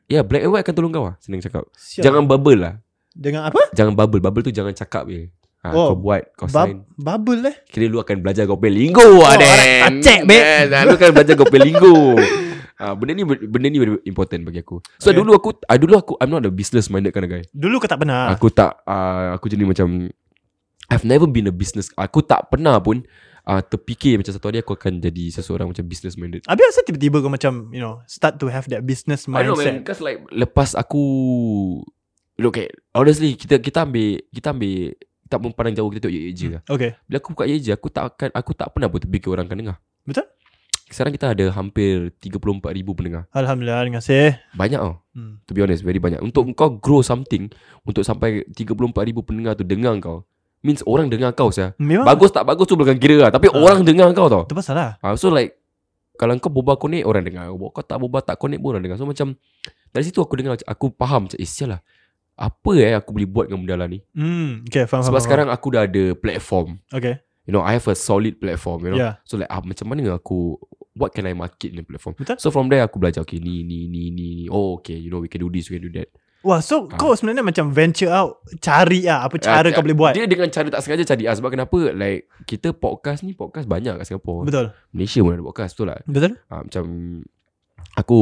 [SPEAKER 7] Ya yeah, black and white akan tolong kau lah Senang cakap
[SPEAKER 4] Sial.
[SPEAKER 7] Jangan bubble lah
[SPEAKER 4] Dengan apa?
[SPEAKER 7] Jangan bubble Bubble tu jangan cakap je ha, oh,
[SPEAKER 4] Oh,
[SPEAKER 7] Kau buat Kau sign
[SPEAKER 4] Bub- bubble eh
[SPEAKER 7] Kira lu akan belajar kau punya linggo lah Dan
[SPEAKER 4] acek, babe.
[SPEAKER 7] Yes, ah, Lu akan belajar kau punya linggo ha, Benda ni Benda ni very important bagi aku So
[SPEAKER 4] Okay.
[SPEAKER 7] okay. dulu aku ah, Dulu aku I'm not a business minded kind of guy
[SPEAKER 4] Dulu kau tak pernah
[SPEAKER 7] Aku tak uh, Aku jadi macam I've never been a business Aku tak pernah pun uh, Terfikir macam satu hari Aku akan jadi Seseorang macam business minded
[SPEAKER 4] Habis asal tiba-tiba kau macam You know Start to have that business
[SPEAKER 7] I don't know man
[SPEAKER 4] mindset
[SPEAKER 7] Because like Lepas aku Look at Honestly Kita kita ambil Kita ambil Tak memandang jauh Kita tengok je lah
[SPEAKER 4] Okay
[SPEAKER 7] Bila aku buka je Aku tak akan Aku tak pernah pun terfikir orang akan dengar
[SPEAKER 4] Betul.
[SPEAKER 7] Sekarang kita ada hampir 34,000 pendengar
[SPEAKER 4] Alhamdulillah dengan saya
[SPEAKER 7] Banyak tau
[SPEAKER 4] hmm.
[SPEAKER 7] To be honest Very banyak Untuk kau grow something Untuk sampai 34,000 pendengar tu Dengar kau Means orang dengar kau saya
[SPEAKER 4] Memang
[SPEAKER 7] Bagus tak bagus tu bukan kira lah Tapi
[SPEAKER 4] Ha.
[SPEAKER 7] orang dengar kau tau
[SPEAKER 4] Itu pasal lah
[SPEAKER 7] ha, So like Kalau kau berbual connect Orang dengar Kau kau tak berbual tak connect pun orang dengar So macam Dari situ aku dengar macam- Aku faham macam Eh sial lah Apa eh aku boleh buat dengan benda lah ni
[SPEAKER 4] hmm. Okay faham
[SPEAKER 7] Sebab
[SPEAKER 4] faham,
[SPEAKER 7] sekarang aku dah ada platform
[SPEAKER 4] faham. Okay
[SPEAKER 7] You know I have a solid platform You know
[SPEAKER 4] Yeah
[SPEAKER 7] So like ah, Macam mana aku What can I market in the platform
[SPEAKER 4] Betul.
[SPEAKER 7] So from there aku belajar Okay ni ni ni ni ni Oh okay You know we can do this We can do that
[SPEAKER 4] Wah so
[SPEAKER 7] Ah.
[SPEAKER 4] kau sebenarnya macam venture out Cari lah Apa cara
[SPEAKER 7] Ah,
[SPEAKER 4] kau boleh buat
[SPEAKER 7] Dia dengan cara tak sengaja cari ah, Sebab kenapa Like Kita podcast ni Podcast banyak kat Singapore
[SPEAKER 4] Betul
[SPEAKER 7] Malaysia pun ada podcast Betul lah
[SPEAKER 4] Betul
[SPEAKER 7] ah, Macam Aku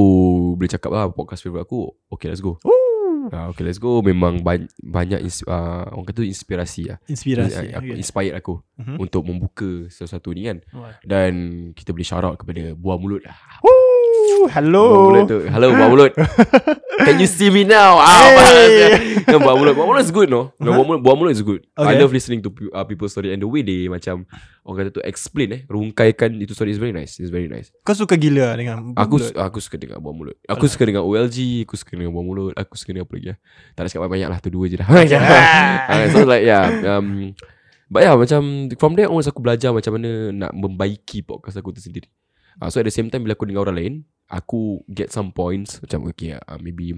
[SPEAKER 7] Boleh cakap lah Podcast favourite aku Okay let's go
[SPEAKER 4] Ooh,
[SPEAKER 7] ah, Okay let's go Memang ban- banyak ins- ah, Orang kata inspirasi lah
[SPEAKER 4] Inspirasi
[SPEAKER 7] Ah, aku,
[SPEAKER 4] okay.
[SPEAKER 7] Inspired aku
[SPEAKER 4] Mhm.
[SPEAKER 7] Untuk membuka Sesuatu ni kan
[SPEAKER 4] Wah.
[SPEAKER 7] Dan Kita boleh shout out kepada Buah mulut lah
[SPEAKER 4] Ooh,
[SPEAKER 7] Buah
[SPEAKER 4] Hello
[SPEAKER 7] mulut Oh, tu Hello buah mulut Can you see me now Ah,
[SPEAKER 4] Hey. Uh-huh.
[SPEAKER 7] Kan buah mulut Buah mulut is good no, no buah, mulut, buah mulut is good
[SPEAKER 4] Okay.
[SPEAKER 7] I love listening to pe- uh, people's story And the way they macam Orang kata tu explain eh Rungkaikan itu story is very nice It's very nice
[SPEAKER 4] Kau suka gila lah dengan
[SPEAKER 7] Aku
[SPEAKER 4] bulat?
[SPEAKER 7] aku suka dengar buah mulut Aku suka dengar OLG Aku suka dengar buah mulut Aku suka dengar apa lagi lah. Tak nak cakap banyak-banyak lah Tu dua je dah Ah, So like yeah um, But yeah macam From there onwards aku belajar Macam mana nak membaiki podcast aku tu sendiri Ah, So at the same time Bila aku dengar orang lain Aku get some points Macam okay ah, Maybe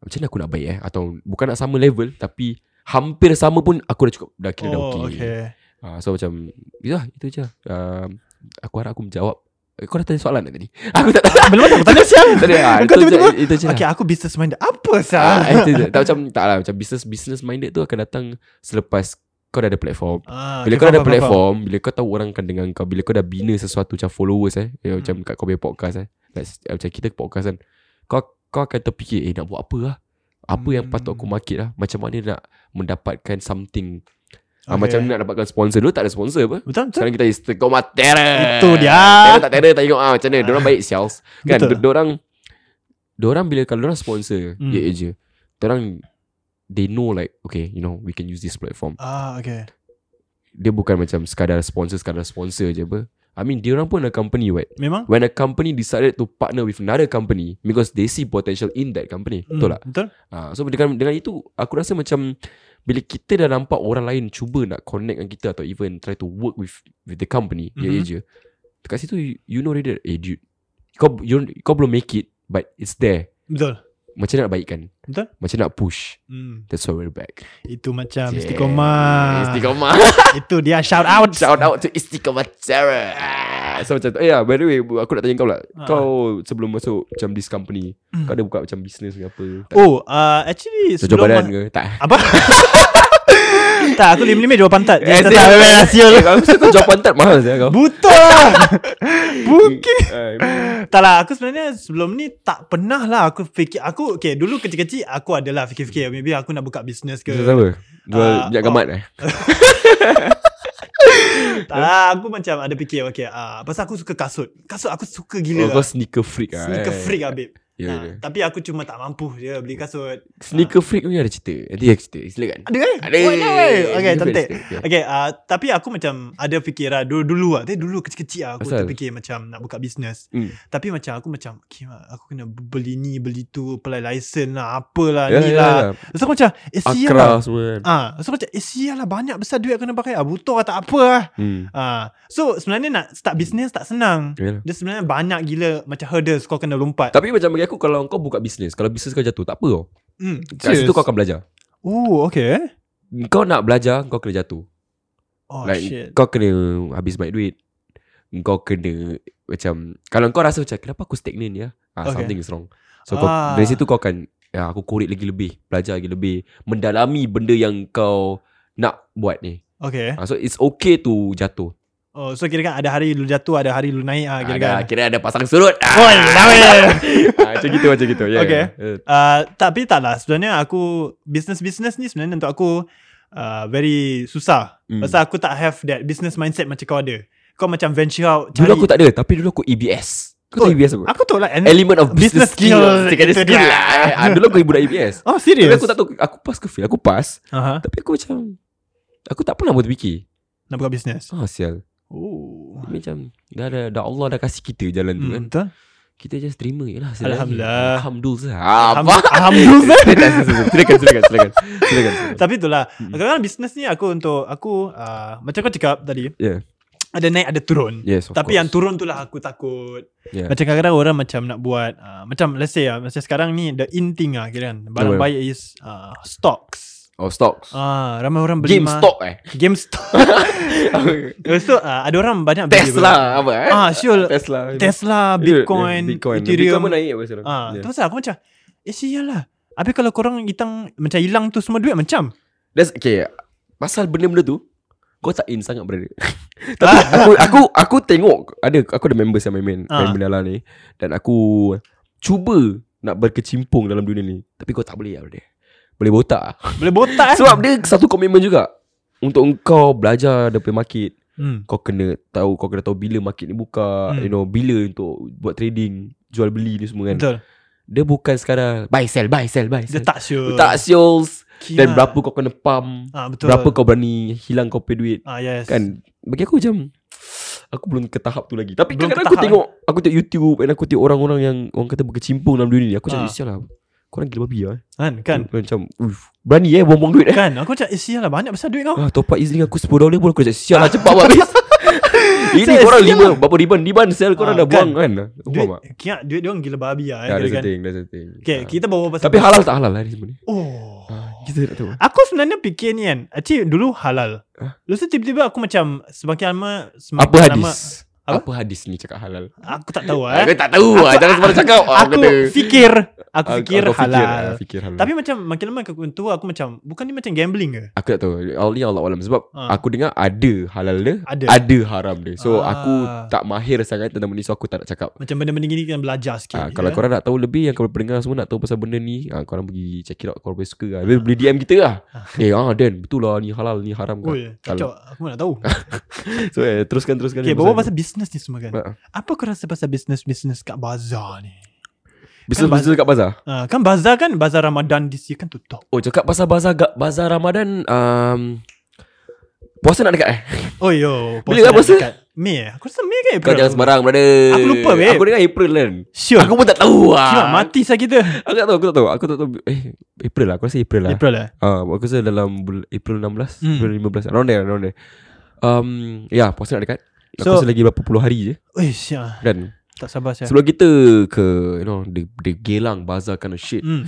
[SPEAKER 7] Macam mana aku nak baik eh Atau bukan nak sama level Tapi Hampir sama pun Aku dah cukup Dah kira dah okay,
[SPEAKER 4] Oh okay
[SPEAKER 7] Ah, so macam Itulah itu je um, Aku harap aku menjawab Eh, Kau dah tanya soalan tak tadi Aku tak tahu
[SPEAKER 4] Belum aku tanya siapa
[SPEAKER 7] tak ada ah,
[SPEAKER 4] Kau
[SPEAKER 7] itu je
[SPEAKER 4] tiba-tiba,
[SPEAKER 7] itu je
[SPEAKER 4] Okay
[SPEAKER 7] okay.
[SPEAKER 4] aku business minded Apa
[SPEAKER 7] ah,
[SPEAKER 4] sah
[SPEAKER 7] itu je. tak macam tak lah macam business business minded tu akan datang selepas kau dah ada platform
[SPEAKER 4] Ah,
[SPEAKER 7] bila
[SPEAKER 4] okay,
[SPEAKER 7] kau dah ada
[SPEAKER 4] faham, faham, faham.
[SPEAKER 7] platform bila kau tahu orang akan dengar kau bila kau dah bina sesuatu macam followers eh
[SPEAKER 4] Hmm.
[SPEAKER 7] ya, macam kat kau punya podcast eh like, eh, macam kita podcast kan kau kau akan terfikir eh nak buat apa lah apa yang
[SPEAKER 4] Hmm.
[SPEAKER 7] patut aku market lah macam mana nak mendapatkan something okay. ah,
[SPEAKER 4] Okay.
[SPEAKER 7] macam nak dapatkan sponsor dulu tak ada sponsor apa
[SPEAKER 4] Betul betul
[SPEAKER 7] sekarang kita istiqomah terror
[SPEAKER 4] Itu dia.
[SPEAKER 7] Terror Eh. tak terror tak tengok ah, Macam mana Diorang baik sials Kan
[SPEAKER 4] Betul.
[SPEAKER 7] Betul. Diorang Diorang bila Kalau diorang sponsor hmm.
[SPEAKER 4] Hmm.
[SPEAKER 7] Ya je Diorang They know like Okay you know We can use this platform
[SPEAKER 4] Ah okay
[SPEAKER 7] Dia bukan macam Sekadar sponsor Sekadar sponsor je apa I mean diorang pun a company right
[SPEAKER 4] Memang
[SPEAKER 7] When a company decided to partner with another company Because they see potential in that company
[SPEAKER 4] Hmm,
[SPEAKER 7] Betul tak?
[SPEAKER 4] Betul
[SPEAKER 7] Ha, so dengan, dengan itu Aku rasa macam Bila kita dah nampak orang lain Cuba nak connect dengan kita Atau even try to work with With the company mm-hmm.
[SPEAKER 4] Mhm.
[SPEAKER 7] Ya je Dekat situ you, you know already that, Eh dude kau, you, kau belum make it But it's there
[SPEAKER 4] Betul
[SPEAKER 7] Macam nak baikkan
[SPEAKER 4] Betul.
[SPEAKER 7] Macam nak push
[SPEAKER 4] Hmm,
[SPEAKER 7] That's why we're back
[SPEAKER 4] Itu macam
[SPEAKER 7] Yeah.
[SPEAKER 4] Istiqomah
[SPEAKER 7] Istiqomah
[SPEAKER 4] Itu dia shout out
[SPEAKER 7] Shout out to Istiqomah Terror So macam tu Eh yeah, by the way Aku nak tanya kau lah
[SPEAKER 4] Ha.
[SPEAKER 7] Kau sebelum masuk Macam this company Kau ada buka macam business ke apa Tak-
[SPEAKER 4] Oh uh, actually
[SPEAKER 7] Tujuh
[SPEAKER 4] Hmm. sebelum
[SPEAKER 7] badan ke Tak
[SPEAKER 4] Apa? tak, aku lim-lim jual pantat.
[SPEAKER 7] Eh,
[SPEAKER 4] Dia tak
[SPEAKER 7] sial,
[SPEAKER 4] tahu
[SPEAKER 7] eh,
[SPEAKER 4] lah, sial.
[SPEAKER 7] eh, Aku rasa kau jual pantat mahal saya kau.
[SPEAKER 4] Buta lah. Bukit.
[SPEAKER 7] Eh,
[SPEAKER 4] Tak lah, aku sebenarnya sebelum ni tak pernah lah aku fikir. Aku, okay, dulu kecil-kecil aku adalah fikir-fikir. Maybe aku nak buka bisnes ke.
[SPEAKER 7] Jual apa? Jual
[SPEAKER 4] Ah,
[SPEAKER 7] minyak gamat eh?
[SPEAKER 4] Tak lah, aku macam ada fikir. Okay, uh, pasal aku ah, suka kasut. Kasut aku suka
[SPEAKER 7] Oh,
[SPEAKER 4] gila.
[SPEAKER 7] kau
[SPEAKER 4] lah.
[SPEAKER 7] sneaker freak ah.
[SPEAKER 4] Sneaker
[SPEAKER 7] eh.
[SPEAKER 4] freak lah, babe.
[SPEAKER 7] Ya,
[SPEAKER 4] Nah,
[SPEAKER 7] ya.
[SPEAKER 4] Tapi aku cuma tak mampu je Beli kasut
[SPEAKER 7] Sneaker freak ni ada cerita Nanti dia cerita Silakan
[SPEAKER 4] Ada kan?
[SPEAKER 7] Ada.
[SPEAKER 4] Oh, ada. Okay
[SPEAKER 7] Ada
[SPEAKER 4] cantik
[SPEAKER 7] cerita, okay.
[SPEAKER 4] Okay uh, Tapi aku macam Ada fikir lah Dulu, dulu lah Tapi dulu kecil-kecil lah Aku
[SPEAKER 7] Asal?
[SPEAKER 4] terfikir macam Nak buka bisnes
[SPEAKER 7] Hmm.
[SPEAKER 4] Tapi macam aku macam okay, lah, Aku kena beli ni Beli tu Apply license lah Apalah
[SPEAKER 7] Ya,
[SPEAKER 4] ni
[SPEAKER 7] ya,
[SPEAKER 4] lah
[SPEAKER 7] ya.
[SPEAKER 4] Lepas aku macam Eh sial
[SPEAKER 7] Akra
[SPEAKER 4] lah
[SPEAKER 7] semua kan
[SPEAKER 4] Ah, so macam eh sial lah banyak besar duit aku nak pakai. Ah, butuh tak apa lah.
[SPEAKER 7] hmm.
[SPEAKER 4] Ah, so sebenarnya nak start business tak senang.
[SPEAKER 7] Yalah.
[SPEAKER 4] Dia sebenarnya banyak gila macam hurdles kau kena lompat.
[SPEAKER 7] Tapi macam bagi aku Kalau kau buka bisnes Kalau bisnes kau jatuh Tak apa tau
[SPEAKER 4] Hmm,
[SPEAKER 7] Kat situ kau akan belajar
[SPEAKER 4] Oh, okay.
[SPEAKER 7] Kau nak belajar Kau kena jatuh
[SPEAKER 4] Oh
[SPEAKER 7] Like
[SPEAKER 4] shit.
[SPEAKER 7] kau kena habis banyak duit Kau kena Macam Kalau kau rasa macam Kenapa aku stagnant ya ah,
[SPEAKER 4] Okay.
[SPEAKER 7] Something is wrong So kau,
[SPEAKER 4] Ah.
[SPEAKER 7] dari situ kau akan ya, Aku korek lagi lebih Belajar lagi lebih Mendalami benda yang kau Nak buat ni
[SPEAKER 4] Okay.
[SPEAKER 7] ah, So it's okay to jatuh
[SPEAKER 4] Oh, so kira kan ada hari lu jatuh, ada hari lu naik ah, kira kan.
[SPEAKER 7] ada, Kira ada pasang surut ah,
[SPEAKER 4] Oh,
[SPEAKER 7] ah, Macam gitu macam gitu ya. Eh, yeah,
[SPEAKER 4] Okay.
[SPEAKER 7] yeah.
[SPEAKER 4] Uh, tapi tak lah Sebenarnya aku Business-business ni sebenarnya Untuk aku uh, Very susah
[SPEAKER 7] Hmm.
[SPEAKER 4] mm. Pasal aku tak have That business mindset Macam kau ada Kau macam venture out
[SPEAKER 7] Dulu
[SPEAKER 4] cari.
[SPEAKER 7] aku tak ada Tapi dulu aku EBS Kau tahu
[SPEAKER 4] Betul.
[SPEAKER 7] EBS apa?
[SPEAKER 4] Aku tu lah and-
[SPEAKER 7] Element of business,
[SPEAKER 4] Business
[SPEAKER 7] skill,
[SPEAKER 4] skill,
[SPEAKER 7] Secondary
[SPEAKER 4] itu
[SPEAKER 7] skill
[SPEAKER 4] dia.
[SPEAKER 7] lah ah, Dulu aku budak EBS
[SPEAKER 4] Oh
[SPEAKER 7] Tapi
[SPEAKER 4] serious
[SPEAKER 7] aku tak tahu Aku pass ke fail Aku pass
[SPEAKER 4] Aha,
[SPEAKER 7] Tapi aku macam Aku tak pernah berfikir
[SPEAKER 4] Nak buka business
[SPEAKER 7] Ah sial
[SPEAKER 4] Oh
[SPEAKER 7] Tapi Macam Dah, dah, dah Allah dah kasih kita jalan tu kan
[SPEAKER 4] hmm, Betul
[SPEAKER 7] Kita just terima je lah
[SPEAKER 4] Alhamdulillah.
[SPEAKER 7] Alhamdulillah ah, Apa
[SPEAKER 4] Alham- Alhamdulillah
[SPEAKER 7] Silakan silakan silakan Silakan silakan
[SPEAKER 4] Tapi itulah Kadang-kadang business ni aku untuk Aku uh, Macam kau cakap tadi
[SPEAKER 7] Yeah.
[SPEAKER 4] Ada naik ada turun
[SPEAKER 7] Yes Ya. of
[SPEAKER 4] Tapi
[SPEAKER 7] course. Ya.
[SPEAKER 4] yang turun tu lah aku takut
[SPEAKER 7] yeah.
[SPEAKER 4] Macam kadang-kadang orang macam nak buat uh, Macam let's say lah Macam sekarang ni The in thing lah kira kan Barang
[SPEAKER 7] Apa?
[SPEAKER 4] baik is uh, Stocks
[SPEAKER 7] Oh stocks
[SPEAKER 4] Ah, Ramai orang beli
[SPEAKER 7] Game
[SPEAKER 4] mah.
[SPEAKER 7] stock eh
[SPEAKER 4] Game stock Lepas tu uh, ada orang banyak beli
[SPEAKER 7] Tesla apa eh
[SPEAKER 4] bro. Ah sure
[SPEAKER 7] Tesla
[SPEAKER 4] Tesla,
[SPEAKER 7] Yeah,
[SPEAKER 4] Bitcoin,
[SPEAKER 7] yeah, Bitcoin
[SPEAKER 4] Ethereum
[SPEAKER 7] Bitcoin pun naik apa sekarang
[SPEAKER 4] Ah,
[SPEAKER 7] Yeah.
[SPEAKER 4] tu pasal aku macam Eh sial lah Habis kalau korang hilang Macam hilang tu semua duit macam
[SPEAKER 7] That's okay. Pasal benda-benda tu kau tak in sangat brother. Tapi aku aku aku tengok ada aku ada members yang main main, main
[SPEAKER 4] Ah.
[SPEAKER 7] benda lah ni dan aku cuba nak berkecimpung dalam dunia ni tapi kau tak boleh lah brother. Boleh botak lah.
[SPEAKER 4] Boleh botak eh
[SPEAKER 7] Sebab dia satu komitmen juga untuk kau belajar daripada market
[SPEAKER 4] hmm.
[SPEAKER 7] kau kena tahu kau kena tahu bila market ni buka Ah,
[SPEAKER 4] Hmm.
[SPEAKER 7] you know bila untuk buat trading jual beli ni semua kan
[SPEAKER 4] Betul
[SPEAKER 7] dia bukan sekarang buy sell buy sell buy
[SPEAKER 4] Dia
[SPEAKER 7] sell
[SPEAKER 4] tak Ya. sure
[SPEAKER 7] tak sales
[SPEAKER 4] Kiamat.
[SPEAKER 7] dan berapa kau kena pump
[SPEAKER 4] ah, Betul
[SPEAKER 7] Betul. Berapa kau berani hilang kau pay duit
[SPEAKER 4] ah, yes.
[SPEAKER 7] Kan Bagi aku macam Aku belum ke tahap tu lagi Tapi
[SPEAKER 4] Belum
[SPEAKER 7] kadang
[SPEAKER 4] ke
[SPEAKER 7] aku
[SPEAKER 4] tahap, eh?
[SPEAKER 7] tengok Aku tengok YouTube And aku tengok orang-orang yang Orang kata berkecimpung dalam dunia ni Aku macam
[SPEAKER 4] Ah.
[SPEAKER 7] ha. lah Korang gila babi lah eh."
[SPEAKER 4] Kan Kan
[SPEAKER 7] Macam Uff, Berani eh buang-buang duit eh
[SPEAKER 4] Kan Aku macam Eh sial lah banyak besar duit kau
[SPEAKER 7] ah, Top up izin aku 10 dolar pun Aku macam sial lah cepat buat habis Ini
[SPEAKER 4] Sial,
[SPEAKER 7] korang
[SPEAKER 4] sial
[SPEAKER 7] lima Berapa riban Riban sel korang
[SPEAKER 4] Ah,
[SPEAKER 7] dah buang kan
[SPEAKER 4] Duit
[SPEAKER 7] Faham tak
[SPEAKER 4] Kiat duit dia orang gila babi lah eh,
[SPEAKER 7] Ya
[SPEAKER 4] kira
[SPEAKER 7] that's the
[SPEAKER 4] kan.
[SPEAKER 7] thing That's the thing
[SPEAKER 4] Okay
[SPEAKER 7] Ah.
[SPEAKER 4] kita bawa pasal
[SPEAKER 7] Tapi halal tak halal lah ni semua ni
[SPEAKER 4] Oh
[SPEAKER 7] Ah, Kita tak tahu
[SPEAKER 4] Aku sebenarnya fikir ni kan Actually dulu halal Lepas tu tiba-tiba aku macam Semakin lama semakin
[SPEAKER 7] Apa
[SPEAKER 4] lama,
[SPEAKER 7] hadis
[SPEAKER 4] Apa?
[SPEAKER 7] Apa hadis ni cakap halal
[SPEAKER 4] Aku tak tahu
[SPEAKER 7] Aku
[SPEAKER 4] eh
[SPEAKER 7] tak tahu lah Jangan sembarang cakap Ah,
[SPEAKER 4] Aku
[SPEAKER 7] kena-
[SPEAKER 4] fikir Aku
[SPEAKER 7] Ah,
[SPEAKER 4] fikir
[SPEAKER 7] kau ah,
[SPEAKER 4] halal
[SPEAKER 7] fikir halal.
[SPEAKER 4] Tapi macam makin lama aku tu aku macam bukan ni macam gambling ke?
[SPEAKER 7] aku tak tahu. All ni Allah alam sebab
[SPEAKER 4] Ha.
[SPEAKER 7] aku dengar ada halal dia,
[SPEAKER 4] Ada.
[SPEAKER 7] ada, ada haram dia. So
[SPEAKER 4] Ya. Ah.
[SPEAKER 7] aku tak mahir sangat tentang benda ni so aku tak nak cakap.
[SPEAKER 4] Macam benda-benda gini kena belajar sikit. ya.
[SPEAKER 7] Ah, kalau korang nak tahu lebih Yang korang pendengar semua Nak tahu pasal benda ni ah, Korang pergi check it out Korang boleh suka lah Boleh boleh DM kita lah Eh ah Dan Betul lah Ni halal ni haram kan
[SPEAKER 4] Oi, kacau. Aku mana tahu.
[SPEAKER 7] So eh, teruskan teruskan
[SPEAKER 4] Okay,
[SPEAKER 7] ni
[SPEAKER 4] bawa pasal bisnes ni semua kan.
[SPEAKER 7] Ah.
[SPEAKER 4] Apa kau rasa pasal bisnes-bisnes kat bazar ni?
[SPEAKER 7] Bisnes
[SPEAKER 4] kan
[SPEAKER 7] bisnes kat bazar
[SPEAKER 4] Ah, kan bazar kan bazar Ramadan di sini kan tutup.
[SPEAKER 7] Oh cakap pasal bazar ga- Bazar Ramadan um, Puasa nak dekat eh
[SPEAKER 4] Oh yo,
[SPEAKER 7] Bila lah puasa?
[SPEAKER 4] Mei. eh? Aku rasa Mei ke April?
[SPEAKER 7] Kau jangan sembarang brother
[SPEAKER 4] Aku lupa, babe.
[SPEAKER 7] Aku dengar April kan
[SPEAKER 4] Sure.
[SPEAKER 7] Aku pun tak tahu
[SPEAKER 4] Kira
[SPEAKER 7] lah
[SPEAKER 4] mati sah kita.
[SPEAKER 7] Aku tak tahu, aku tak tahu. Aku tak tahu. Eh, April lah. Aku rasa April lah. April.
[SPEAKER 4] April lah.
[SPEAKER 7] Uh, aku rasa dalam bul- April 16,
[SPEAKER 4] Hmm.
[SPEAKER 7] April 15. Around there, around there. Um, ya, yeah, puasa nak dekat. Aku
[SPEAKER 4] So- Ya.
[SPEAKER 7] rasa lagi berapa puluh hari je.
[SPEAKER 4] Oi, sia.
[SPEAKER 7] Kan?
[SPEAKER 4] Tak sabar sia.
[SPEAKER 7] Sebelum kita ke, you know, the, the gelang, bazar kind of shit.
[SPEAKER 4] Hmm.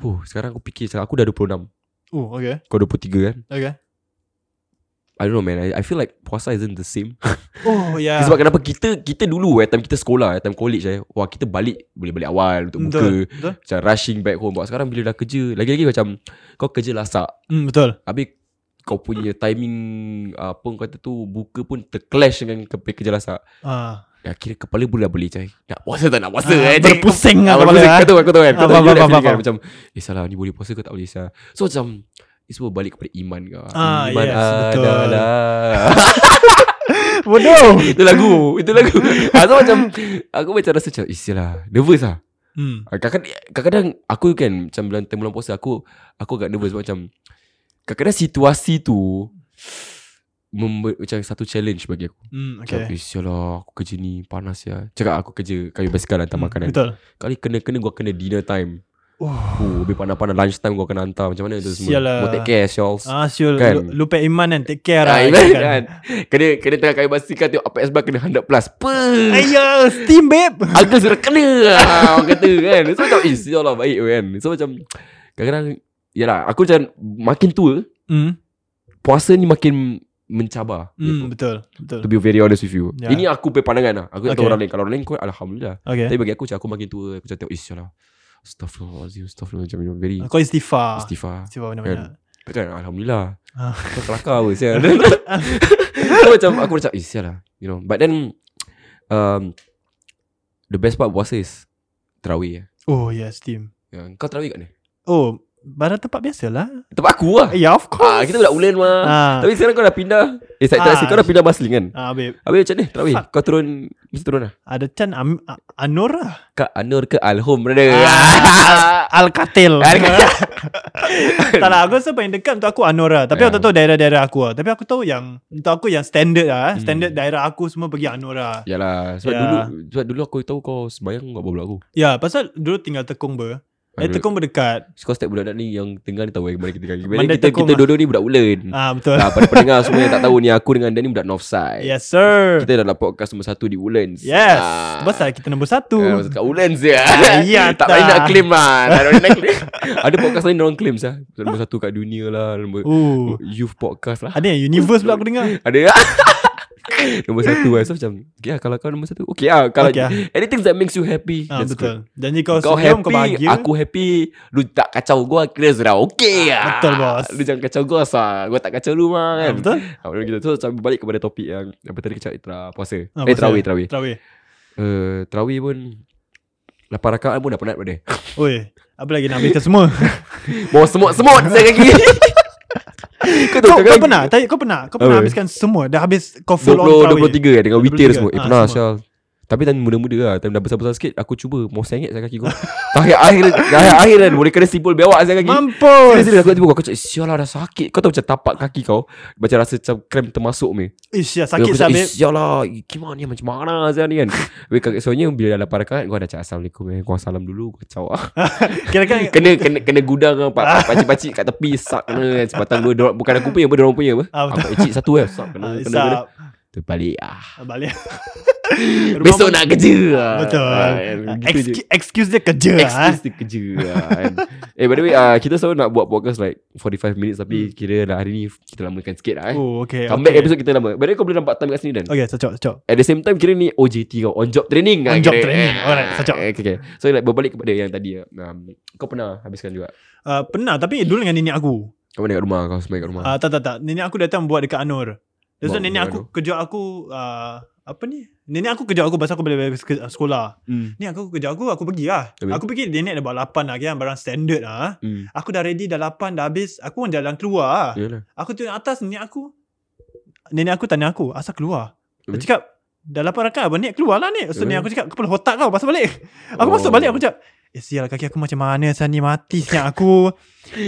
[SPEAKER 7] Huh, sekarang aku fikir, sekarang aku dah 26.
[SPEAKER 4] Oh, okay.
[SPEAKER 7] Kau 23 kan?
[SPEAKER 4] Okay.
[SPEAKER 7] I don't know man I, I feel like puasa isn't the same
[SPEAKER 4] Oh, ya. Yeah.
[SPEAKER 7] Sebab kenapa kita Kita dulu eh Time kita sekolah eh, Time college eh Wah kita balik Boleh balik awal Untuk buka
[SPEAKER 4] betul. Betul.
[SPEAKER 7] Macam rushing back home But sekarang bila dah kerja Lagi-lagi macam Kau kerja lasak
[SPEAKER 4] Hmm, betul.
[SPEAKER 7] Habis kau punya timing uh, apa kau kata tu buka pun terclash dengan ke kerja lasak.
[SPEAKER 4] Ah.
[SPEAKER 7] Ya kira kepala pun dah beli cai. Nak puasa tak nak puasa
[SPEAKER 4] Ah,
[SPEAKER 7] eh. cai.
[SPEAKER 4] berpusing lah
[SPEAKER 7] Ah,
[SPEAKER 4] kepala,
[SPEAKER 7] berpusing.
[SPEAKER 4] eh.
[SPEAKER 7] Kau tahu kau tahu kan. Kau
[SPEAKER 4] Ah,
[SPEAKER 7] tahu
[SPEAKER 4] faham,
[SPEAKER 7] you dah
[SPEAKER 4] faham,
[SPEAKER 7] feeling kan
[SPEAKER 4] faham.
[SPEAKER 7] macam eh salah ni boleh puasa ke tak boleh salah. So macam It's semua balik kepada iman kau.
[SPEAKER 4] Ah,
[SPEAKER 7] iman
[SPEAKER 4] yes, betul.
[SPEAKER 7] adalah.
[SPEAKER 4] Bodoh.
[SPEAKER 7] itu lagu, itu lagu. Ah, so macam aku macam rasa macam eh sial lah nervous lah.
[SPEAKER 4] Hmm.
[SPEAKER 7] Ah, Kadang-kadang, kadang-kadang aku kan macam bulan time bulan puasa aku aku agak nervous sebab macam kadang-kadang situasi tu membuat macam satu challenge bagi aku.
[SPEAKER 4] Hmm,
[SPEAKER 7] Okay. Macam,
[SPEAKER 4] okay.
[SPEAKER 7] eh, sial lah, aku kerja ni, panas ya. Cakap aku kerja kayu basikal hantar
[SPEAKER 4] Hmm,
[SPEAKER 7] hmm, makanan.
[SPEAKER 4] Betul.
[SPEAKER 7] Kali kena-kena gua kena dinner time.
[SPEAKER 4] Oh.
[SPEAKER 7] Oh, lebih pandai-pandai lunch time gua kena hantar. Macam mana tu semua?
[SPEAKER 4] Sial lah.
[SPEAKER 7] Gua take care, Charles.
[SPEAKER 4] Ah, siul.
[SPEAKER 7] Kan?
[SPEAKER 4] Kan. Lupa iman kan. Take care lah.
[SPEAKER 7] Ah,
[SPEAKER 4] kan.
[SPEAKER 7] kan. Kena kena tengah kayu basikal tengok apa sebab kena 100 plus. Puh.
[SPEAKER 4] Ayah, steam babe.
[SPEAKER 7] Aku sudah kena ah, Orang kata kan So macam Eh sial lah baik kan So macam Kadang-kadang Yalah aku macam Makin tua
[SPEAKER 4] Hmm,
[SPEAKER 7] Puasa ni makin Mencabar
[SPEAKER 4] hmm,
[SPEAKER 7] Gitu.
[SPEAKER 4] betul. Betul.
[SPEAKER 7] To be very honest with you
[SPEAKER 4] Ya.
[SPEAKER 7] Ini aku punya pandangan lah Aku tak tahu
[SPEAKER 4] Okay. Ya.
[SPEAKER 7] orang lain Kalau orang lain kau Alhamdulillah
[SPEAKER 4] Okay.
[SPEAKER 7] Tapi bagi aku macam Aku makin tua Aku macam tengok Eh sial lah Astaghfirullahaladzim Astaghfirullah Macam you know, very
[SPEAKER 4] Kau istighfar.
[SPEAKER 7] Istighfar
[SPEAKER 4] Istighfar benda-benda.
[SPEAKER 7] Kan Alhamdulillah
[SPEAKER 4] Ah.
[SPEAKER 7] Kau kelakar apa sial So macam Aku macam Eh sial lah You know But then um, The best part puasa is Terawih
[SPEAKER 4] Oh, yeah, steam.
[SPEAKER 7] Ya, kau terawih kat mana?
[SPEAKER 4] Oh, barang tempat biasa lah.
[SPEAKER 7] Tempat aku lah.
[SPEAKER 4] Yeah, of
[SPEAKER 7] Ah,
[SPEAKER 4] course.
[SPEAKER 7] kita budak ulen mah.
[SPEAKER 4] Ah,
[SPEAKER 7] Tapi sekarang kau dah pindah. Eh, tak
[SPEAKER 4] Ah.
[SPEAKER 7] tak kau dah pindah Basling kan?
[SPEAKER 4] ah babe.
[SPEAKER 7] Habis macam ni, terawih. Kau turun, mesti turun lah.
[SPEAKER 4] Ada Chan Am- A- Anur lah.
[SPEAKER 7] Kak Anur ke Alhom, brother.
[SPEAKER 4] Ah.
[SPEAKER 7] Ah.
[SPEAKER 4] Al-Katil
[SPEAKER 7] Al-Katil.
[SPEAKER 4] Tak lah Aku rasa paling dekat Untuk aku Anur lah Tapi
[SPEAKER 7] Ya.
[SPEAKER 4] aku tak tahu daerah-daerah aku lah Tapi aku tahu yang Untuk aku yang standard lah eh.
[SPEAKER 7] Hmm.
[SPEAKER 4] Standard daerah aku Semua pergi Anur lah
[SPEAKER 7] Yalah, sebab
[SPEAKER 4] Ya.
[SPEAKER 7] dulu sebab dulu aku tahu kau sembayang kat bawah aku.
[SPEAKER 4] Ya pasal dulu tinggal Tekong ber Eh
[SPEAKER 7] Aduh.
[SPEAKER 4] Tekong berdekat
[SPEAKER 7] So, Kau step budak-budak ni yang tengah ni tahu eh, mana kita kaki.
[SPEAKER 4] Mandai
[SPEAKER 7] Kita,
[SPEAKER 4] tekung
[SPEAKER 7] kita
[SPEAKER 4] lah.
[SPEAKER 7] dua-dua ni budak ulen.
[SPEAKER 4] Ah betul
[SPEAKER 7] Lah, pada pendengar semua yang tak tahu ni, aku dengan Dan ni budak Northside.
[SPEAKER 4] Yes sir
[SPEAKER 7] Kita dalam podcast nombor satu di Woodlands.
[SPEAKER 4] Ya. Yes
[SPEAKER 7] Ah.
[SPEAKER 4] Pasal kita nombor satu
[SPEAKER 7] Ya, Kat Woodlands je
[SPEAKER 4] Ya,
[SPEAKER 7] Tak
[SPEAKER 4] tak.
[SPEAKER 7] payah nak claim lah Tak ada orang nak claim Ada podcast lain orang claim sah Nombor satu kat dunia lah Nombor
[SPEAKER 4] Ooh.
[SPEAKER 7] Youth podcast lah
[SPEAKER 4] Uh. Ada yang universe pula aku dengar
[SPEAKER 7] Ada Nombor satu lah So macam Okay lah kalau kau nombor satu Okay lah kalau
[SPEAKER 4] Okay lah.
[SPEAKER 7] Anything that makes you happy
[SPEAKER 4] ah,
[SPEAKER 7] that's
[SPEAKER 4] Betul Janji
[SPEAKER 7] Good.
[SPEAKER 4] kau,
[SPEAKER 7] Kau
[SPEAKER 4] senyum Kau
[SPEAKER 7] happy
[SPEAKER 4] bahagia
[SPEAKER 7] Aku happy Lu tak kacau gua Kira sudah okay lah
[SPEAKER 4] Ah, Betul, bos.
[SPEAKER 7] Lu jangan kacau gua sah Gua tak kacau lu mah
[SPEAKER 4] ah,
[SPEAKER 7] kan
[SPEAKER 4] Betul
[SPEAKER 7] Ah, macam gitu. So macam balik kepada topik yang Apa tadi kecak Puasa
[SPEAKER 4] Ah,
[SPEAKER 7] Eh
[SPEAKER 4] pasal-
[SPEAKER 7] terawih Terawih
[SPEAKER 4] Terawih
[SPEAKER 7] uh, Terawih pun 8 rakaat pun dah penat pada
[SPEAKER 4] Oi Apa lagi nak ambil kita semua
[SPEAKER 7] Bawa semut-semut Saya kaki Kau tahu
[SPEAKER 4] Kau,
[SPEAKER 7] macam
[SPEAKER 4] kau
[SPEAKER 7] mana?
[SPEAKER 4] pernah tak, Kau pernah Kau pernah
[SPEAKER 7] kan? Apa?
[SPEAKER 4] habiskan semua Dah habis Kau full on
[SPEAKER 7] 20,
[SPEAKER 4] terawih
[SPEAKER 7] 23 kan Dengan witir
[SPEAKER 4] 23.
[SPEAKER 7] semua Eh
[SPEAKER 4] Ah,
[SPEAKER 7] pernah
[SPEAKER 4] semua.
[SPEAKER 7] Syal Tapi time muda-muda lah Time dah besar-besar sikit Aku cuba Mau sengit saya kaki kau Tahir akhir Tahir akhir kan Boleh kena simpul bewak saya kaki
[SPEAKER 4] Mampus
[SPEAKER 7] Serius-serius aku tiba Aku cakap Sial lah dah sakit Kau tahu macam tapak kaki kau Macam rasa macam krem termasuk ni
[SPEAKER 4] Ish ya, sakit
[SPEAKER 7] Aku
[SPEAKER 4] sah
[SPEAKER 7] cakap,
[SPEAKER 4] babe
[SPEAKER 7] "Eh, Sial lah eh, Gimana ni macam mana Sial ni kan Habis kakak soalnya Bila dah lapar rakaat Kau dah cakap Assalamualaikum eh. Kau salam dulu Kau cakap
[SPEAKER 4] Kira kan
[SPEAKER 7] kena kena kena gudang kan pak pak- pakcik-pakcik kat tepi sak kena kan. sebatang dua dorang, bukan aku punya apa dorang punya apa.
[SPEAKER 4] Ah,
[SPEAKER 7] Aku
[SPEAKER 4] betul.
[SPEAKER 7] kat cik satu eh sak kena
[SPEAKER 4] Ah,
[SPEAKER 7] kena kena.
[SPEAKER 4] Isap
[SPEAKER 7] Terbalik ah.
[SPEAKER 4] Balik
[SPEAKER 7] Besok nak kerja. ah.
[SPEAKER 4] Betul ya.
[SPEAKER 7] Ah, gitu je.
[SPEAKER 4] Excuse- Excuse dia kerja ah.
[SPEAKER 7] Excuse dia kerja ah, kan. Eh by the way ah, Kita selalu nak buat podcast like 45 minutes Tapi kira lah hari ni Kita lamakan sikit lah eh
[SPEAKER 4] Hmm. Oh okay
[SPEAKER 7] Come back
[SPEAKER 4] okay.
[SPEAKER 7] episode kita lama By the way kau boleh nampak time kat sini Dan
[SPEAKER 4] Okay cocok cocok
[SPEAKER 7] At the same time kira ni OJT kau On job training ah,
[SPEAKER 4] On job
[SPEAKER 7] kira.
[SPEAKER 4] training. Oh,
[SPEAKER 7] Ah,
[SPEAKER 4] Alright, cocok.
[SPEAKER 7] okay, okay. So like berbalik kepada yang tadi ah, um, Kau pernah habiskan juga
[SPEAKER 4] Ah, Pernah tapi dulu dengan nenek aku
[SPEAKER 7] Kau pernah kat rumah Kau semai kat rumah
[SPEAKER 4] Ah uh, tak tak tak. Nenek aku datang buat dekat Anur. Lepas tu
[SPEAKER 7] Buat-
[SPEAKER 4] nenek
[SPEAKER 7] buat
[SPEAKER 4] aku kejut aku uh, apa ni? Nenek aku kejut aku pasal aku balik balik ke- sekolah.
[SPEAKER 7] Hmm.
[SPEAKER 4] Ni aku kejut aku aku pergi lah.
[SPEAKER 7] Habis?
[SPEAKER 4] Aku pergi nenek dah buat 8 lah kan barang standard lah.
[SPEAKER 7] Hmm.
[SPEAKER 4] Aku dah ready dah 8 dah habis. Aku pun jalan keluar. lah.
[SPEAKER 7] Yalah.
[SPEAKER 4] Aku tengok atas nenek aku. Nenek aku tanya aku, asal keluar? Aku
[SPEAKER 7] Habis?
[SPEAKER 4] cakap, dah 8 rakan abang Nek keluar lah Nek.
[SPEAKER 7] Habis?
[SPEAKER 4] So nenek aku cakap, kepala otak kau pasal balik. Aku
[SPEAKER 7] Oh.
[SPEAKER 4] masuk balik aku cakap, eh sial kaki aku macam mana saya ni mati siap aku.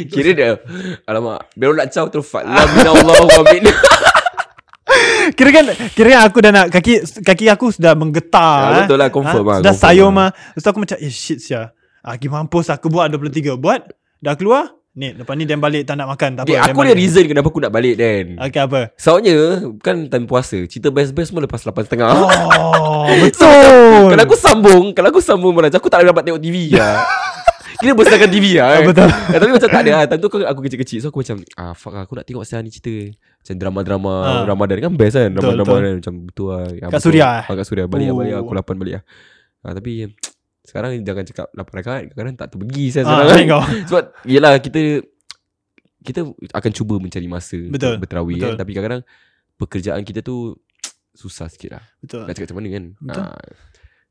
[SPEAKER 7] Kira dia Alamak Baru nak caw terus Fat La min Allah wa min
[SPEAKER 4] Kira kan Kira kan aku dah nak Kaki kaki aku sudah
[SPEAKER 7] Ya,
[SPEAKER 4] menggetar
[SPEAKER 7] betul
[SPEAKER 4] eh.
[SPEAKER 7] lah, confirm lah,
[SPEAKER 4] Sudah
[SPEAKER 7] confirm
[SPEAKER 4] sayur
[SPEAKER 7] lah.
[SPEAKER 4] mah Lepas tu aku macam Eh shit sia Aki mampus aku buat 23 Buat Dah keluar Ni lepas ni Dan balik tak nak makan tak
[SPEAKER 7] okay,
[SPEAKER 4] apa,
[SPEAKER 7] Eh, Aku
[SPEAKER 4] Dan
[SPEAKER 7] ada
[SPEAKER 4] balik. Ah,
[SPEAKER 7] reason Kenapa aku nak balik Dan
[SPEAKER 4] Okay apa
[SPEAKER 7] Soalnya Kan time puasa Cerita best-best semua Lepas 8.30
[SPEAKER 4] Oh
[SPEAKER 7] So,
[SPEAKER 4] Betul
[SPEAKER 7] Kalau Ah.
[SPEAKER 4] Ah,
[SPEAKER 7] Kan aku sambung Kalau aku sambung Meraja Aku tak dapat tengok TV lah Kira besarkan TV lah eh.
[SPEAKER 4] Betul.
[SPEAKER 7] Eh, Tapi macam tak ada lah Time tu aku, aku kecil-kecil So aku macam ah, Fuck lah Aku nak tengok siapa ni cerita Macam drama-drama
[SPEAKER 4] Ah.
[SPEAKER 7] Ramadan kan best kan
[SPEAKER 4] Betul,
[SPEAKER 7] Drama-drama
[SPEAKER 4] betul.
[SPEAKER 7] kan Macam betul lah Ya,
[SPEAKER 4] Kat
[SPEAKER 7] betul.
[SPEAKER 4] Suria, eh?
[SPEAKER 7] ah, Kat Suria Balik lah
[SPEAKER 4] Oh.
[SPEAKER 7] balik lah Aku lapan balik lah ah, Tapi Sekarang jangan cakap Lapan rakaat Kadang-kadang tak terpergi saya
[SPEAKER 4] Ah,
[SPEAKER 7] sekarang kan.
[SPEAKER 4] lain kau.
[SPEAKER 7] Sebab Yelah kita Kita akan cuba mencari masa untuk
[SPEAKER 4] Betul,
[SPEAKER 7] Berterawih
[SPEAKER 4] betul.
[SPEAKER 7] kan Tapi kadang-kadang Pekerjaan kita tu Susah sikit lah
[SPEAKER 4] Betul
[SPEAKER 7] nak cakap macam mana kan
[SPEAKER 4] Betul.
[SPEAKER 7] ha.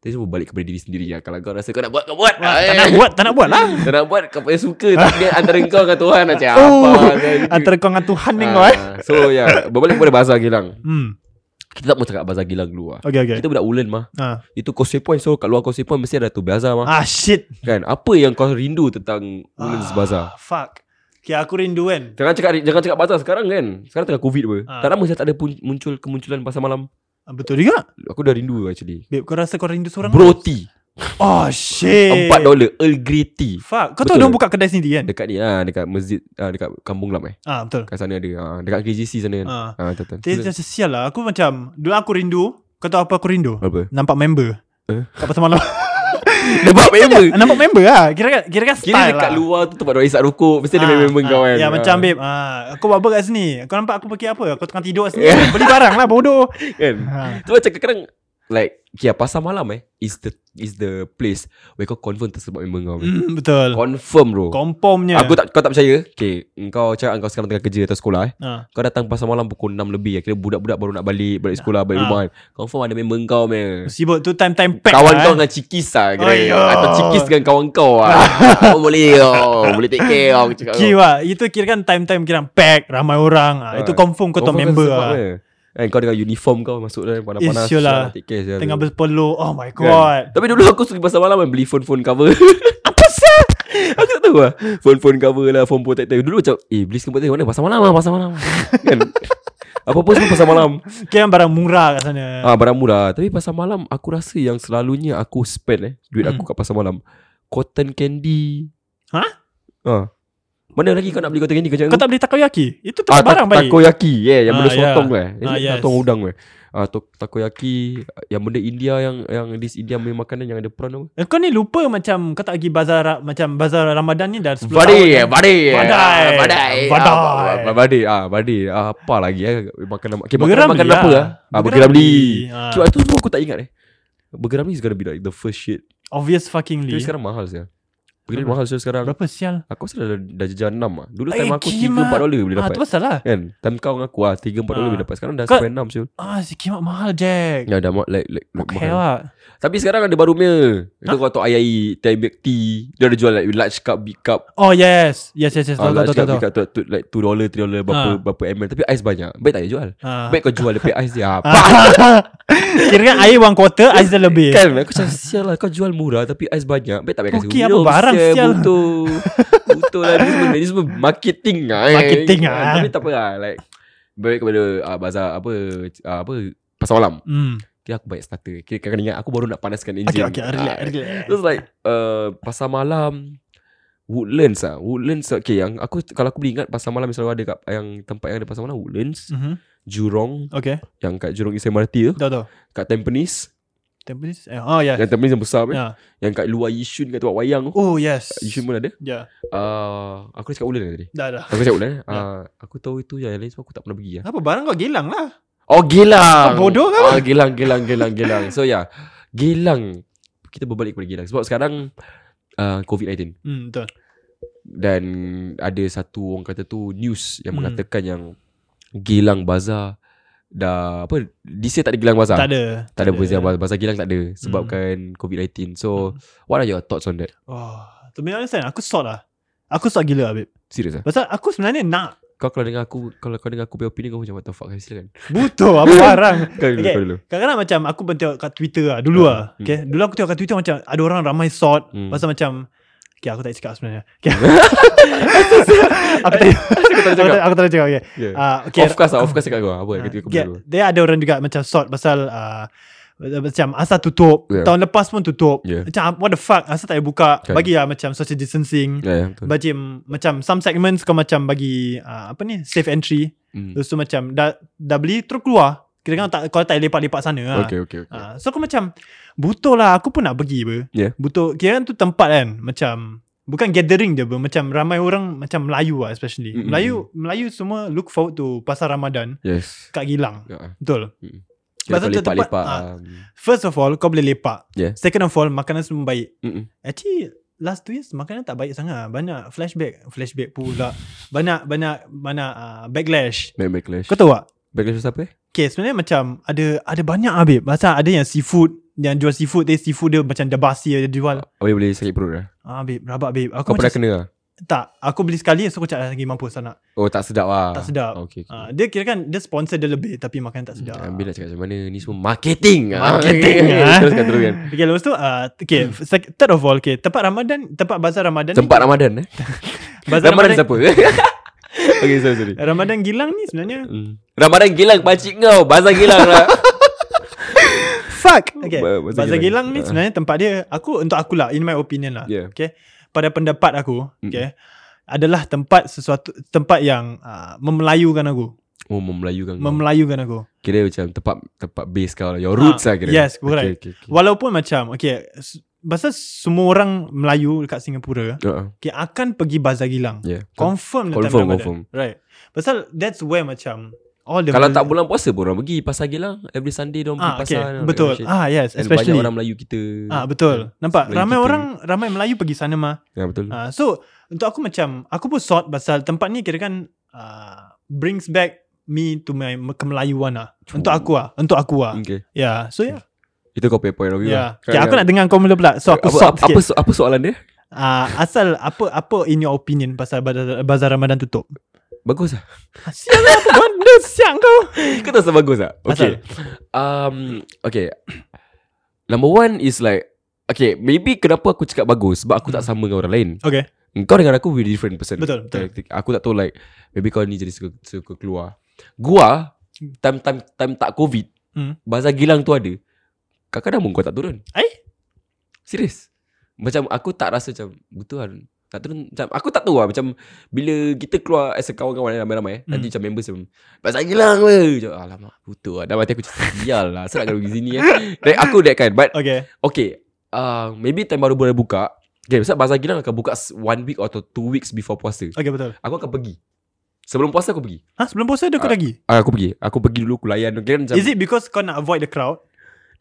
[SPEAKER 7] Tapi semua balik kepada diri sendiri lah Kalau kau rasa kau nak buat Kau buat
[SPEAKER 4] Wah,
[SPEAKER 7] Ah,
[SPEAKER 4] Tak
[SPEAKER 7] eh.
[SPEAKER 4] nak buat Tak nak buat lah
[SPEAKER 7] Tak nak buat Kau punya suka Tapi antara kau dengan Tuhan Macam
[SPEAKER 4] Oh,
[SPEAKER 7] apa lah, kan? Ah.
[SPEAKER 4] Antara kau dengan Tuhan ni kau eh
[SPEAKER 7] So ya yeah. Berbalik kepada bahasa Gilang
[SPEAKER 4] Hmm
[SPEAKER 7] Kita tak mau cakap Bazar Gilang dulu lah.
[SPEAKER 4] Okay okay
[SPEAKER 7] Kita budak Ulen mah.
[SPEAKER 4] ah.
[SPEAKER 7] Itu Causeway Point. So kat luar Causeway Point mesti ada tu Bazar mah.
[SPEAKER 4] ah shit
[SPEAKER 7] Kan? Apa yang kau rindu tentang Ulen's Bazar?
[SPEAKER 4] ah, Fuck Okay aku rindu kan
[SPEAKER 7] Jangan cakap jangan cakap bazar sekarang kan. Sekarang tengah Covid apa.
[SPEAKER 4] Ah.
[SPEAKER 7] Tak lama saya tak ada pun, muncul kemunculan pasar malam.
[SPEAKER 4] Ah, Betul juga
[SPEAKER 7] Aku dah rindu actually.
[SPEAKER 4] Babe kau rasa kau rindu seorang
[SPEAKER 7] Bro tea
[SPEAKER 4] Oh shit
[SPEAKER 7] Empat dollar Earl Grey tea
[SPEAKER 4] Fuck Kau tahu
[SPEAKER 7] Betul.
[SPEAKER 4] dia buka kedai sendiri kan
[SPEAKER 7] Dekat ni lah Dekat masjid ah, Dekat Kampung Lam eh
[SPEAKER 4] Ah betul
[SPEAKER 7] Kat sana ada ah, Dekat KGC sana kan ah.
[SPEAKER 4] Ah.
[SPEAKER 7] Ah, tak, tak.
[SPEAKER 4] Dia just sial lah Aku macam Dulu aku rindu Kau tahu apa aku rindu
[SPEAKER 7] Apa
[SPEAKER 4] Nampak member
[SPEAKER 7] Eh?
[SPEAKER 4] Kat pasal malam
[SPEAKER 7] Nampak member
[SPEAKER 4] Nampak member lah Kira kan Kira kan style
[SPEAKER 7] Kira dekat
[SPEAKER 4] lah
[SPEAKER 7] luar tu Tempat orang isap rokok Mesti ada member kau kan
[SPEAKER 4] Ya
[SPEAKER 7] Ah.
[SPEAKER 4] macam babe ah, Kau buat apa kat sini Kau nampak aku pakai apa Kau tengah tidur kat sini Beli barang lah bodoh
[SPEAKER 7] Kan
[SPEAKER 4] ha.
[SPEAKER 7] Tu macam kadang Like yeah, Pasar malam eh Is the is the place Where kau confirm tersebut member kau mm.
[SPEAKER 4] mm, Betul
[SPEAKER 7] Confirm bro Ah,
[SPEAKER 4] Kompomnya
[SPEAKER 7] Aku tak kau tak percaya Okay Kau cakap kau sekarang tengah kerja atau sekolah eh
[SPEAKER 4] ah.
[SPEAKER 7] Kau datang pasar malam pukul 6 lebih eh. Kira budak-budak baru nak balik Balik sekolah Balik
[SPEAKER 4] Ah.
[SPEAKER 7] rumah kan Confirm ada member kau man
[SPEAKER 4] Sibuk tu time-time pack
[SPEAKER 7] Kawan
[SPEAKER 4] lah,
[SPEAKER 7] kau
[SPEAKER 4] eh.
[SPEAKER 7] dengan cikis lah kira.
[SPEAKER 4] Ayo.
[SPEAKER 7] Atau cikis dengan kawan kau lah Kau boleh oh. Boleh take care Aku cakap
[SPEAKER 4] Okay wah Itu kira kan time-time Kira pack Ramai orang ah. Itu confirm kau tahu member
[SPEAKER 7] lah
[SPEAKER 4] lah
[SPEAKER 7] Kan kau dengan uniform kau Masuk dalam panas-panas
[SPEAKER 4] Eh, sure lah.
[SPEAKER 7] Take care sial.
[SPEAKER 4] Tengah berpeluh Oh my
[SPEAKER 7] Kan?
[SPEAKER 4] god
[SPEAKER 7] Tapi dulu aku sering pasar malam kan Beli phone-phone cover Apa sah? Aku tak tahu lah Phone-phone cover lah Phone protector Dulu macam Eh beli skin protector mana Pasar malam lah Pasar malam Kan Apa-apa semua pasar malam
[SPEAKER 4] Kira barang murah kat sana
[SPEAKER 7] Ah barang murah Tapi pasar malam Aku rasa yang selalunya Aku spend eh Duit aku kat pasar malam Cotton candy
[SPEAKER 4] Hmm. Hah?
[SPEAKER 7] ah. Mana lagi kau nak beli cotton candy Kau cakap
[SPEAKER 4] Kau tak beli takoyaki Itu
[SPEAKER 7] Ah,
[SPEAKER 4] terus barang
[SPEAKER 7] tak-
[SPEAKER 4] baik
[SPEAKER 7] takoyaki yeah, Yang
[SPEAKER 4] Ah,
[SPEAKER 7] benda
[SPEAKER 4] ya.
[SPEAKER 7] sotong yeah. eh.
[SPEAKER 4] Ah,
[SPEAKER 7] Ah,
[SPEAKER 4] yes.
[SPEAKER 7] yes. Sotong udang eh. Ah, to- takoyaki Yang benda India Yang yang this India punya makanan Yang ada prawn apa
[SPEAKER 4] Eh, Kau ni lupa macam Kau tak pergi bazar ra- Macam bazar Ramadan ni dah 10 tahun kan?
[SPEAKER 7] Badai eh, badai eh.
[SPEAKER 4] Badai.
[SPEAKER 7] Ah, Badai
[SPEAKER 4] Badai.
[SPEAKER 7] Ah, ba- ba- Badai ah, Badai ah, Apa lagi eh Makanan okay,
[SPEAKER 4] Burger
[SPEAKER 7] Makanan makan
[SPEAKER 4] Ramli
[SPEAKER 7] apa
[SPEAKER 4] lah.
[SPEAKER 7] lah ah,
[SPEAKER 4] Burger
[SPEAKER 7] Burger Ramli
[SPEAKER 4] Ramli. Ah.
[SPEAKER 7] Sebab tu semua aku tak ingat eh Burger Ramli is gonna be like The first shit
[SPEAKER 4] Obvious fucking
[SPEAKER 7] Tapi
[SPEAKER 4] Lee
[SPEAKER 7] sekarang mahal sia Burger Ramli
[SPEAKER 4] Berapa?
[SPEAKER 7] mahal sia sekarang
[SPEAKER 4] Berapa sial
[SPEAKER 7] Aku rasa dah, dah jejak 6 lah Dulu
[SPEAKER 4] Eh,
[SPEAKER 7] time aku
[SPEAKER 4] kimak.
[SPEAKER 7] 3-4 dolar boleh
[SPEAKER 4] Ah,
[SPEAKER 7] dapat
[SPEAKER 4] tu pasal lah
[SPEAKER 7] Kan Time kau dengan aku lah 3-4 dolar
[SPEAKER 4] Ah.
[SPEAKER 7] boleh dapat Sekarang dah
[SPEAKER 4] Kau-
[SPEAKER 7] spend 6 siul
[SPEAKER 4] Ah si kimak mahal Jack
[SPEAKER 7] Ya dah ma- like, like, like
[SPEAKER 4] Okay
[SPEAKER 7] mahal
[SPEAKER 4] lah
[SPEAKER 7] Tapi sekarang ada baru punya Itu kau tahu ayai Thai milk tea Dia ada jual like Large cup Big cup
[SPEAKER 4] Oh yes Yes yes yes
[SPEAKER 7] Ah,
[SPEAKER 4] Tahu
[SPEAKER 7] Large
[SPEAKER 4] tahu
[SPEAKER 7] cup
[SPEAKER 4] tahu
[SPEAKER 7] Big cup tu, tu Like 2 dollar 3 dollar Berapa
[SPEAKER 4] Ah.
[SPEAKER 7] berapa ml Tapi ais banyak Baik tak payah jual
[SPEAKER 4] Ah.
[SPEAKER 7] Baik kau jual Lepas ais dia Apa
[SPEAKER 4] Ah. Kira kan air one quarter Ais dah lebih
[SPEAKER 7] Kan aku macam Sial lah kau jual murah Tapi ais banyak Baik tak payah kasi
[SPEAKER 4] Okey,
[SPEAKER 7] minum,
[SPEAKER 4] apa barang, sial.
[SPEAKER 7] Butuh Butuh lah Ini semua, ni semua marketing lah eh.
[SPEAKER 4] Marketing lah, eh.
[SPEAKER 7] Tapi tak apa lah Like Baik kepada uh, Bazar apa uh, Apa Pasar malam
[SPEAKER 4] Hmm.
[SPEAKER 7] Kira aku banyak starter Kira kadang-kadang ingat Aku baru nak panaskan
[SPEAKER 4] Okay
[SPEAKER 7] enjin
[SPEAKER 4] okay
[SPEAKER 7] Ah,
[SPEAKER 4] relax relax
[SPEAKER 7] Terus like uh, Pasar malam Woodlands ah Woodlands Okay yang aku Kalau aku boleh ingat Pasar malam yang selalu ada kat, Yang tempat yang ada pasar malam Woodlands
[SPEAKER 4] Mhm.
[SPEAKER 7] Jurong
[SPEAKER 4] Okay
[SPEAKER 7] Yang kat Jurong East MRT tu
[SPEAKER 4] Tahu tahu
[SPEAKER 7] Kat Tampines
[SPEAKER 4] Tampines eh, Oh yes
[SPEAKER 7] Yang Tampines yang besar yeah.
[SPEAKER 4] Ya.
[SPEAKER 7] Yang kat luar Yishun Kat tempat wayang tu
[SPEAKER 4] Oh yes
[SPEAKER 7] Yishun pun ada
[SPEAKER 4] Ya
[SPEAKER 7] uh, Aku dah cakap Woodlands ke tadi
[SPEAKER 4] Dah dah
[SPEAKER 7] Aku cakap Woodlands eh? uh, Aku tahu itu Yang lain semua aku tak pernah pergi lah
[SPEAKER 4] Apa barang kau gilang lah
[SPEAKER 7] Oh Gilang
[SPEAKER 4] Kau bodoh ke
[SPEAKER 7] oh, Gilang Gilang Gilang Gilang So ya yeah. Gilang Kita berbalik kepada Gilang Sebab sekarang uh, COVID-19
[SPEAKER 4] Hmm betul
[SPEAKER 7] dan ada satu orang kata tu news yang
[SPEAKER 4] Hmm.
[SPEAKER 7] hmm. mengatakan yang Gilang Bazar dah apa this year tak ada Gilang Bazar.
[SPEAKER 4] Tak ada Hmm.
[SPEAKER 7] Tak ada Bazar Bazar Gilang tak ada sebabkan COVID-19. So what are your thoughts on that?
[SPEAKER 4] Oh, to be honest kan, aku sort lah. Aku sort gila lah, babe.
[SPEAKER 7] Serius ah.
[SPEAKER 4] Pasal aku sebenarnya nak.
[SPEAKER 7] Kau kalau dengar aku kalau kau dengar aku punya opinion kau macam what the fuck guys silakan.
[SPEAKER 4] Butuh apa barang.
[SPEAKER 7] Kau dulu
[SPEAKER 4] Okay.
[SPEAKER 7] kau dulu.
[SPEAKER 4] Kadang-kadang macam aku pun tengok kat Twitter lah. Dulu lah.
[SPEAKER 7] Hmm.
[SPEAKER 4] Okay. Dulu aku tengok kat Twitter macam ada orang ramai sort.
[SPEAKER 7] Hmm.
[SPEAKER 4] Pasal macam, okay aku tak cakap sebenarnya. Okay. aku tak
[SPEAKER 7] Kau tak
[SPEAKER 4] aku
[SPEAKER 7] cakap.
[SPEAKER 4] tak- aku tak nak cakap okay.
[SPEAKER 7] Yeah.
[SPEAKER 4] Uh, okay.
[SPEAKER 7] Of course lah, of course cakap kau. Apa ketika kau
[SPEAKER 4] yeah,
[SPEAKER 7] dulu.
[SPEAKER 4] Dia ada orang juga macam sort pasal uh, macam asal tutup
[SPEAKER 7] Yeah.
[SPEAKER 4] tahun lepas pun tutup
[SPEAKER 7] Yeah.
[SPEAKER 4] macam what the fuck asal tak boleh buka
[SPEAKER 7] Kan.
[SPEAKER 4] bagi lah macam social distancing
[SPEAKER 7] Ya, ya, betul.
[SPEAKER 4] macam macam some segments kau macam bagi uh, apa ni safe entry
[SPEAKER 7] Hmm.
[SPEAKER 4] lepas tu macam dah dah beli terus keluar kira kan tak kau tak lepak-lepak sana lah.
[SPEAKER 7] Okay, okay, okay.
[SPEAKER 4] Uh, so aku macam butuh lah aku pun nak pergi ber.
[SPEAKER 7] Yeah.
[SPEAKER 4] Butuh kira kan tu tempat kan macam bukan gathering je ber macam ramai orang macam Melayu lah especially.
[SPEAKER 7] Mm-mm.
[SPEAKER 4] Melayu Melayu semua look forward to pasar Ramadan
[SPEAKER 7] Yes.
[SPEAKER 4] kat Gilang.
[SPEAKER 7] Ya.
[SPEAKER 4] Betul.
[SPEAKER 7] Kira
[SPEAKER 4] Pasal
[SPEAKER 7] kau
[SPEAKER 4] tu tempat-
[SPEAKER 7] lepak-lepak.
[SPEAKER 4] ah.
[SPEAKER 7] um,
[SPEAKER 4] First of all kau boleh lepak.
[SPEAKER 7] Yeah.
[SPEAKER 4] Second of all makanan semua baik.
[SPEAKER 7] mm-mm.
[SPEAKER 4] Actually last two years makanan tak baik sangat. Banyak flashback, flashback pula. banyak banyak banyak uh, backlash.
[SPEAKER 7] Back- Backlash.
[SPEAKER 4] Kau tahu tak?
[SPEAKER 7] Backlash pasal apa eh?
[SPEAKER 4] Okay sebenarnya macam ada ada banyak habib. Pasal ada yang seafood yang jual seafood dia seafood dia macam dah basi dia jual.
[SPEAKER 7] Boleh boleh sakit perut lah.
[SPEAKER 4] Ah babe, rabak babe. Aku
[SPEAKER 7] Kau
[SPEAKER 4] macam,
[SPEAKER 7] pernah kena lah?
[SPEAKER 4] tak aku beli sekali so aku cakap lagi mampus tak nak
[SPEAKER 7] Oh tak sedap lah
[SPEAKER 4] tak sedap
[SPEAKER 7] Okay, okay.
[SPEAKER 4] Ah, dia kira kan dia sponsor dia lebih tapi makan tak sedap
[SPEAKER 7] Ambil nak cakap macam mana Ni semua marketing
[SPEAKER 4] Marketing, ah.
[SPEAKER 7] Teruskan teruskan
[SPEAKER 4] Okay lepas tu uh, okay, sec- Third of all okay, Tempat Ramadan Tempat bazar Ramadan
[SPEAKER 7] Tempat
[SPEAKER 4] ni
[SPEAKER 7] Ramadan eh Ramadan
[SPEAKER 4] Bazar Ramadan,
[SPEAKER 7] siapa
[SPEAKER 5] eh?
[SPEAKER 7] Okay sorry sorry
[SPEAKER 4] Ramadan Gilang ni sebenarnya
[SPEAKER 7] Hmm. Ramadan Gilang pakcik kau Bazar Gilang lah
[SPEAKER 4] Fuck okay.
[SPEAKER 7] Ba- Bazar
[SPEAKER 4] Bazar, Gilang,
[SPEAKER 7] Gilang
[SPEAKER 4] ni
[SPEAKER 7] Ah.
[SPEAKER 4] sebenarnya tempat dia Aku untuk akulah In my opinion lah
[SPEAKER 7] Yeah.
[SPEAKER 4] Okay Pada pendapat aku Okay Adalah tempat sesuatu Tempat yang uh, Memelayukan aku
[SPEAKER 7] Oh memelayukan kau
[SPEAKER 4] Memelayukan aku
[SPEAKER 7] Kira macam tempat Tempat base kau lah Your roots lah
[SPEAKER 4] Ah,
[SPEAKER 7] kira
[SPEAKER 4] yes, correct.
[SPEAKER 7] okay, okay.
[SPEAKER 4] Walaupun macam Okay s- Pasal semua orang Melayu Dekat Singapura
[SPEAKER 7] Uh-huh.
[SPEAKER 4] okay, Akan pergi Bazar Gilang
[SPEAKER 7] Yeah.
[SPEAKER 4] Confirm datang
[SPEAKER 7] Confirm,
[SPEAKER 4] Ramadan.
[SPEAKER 7] confirm.
[SPEAKER 4] Right Pasal that's where macam All the
[SPEAKER 7] Kalau tak bulan puasa pun orang pergi pasar Gilang every Sunday dia pergi
[SPEAKER 4] ah,
[SPEAKER 7] pasar.
[SPEAKER 4] okay.
[SPEAKER 7] you know,
[SPEAKER 4] Betul
[SPEAKER 7] that kind of shit.
[SPEAKER 4] Ah yes
[SPEAKER 7] And banyak
[SPEAKER 4] Especially
[SPEAKER 7] orang Melayu kita.
[SPEAKER 4] Ah betul. Nampak
[SPEAKER 7] Melayu
[SPEAKER 4] ramai
[SPEAKER 7] kita.
[SPEAKER 4] orang ramai Melayu pergi sana mah.
[SPEAKER 7] Ya betul.
[SPEAKER 4] Ah so untuk aku macam aku pun sort pasal tempat ni kira kan ah, brings back me to my kemelayuan lah. Untuk aku ah, untuk aku ah.
[SPEAKER 7] Oh. Okay.
[SPEAKER 4] Ya, yeah. so ya.
[SPEAKER 7] Itu kau punya point of
[SPEAKER 4] Yeah.
[SPEAKER 7] view.
[SPEAKER 4] Yeah.
[SPEAKER 7] lah.
[SPEAKER 4] Okay, aku
[SPEAKER 7] Kan,
[SPEAKER 4] nak dengar kau mula pula. So aku
[SPEAKER 7] apa,
[SPEAKER 4] sort
[SPEAKER 7] apa, apa, so-
[SPEAKER 4] sikit.
[SPEAKER 7] apa soalan dia?
[SPEAKER 4] Ah asal apa apa in your opinion pasal bazar, bazar Ramadan tutup?
[SPEAKER 7] Bagus lah.
[SPEAKER 4] Ah, Sial lah, apa benda siang kau?
[SPEAKER 7] Kau tak rasa bagus lah? Okay. Um, okay. Number one is like, okay, maybe kenapa aku cakap bagus sebab
[SPEAKER 4] Hmm.
[SPEAKER 7] aku tak sama dengan orang lain.
[SPEAKER 4] Okay.
[SPEAKER 7] Kau dengan aku we different person.
[SPEAKER 4] Betul, betul.
[SPEAKER 7] Like, Aku tak tahu like maybe kau ni jadi suka, suka keluar. Gua time time time tak covid.
[SPEAKER 4] Hmm.
[SPEAKER 7] Bazar Gilang tu ada. Kadang-kadang pun kau tak turun.
[SPEAKER 4] Eh?
[SPEAKER 7] Serius. Macam aku tak rasa macam betul lah. Tak turun macam aku tak tahu lah macam bila kita keluar as a kawan-kawan ramai-ramai eh, nanti
[SPEAKER 4] Hmm.
[SPEAKER 7] macam members macam Bazar Gilang ke. Macam, Alamak, betul lah. Dalam hati aku macam sial lah. Asal nak kena pergi sini eh. Like, aku that kind. But
[SPEAKER 4] Okay.
[SPEAKER 7] Okay uh, Maybe time baru boleh buka Okay Sebab Bazar Gilang akan buka s- One week atau two weeks Before puasa
[SPEAKER 4] Okay betul.
[SPEAKER 7] Aku akan pergi Sebelum puasa aku pergi
[SPEAKER 4] Ha sebelum puasa ada kau
[SPEAKER 7] Ah,
[SPEAKER 4] lagi.
[SPEAKER 7] uh, Aku pergi Aku pergi dulu Aku layan Kira macam
[SPEAKER 4] Is it because kau nak avoid the crowd?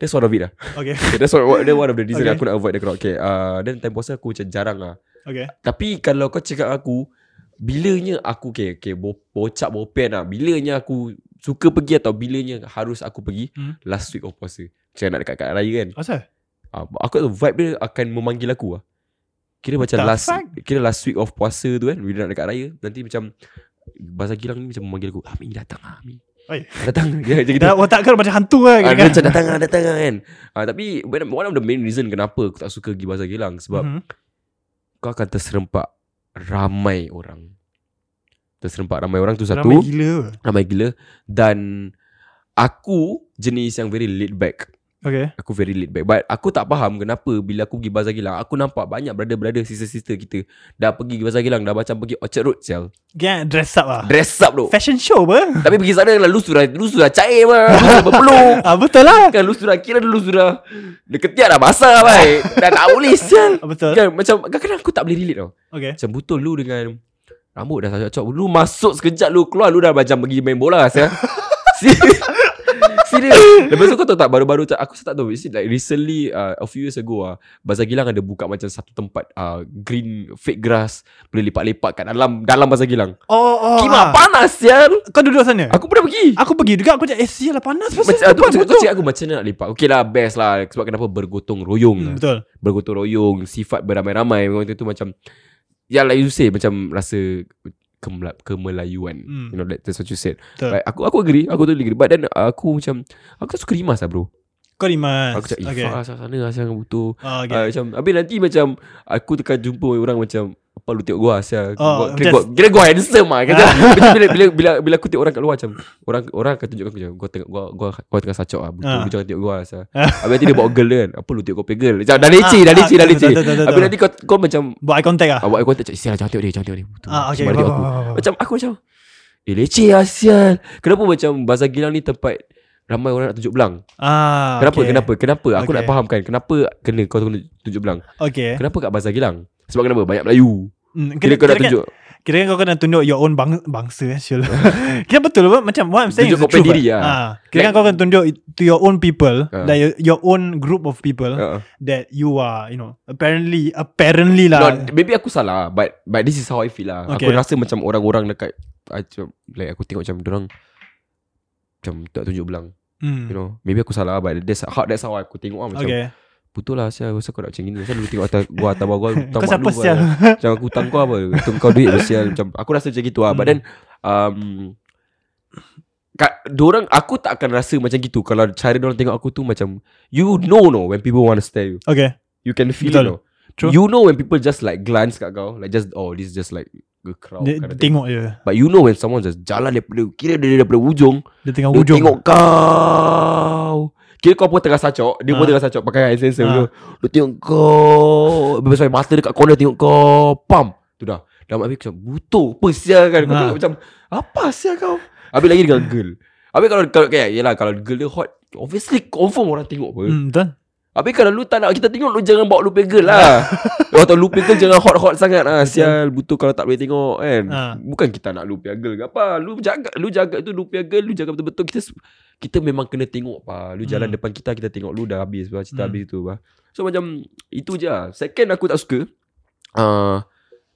[SPEAKER 7] That's one of it lah
[SPEAKER 4] Okay.
[SPEAKER 7] okay, That's one, that's one of the reason
[SPEAKER 4] Okay.
[SPEAKER 7] okay. Aku nak avoid the crowd Okay uh, Then time puasa aku macam jarang lah
[SPEAKER 4] Okay.
[SPEAKER 7] Tapi kalau kau cakap aku Bilanya aku Okay, okay bo, Bocak bopen lah Bilanya aku Suka pergi atau bilanya Harus aku pergi
[SPEAKER 4] Hmm.
[SPEAKER 7] Last week of puasa Macam nak dekat-dekat raya kan
[SPEAKER 4] Asal?
[SPEAKER 7] Ah, aku tahu vibe dia akan memanggil aku lah. Kira macam
[SPEAKER 4] the
[SPEAKER 7] last
[SPEAKER 4] fuck?
[SPEAKER 7] kira last week of puasa tu kan bila nak dekat raya nanti macam bahasa Gilang ni macam memanggil aku, "Ami datang ah, Ami."
[SPEAKER 4] Oi.
[SPEAKER 7] Datang. Dia macam gitu.
[SPEAKER 4] Dah watak kau macam hantu lah
[SPEAKER 7] Ah,
[SPEAKER 4] kira
[SPEAKER 7] dia
[SPEAKER 4] kan?
[SPEAKER 7] macam datang ah, datang ah kan. Ah, tapi one one of the main reason kenapa aku tak suka pergi bahasa Gilang sebab
[SPEAKER 4] Mhm.
[SPEAKER 7] kau akan terserempak ramai orang. Terserempak ramai orang tu satu.
[SPEAKER 4] Ramai gila.
[SPEAKER 7] ramai gila dan aku jenis yang very laid back.
[SPEAKER 4] Okay.
[SPEAKER 7] Aku very laid back But aku tak faham kenapa Bila aku pergi Bazar Gilang Aku nampak banyak brother-brother Sister-sister kita Dah pergi ke Bazar Gilang Dah macam pergi Orchard Road sial
[SPEAKER 4] Kan dress up ah.
[SPEAKER 7] Dress up tu
[SPEAKER 4] Fashion show apa?
[SPEAKER 7] Tapi pergi sana lah Lu sudah Lu sudah cair mah Lu sudah berpeluk
[SPEAKER 4] Ah betul lah.
[SPEAKER 7] Kan lu sudah Kira lu sudah Dia ketiak dah basah baik Dah tak boleh sial
[SPEAKER 4] Ah, betul.
[SPEAKER 7] Kan macam Kadang-kadang aku tak boleh relate tau
[SPEAKER 4] Okay.
[SPEAKER 7] Macam betul lu dengan Rambut dah cocok Lu masuk sekejap Lu keluar Lu dah macam pergi main bola sial Serius Serius Lepas tu kau tahu tak Baru-baru tak Aku tak tahu is it Like recently uh, A few years ago uh, Bazar Gilang ada buka Macam satu tempat uh, Green Fake grass Boleh lepak-lepak kat dalam Dalam Bazar Gilang
[SPEAKER 4] Oh oh.
[SPEAKER 7] oh, Kimak
[SPEAKER 4] ah.
[SPEAKER 7] panas sial
[SPEAKER 4] Kau duduk sana. Aku,
[SPEAKER 7] Aku pernah pergi
[SPEAKER 4] aku pergi juga aku cakap eh sial lah panas pasal.
[SPEAKER 7] macam tu macam kau cakap aku macam mana nak lepak. Okey lah best lah sebab kenapa bergotong royong.
[SPEAKER 4] Hmm,
[SPEAKER 7] lah
[SPEAKER 4] betul.
[SPEAKER 7] bergotong royong, sifat beramai-ramai memang itu macam ya like you say macam rasa kemla- kemelayuan.
[SPEAKER 4] Hmm.
[SPEAKER 7] You know that, that's what you said.
[SPEAKER 4] Betul.
[SPEAKER 7] Like, aku aku agree, aku totally agree. But then uh, aku macam aku tak suka rimas lah bro.
[SPEAKER 4] Kau di mas.
[SPEAKER 7] Aku cakap okay.
[SPEAKER 4] okay.
[SPEAKER 7] asal lah, sana asal dengan butuh.
[SPEAKER 4] Oh, okay.
[SPEAKER 7] Uh, macam habis nanti macam aku tekan jumpa orang macam apa lu tengok gua asal
[SPEAKER 4] Oh,
[SPEAKER 7] gua, kira,
[SPEAKER 4] macam-
[SPEAKER 7] gua, kira gua handsome ah kata Macam bila bila bila bila aku tengok orang kat luar macam orang orang akan tunjuk aku macam gua tengok gua gua gua tengah sacok ah betul
[SPEAKER 4] Ah.
[SPEAKER 7] lu jangan tengok gua asal habis nanti dia bawa girl kan apa lu tengok kau punya girl macam dah leceh dah leceh dah
[SPEAKER 4] Ah, ah, betul,
[SPEAKER 7] leceh
[SPEAKER 4] betul, betul, betul,
[SPEAKER 7] habis
[SPEAKER 4] betul.
[SPEAKER 7] nanti kau kau macam
[SPEAKER 4] Buat eye contact ah.
[SPEAKER 7] awak aku tak sial jangan tengok dia jangan tengok dia betul
[SPEAKER 4] Ah okay.
[SPEAKER 7] Macam mana tengok
[SPEAKER 4] Faham, faham,
[SPEAKER 7] aku
[SPEAKER 4] faham, faham.
[SPEAKER 7] macam aku macam eh leceh ah sial kenapa macam bazar gilang ni tempat ramai orang nak tunjuk belang
[SPEAKER 4] Ah.
[SPEAKER 7] kenapa
[SPEAKER 4] okay.
[SPEAKER 7] kenapa kenapa aku nak
[SPEAKER 4] Okay.
[SPEAKER 7] fahamkan kenapa kena kau tunjuk belang
[SPEAKER 4] Okay.
[SPEAKER 7] Kenapa kat Bazar Gilang? Sebab kenapa? Banyak Melayu.
[SPEAKER 4] Hmm,
[SPEAKER 7] Kira kau nak
[SPEAKER 4] kan-
[SPEAKER 7] tunjuk
[SPEAKER 4] Kira kan kau kena tunjuk your own bang, bangsa eh sial. kira betul apa macam what I'm saying
[SPEAKER 7] Tunjuk
[SPEAKER 4] is the
[SPEAKER 7] kau punya
[SPEAKER 4] truth.
[SPEAKER 7] diri,
[SPEAKER 4] ah.
[SPEAKER 7] ah.
[SPEAKER 4] Ah. Kira kan kau kena tunjuk to your own people,
[SPEAKER 7] Ah.
[SPEAKER 4] that your, your own group of people
[SPEAKER 7] uh,
[SPEAKER 4] that you are, you know, apparently apparently lah.
[SPEAKER 7] no, maybe aku salah but but this is how I feel lah. Okay.
[SPEAKER 4] Okay.
[SPEAKER 7] Aku rasa macam orang-orang dekat I macam like aku tengok macam orang macam tak tunjuk belang,
[SPEAKER 4] Hmm.
[SPEAKER 7] you know. Maybe aku salah but that's how that's how aku tengok lah macam okay.
[SPEAKER 4] Okay.
[SPEAKER 7] Betul lah Asya Kenapa kau nak macam gini Asya dulu tengok atas Gua atas bawah gua Hutang
[SPEAKER 4] Kau
[SPEAKER 7] mak
[SPEAKER 4] siapa,
[SPEAKER 7] lu
[SPEAKER 4] sial?
[SPEAKER 7] kan. Macam aku hutang kau apa Hutang kau duit Sial macam Aku rasa macam gitu lah But
[SPEAKER 4] Hmm.
[SPEAKER 7] then um, Kat, dorang Aku tak akan rasa macam gitu Kalau cara dorang tengok aku tu Macam You know no When people want to stare you
[SPEAKER 4] Okay
[SPEAKER 7] You can feel
[SPEAKER 4] Betul.
[SPEAKER 7] Betul. it no?
[SPEAKER 4] True.
[SPEAKER 7] You know when people just like Glance kat kau Like just Oh this is just like A crowd
[SPEAKER 4] Dia
[SPEAKER 7] kind of thing.
[SPEAKER 4] tengok je
[SPEAKER 7] But you know when someone just Jalan daripada Kira dia daripada ujung
[SPEAKER 4] Dia tengah
[SPEAKER 7] dia
[SPEAKER 4] Ah, hujung
[SPEAKER 7] tengok kau Kira kau pun tengah sacok Dia pun
[SPEAKER 4] Ah.
[SPEAKER 7] tengah sacok Pakai hand sensor
[SPEAKER 4] Ah.
[SPEAKER 7] tu Dia tengok kau Bebas sampai mata dekat corner Tengok kau Pam Tu dah Dalam habis macam Butuh Apa sial kan Kau
[SPEAKER 4] Ah.
[SPEAKER 7] tengok macam Apa sial kau Habis lagi dengan girl Habis kalau, kalau okay, Yelah kalau girl dia hot Obviously confirm orang tengok apa
[SPEAKER 4] Hmm, betul
[SPEAKER 7] Habis kalau lu tak nak kita tengok Lu jangan bawa lu punya girl lah Kau tahu lu punya girl Jangan hot-hot sangat lah Sial Butuh kalau tak boleh tengok kan
[SPEAKER 4] Ah.
[SPEAKER 7] Bukan kita nak lu punya girl ke apa Lu jaga Lu jaga tu lu punya girl Lu jaga betul-betul Kita se- kita memang kena tengok pa. Lu jalan
[SPEAKER 4] Hmm.
[SPEAKER 7] depan kita Kita tengok lu dah habis pa. Cerita
[SPEAKER 4] Hmm.
[SPEAKER 7] habis tu pa. So macam Itu je lah Second aku tak suka uh,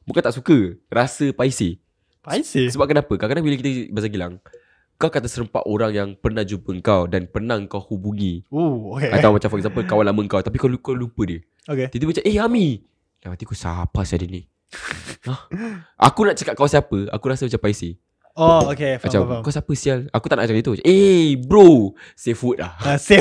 [SPEAKER 7] Bukan tak suka Rasa paisi
[SPEAKER 4] Paisi
[SPEAKER 7] Sebab kenapa Kadang-kadang bila kita Bahasa Gilang Kau kata serempak orang yang Pernah jumpa kau Dan pernah kau hubungi
[SPEAKER 4] Oh okay
[SPEAKER 7] atau macam for example Kawan lama kau Tapi kau, lu- kau lupa dia
[SPEAKER 4] Okay
[SPEAKER 7] Tiba-tiba macam Eh Ami Dalam hati aku Siapa saya dia ni Hah? Aku nak cakap kau siapa Aku rasa macam paisi
[SPEAKER 4] Oh okay
[SPEAKER 7] Macam
[SPEAKER 4] Faham faham
[SPEAKER 7] kau siapa sial Aku tak nak cakap itu macam, Eh bro Safe word lah
[SPEAKER 4] Ah, Same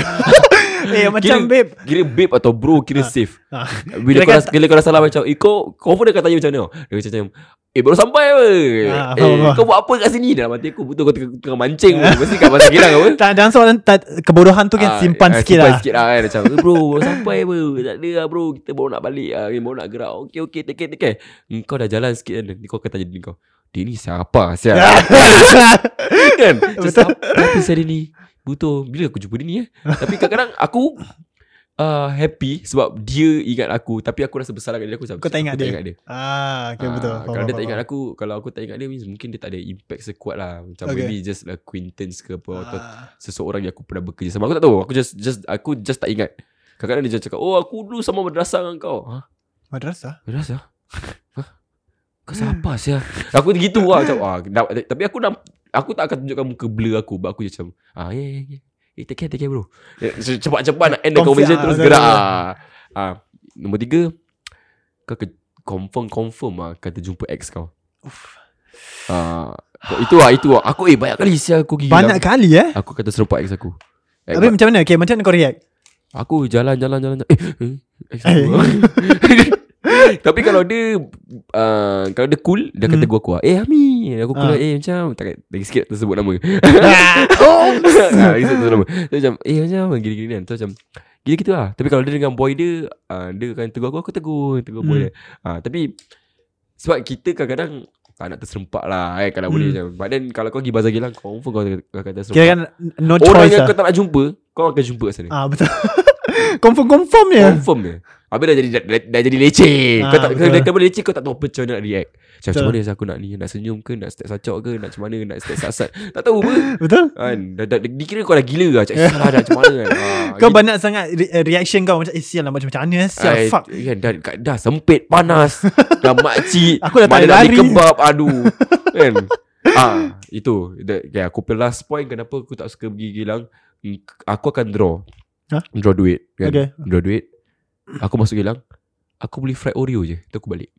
[SPEAKER 4] Eh macam babe
[SPEAKER 7] Kira babe atau bro Kira safe
[SPEAKER 4] Ah.
[SPEAKER 7] Bila
[SPEAKER 4] Kira
[SPEAKER 7] kau,
[SPEAKER 4] kan
[SPEAKER 7] rasa, bila kau dah salah macam Eh kau Kau pun dia akan tanya macam mana Dia macam macam Eh baru sampai apa
[SPEAKER 4] Ah,
[SPEAKER 7] Eh
[SPEAKER 4] faham, faham.
[SPEAKER 7] kau buat apa kat sini Dalam hati aku Betul kau tengah, tengah mancing pun. Mesti kat pasal kilang apa
[SPEAKER 4] tak, Dalam soalan tak, Kebodohan tu
[SPEAKER 7] Ah,
[SPEAKER 4] kan simpan
[SPEAKER 7] ah,
[SPEAKER 4] sikit
[SPEAKER 7] simpan
[SPEAKER 4] lah
[SPEAKER 7] sikit lah kan Macam eh, bro baru sampai apa Tak ada lah bro Kita baru nak balik lah Kita baru nak gerak Okay okay take care take care Hmm, Kau dah jalan sikit kan Kau akan tanya diri kau Dia ni siapa siapa Kan Macam,
[SPEAKER 4] Ya. Betul.
[SPEAKER 7] siapa- Siapa siapa dia ni Butuh Bila aku jumpa dia ni eh Tapi kadang-kadang aku uh, Happy Sebab dia ingat aku Tapi aku rasa bersalah kat dia aku, macam,
[SPEAKER 4] Kau tak
[SPEAKER 7] aku
[SPEAKER 4] ingat dia?"
[SPEAKER 7] dia
[SPEAKER 4] Ah, okay,
[SPEAKER 7] Ah,
[SPEAKER 4] betul. Faham,
[SPEAKER 7] Kalau dia tak
[SPEAKER 4] faham,
[SPEAKER 7] ingat
[SPEAKER 4] faham.
[SPEAKER 7] aku Kalau aku tak ingat dia means Mungkin dia tak ada impact sekuat lah Macam
[SPEAKER 4] Okay.
[SPEAKER 7] maybe just acquaintance ke apa Atau
[SPEAKER 4] Ah.
[SPEAKER 7] seseorang yang aku pernah bekerja sama aku tak tahu aku just just aku just tak ingat kadang-kadang dia just cakap oh aku dulu sama madrasah dengan kau ha
[SPEAKER 4] Madrasah?
[SPEAKER 7] madrasah ha
[SPEAKER 4] Hmm.
[SPEAKER 7] kau siapa sia aku gitu lah macam ah dah- tapi aku dah aku tak akan tunjukkan muka blur aku but aku just macam ah ya ya ya eh take care take care bro Eh, so, cepat-cepat nak end the
[SPEAKER 4] Confirm,
[SPEAKER 7] conversation
[SPEAKER 4] ah,
[SPEAKER 7] terus
[SPEAKER 4] betul,
[SPEAKER 7] gerak
[SPEAKER 4] betul,
[SPEAKER 7] ah ah nombor tiga kau ke confirm confirm ah kata jumpa ex kau ah itu lah itu lah aku eh banyak kali sia aku gila
[SPEAKER 4] Banyak kali eh.
[SPEAKER 7] Aku kata serempak ex aku Ex
[SPEAKER 4] Tapi macam mana? Okay, macam mana kau react?
[SPEAKER 7] Aku jalan jalan jalan jalan. Eh, eh, ex aku. Tapi kalau dia uh, Kalau dia cool Dia kata
[SPEAKER 4] Hmm.
[SPEAKER 7] gua kuat Eh Ami Aku cool
[SPEAKER 4] Ah.
[SPEAKER 7] lah. Eh macam tak, Lagi sikit tak sebut nama
[SPEAKER 4] Ah,
[SPEAKER 7] Ah, Lagi sikit tak sebut nama Dia macam Eh macam Gini-gini kan So macam Gini gitu lah Tapi kalau dia dengan boy dia uh, Dia akan tegur aku Aku tegur Tegur boy
[SPEAKER 4] Hmm.
[SPEAKER 7] dia uh, Tapi Sebab kita kadang-kadang Tak nak terserempak lah eh, Kalau
[SPEAKER 4] Hmm.
[SPEAKER 7] boleh macam But then Kalau kau pergi bazar gilang Confirm kau kau akan
[SPEAKER 4] Kira
[SPEAKER 7] terserempak
[SPEAKER 4] kan no
[SPEAKER 7] Orang
[SPEAKER 4] choice
[SPEAKER 7] yang
[SPEAKER 4] lah.
[SPEAKER 7] kau tak nak jumpa Kau akan jumpa kat sana
[SPEAKER 4] Ah, betul. Confirm-confirm je.
[SPEAKER 7] Confirm je Habis dah jadi dah, dah, dah jadi leceh
[SPEAKER 4] Ah,
[SPEAKER 7] Kau tak
[SPEAKER 4] betul.
[SPEAKER 7] kau dah kena leceh Kau tak tahu apa macam mana nak react Macam, macam
[SPEAKER 4] Betul.
[SPEAKER 7] mana aku nak ni Nak senyum ke Nak step sacok ke Nak macam mana Nak step sasat Tak tahu apa
[SPEAKER 4] Betul?
[SPEAKER 7] kan, dah, dah, Dikira kau dah gila lah Macam eh, salah dah macam mana kan ah,
[SPEAKER 4] Kau
[SPEAKER 7] gitu.
[SPEAKER 4] banyak sangat re- reaction kau macam eh sial lah macam macam mana eh, sial
[SPEAKER 7] Ai,
[SPEAKER 4] fuck.
[SPEAKER 7] kan, dah, dah, dah sempit panas Dah makcik
[SPEAKER 4] Aku dah tak
[SPEAKER 7] Mana
[SPEAKER 4] boleh
[SPEAKER 7] nak beli
[SPEAKER 4] lari.
[SPEAKER 7] kebab Aduh Kan ah, Itu That- okay, Aku punya last point Kenapa aku tak suka pergi Gilang Mm, Aku akan draw
[SPEAKER 4] Hah?
[SPEAKER 7] Draw duit kan?
[SPEAKER 4] Okay.
[SPEAKER 7] Draw duit Aku masuk Gilang Aku beli fried Oreo je Itu aku balik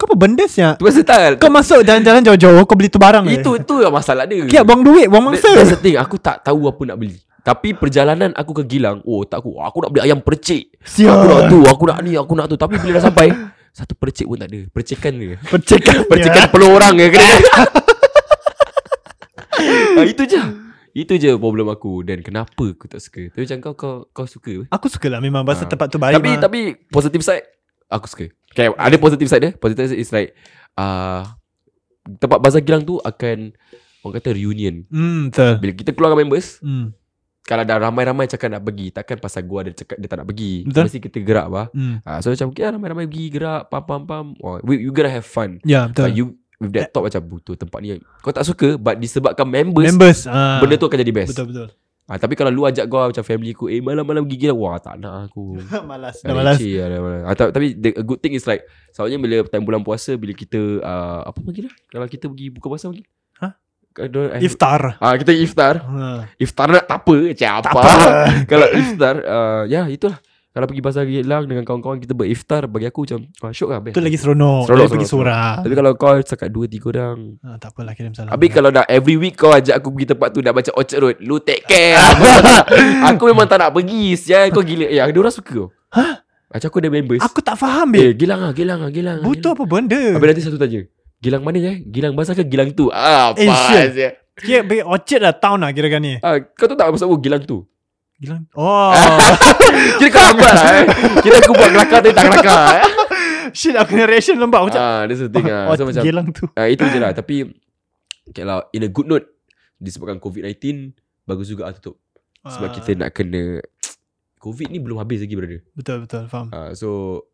[SPEAKER 4] Kau apa benda sial?
[SPEAKER 7] Tu pasal tak
[SPEAKER 4] Kau masuk jalan-jalan jauh-jauh kau beli tu barang je.
[SPEAKER 7] Itu itu yang masalah dia
[SPEAKER 4] Kira buang duit, buang
[SPEAKER 7] That-
[SPEAKER 4] mangsa.
[SPEAKER 7] That's the thing Aku tak tahu apa nak beli Tapi perjalanan aku ke Gilang Oh tak aku Aku nak beli ayam percik Aku nak
[SPEAKER 4] Sial.
[SPEAKER 7] tu Aku nak ni Aku nak tu Tapi bila dah sampai Satu percik pun tak ada Percikan dia
[SPEAKER 4] Percikan.
[SPEAKER 7] Percikan
[SPEAKER 4] dia.
[SPEAKER 7] peluh orang je kena ah, Itu je Itu je problem aku Dan kenapa aku tak suka Tapi macam kau kau, kau suka apa?
[SPEAKER 4] Aku suka lah memang pasal
[SPEAKER 7] Ah.
[SPEAKER 4] tempat tu baik.
[SPEAKER 7] Tapi
[SPEAKER 4] mah.
[SPEAKER 7] tapi positive side Aku suka okay,
[SPEAKER 4] Hmm.
[SPEAKER 7] Ada positive side dia Positive side is like uh, Tempat Bazar Gilang tu akan Orang kata reunion
[SPEAKER 4] Hmm, betul.
[SPEAKER 7] Bila kita keluar dengan members
[SPEAKER 4] Hmm.
[SPEAKER 7] Kalau dah ramai-ramai cakap nak pergi Takkan pasal gua ada cakap dia tak nak pergi
[SPEAKER 4] Betul.
[SPEAKER 7] Mesti kita gerak bah.
[SPEAKER 4] Hmm.
[SPEAKER 7] Ah, so macam okay, lah, ramai-ramai pergi gerak Pam pam pam Wah, we, You gotta have fun
[SPEAKER 4] Ya,
[SPEAKER 7] But
[SPEAKER 4] betul.
[SPEAKER 7] you With that thought macam Butuh tempat ni Kau tak suka But disebabkan members,
[SPEAKER 4] Members. ah.
[SPEAKER 7] Benda tu akan jadi best
[SPEAKER 4] Betul betul.
[SPEAKER 7] ah, Tapi kalau lu ajak gua Macam family aku Eh malam-malam pergi gila Wah tak nak aku
[SPEAKER 4] malas.
[SPEAKER 7] Dah
[SPEAKER 4] Dah malas.
[SPEAKER 7] leceh lah, dah malas. Ah, ta- tapi the a good thing is like Selalunya bila time bulan puasa Bila kita uh, Apa panggil lah Kalau kita pergi buka puasa panggil
[SPEAKER 4] Hah?
[SPEAKER 7] Kalau- eh,
[SPEAKER 4] Iftar.
[SPEAKER 7] ah, Kita iftar
[SPEAKER 4] Ha.
[SPEAKER 7] Iftar nak tak apa Macam apa
[SPEAKER 4] apa.
[SPEAKER 7] Kalau iftar uh, Ya itulah Kalau pergi pasar Geylang dengan kawan-kawan kita beriftar bagi aku macam ah, syok lah best.
[SPEAKER 4] Itu lagi seronok
[SPEAKER 7] Seronok,
[SPEAKER 4] Dia pergi
[SPEAKER 7] seronok,
[SPEAKER 4] seorang
[SPEAKER 7] Tapi kalau kau setakat 2 3 orang.
[SPEAKER 4] ah, Tak apalah kirim salam
[SPEAKER 7] Habis kalau nak every week kau ajak aku pergi tempat tu nak baca Orchard Road, lu take care. aku memang tak nak pergi. Sial kau gila. Eh, dia orang suka.
[SPEAKER 4] Hah?
[SPEAKER 7] Macam aku ada members.
[SPEAKER 4] Aku tak faham babe
[SPEAKER 7] eh, Gilang ah, Gilang ah, Gilang. ah,
[SPEAKER 4] Butuh apa benda
[SPEAKER 7] Gilang. Habis nanti satu tanya. Gilang mana eh? Gilang basah ke Gilang tu? Ah, apa
[SPEAKER 4] Eh, sial.
[SPEAKER 7] sial.
[SPEAKER 4] Kira babe, orchard lah Town lah kira kan ni
[SPEAKER 7] Ah, kau tahu tak maksud aku Gilang tu?
[SPEAKER 4] Gila Oh
[SPEAKER 7] Ah. Kira kau apa lah eh? Kira aku buat kelakar tapi tak kelakar eh?
[SPEAKER 4] Shit aku kena reaction lembab Macam Oh,
[SPEAKER 7] Ah, that's the thing ah. So
[SPEAKER 4] orchard
[SPEAKER 7] macam
[SPEAKER 4] Gelang tu
[SPEAKER 7] Ah itu je lah Tapi Okay lah In a good note Disebabkan COVID-19 Bagus juga lah tutup Sebab
[SPEAKER 4] Ah,
[SPEAKER 7] kita nak kena COVID ni belum habis lagi brother
[SPEAKER 4] Betul betul faham
[SPEAKER 7] ah, So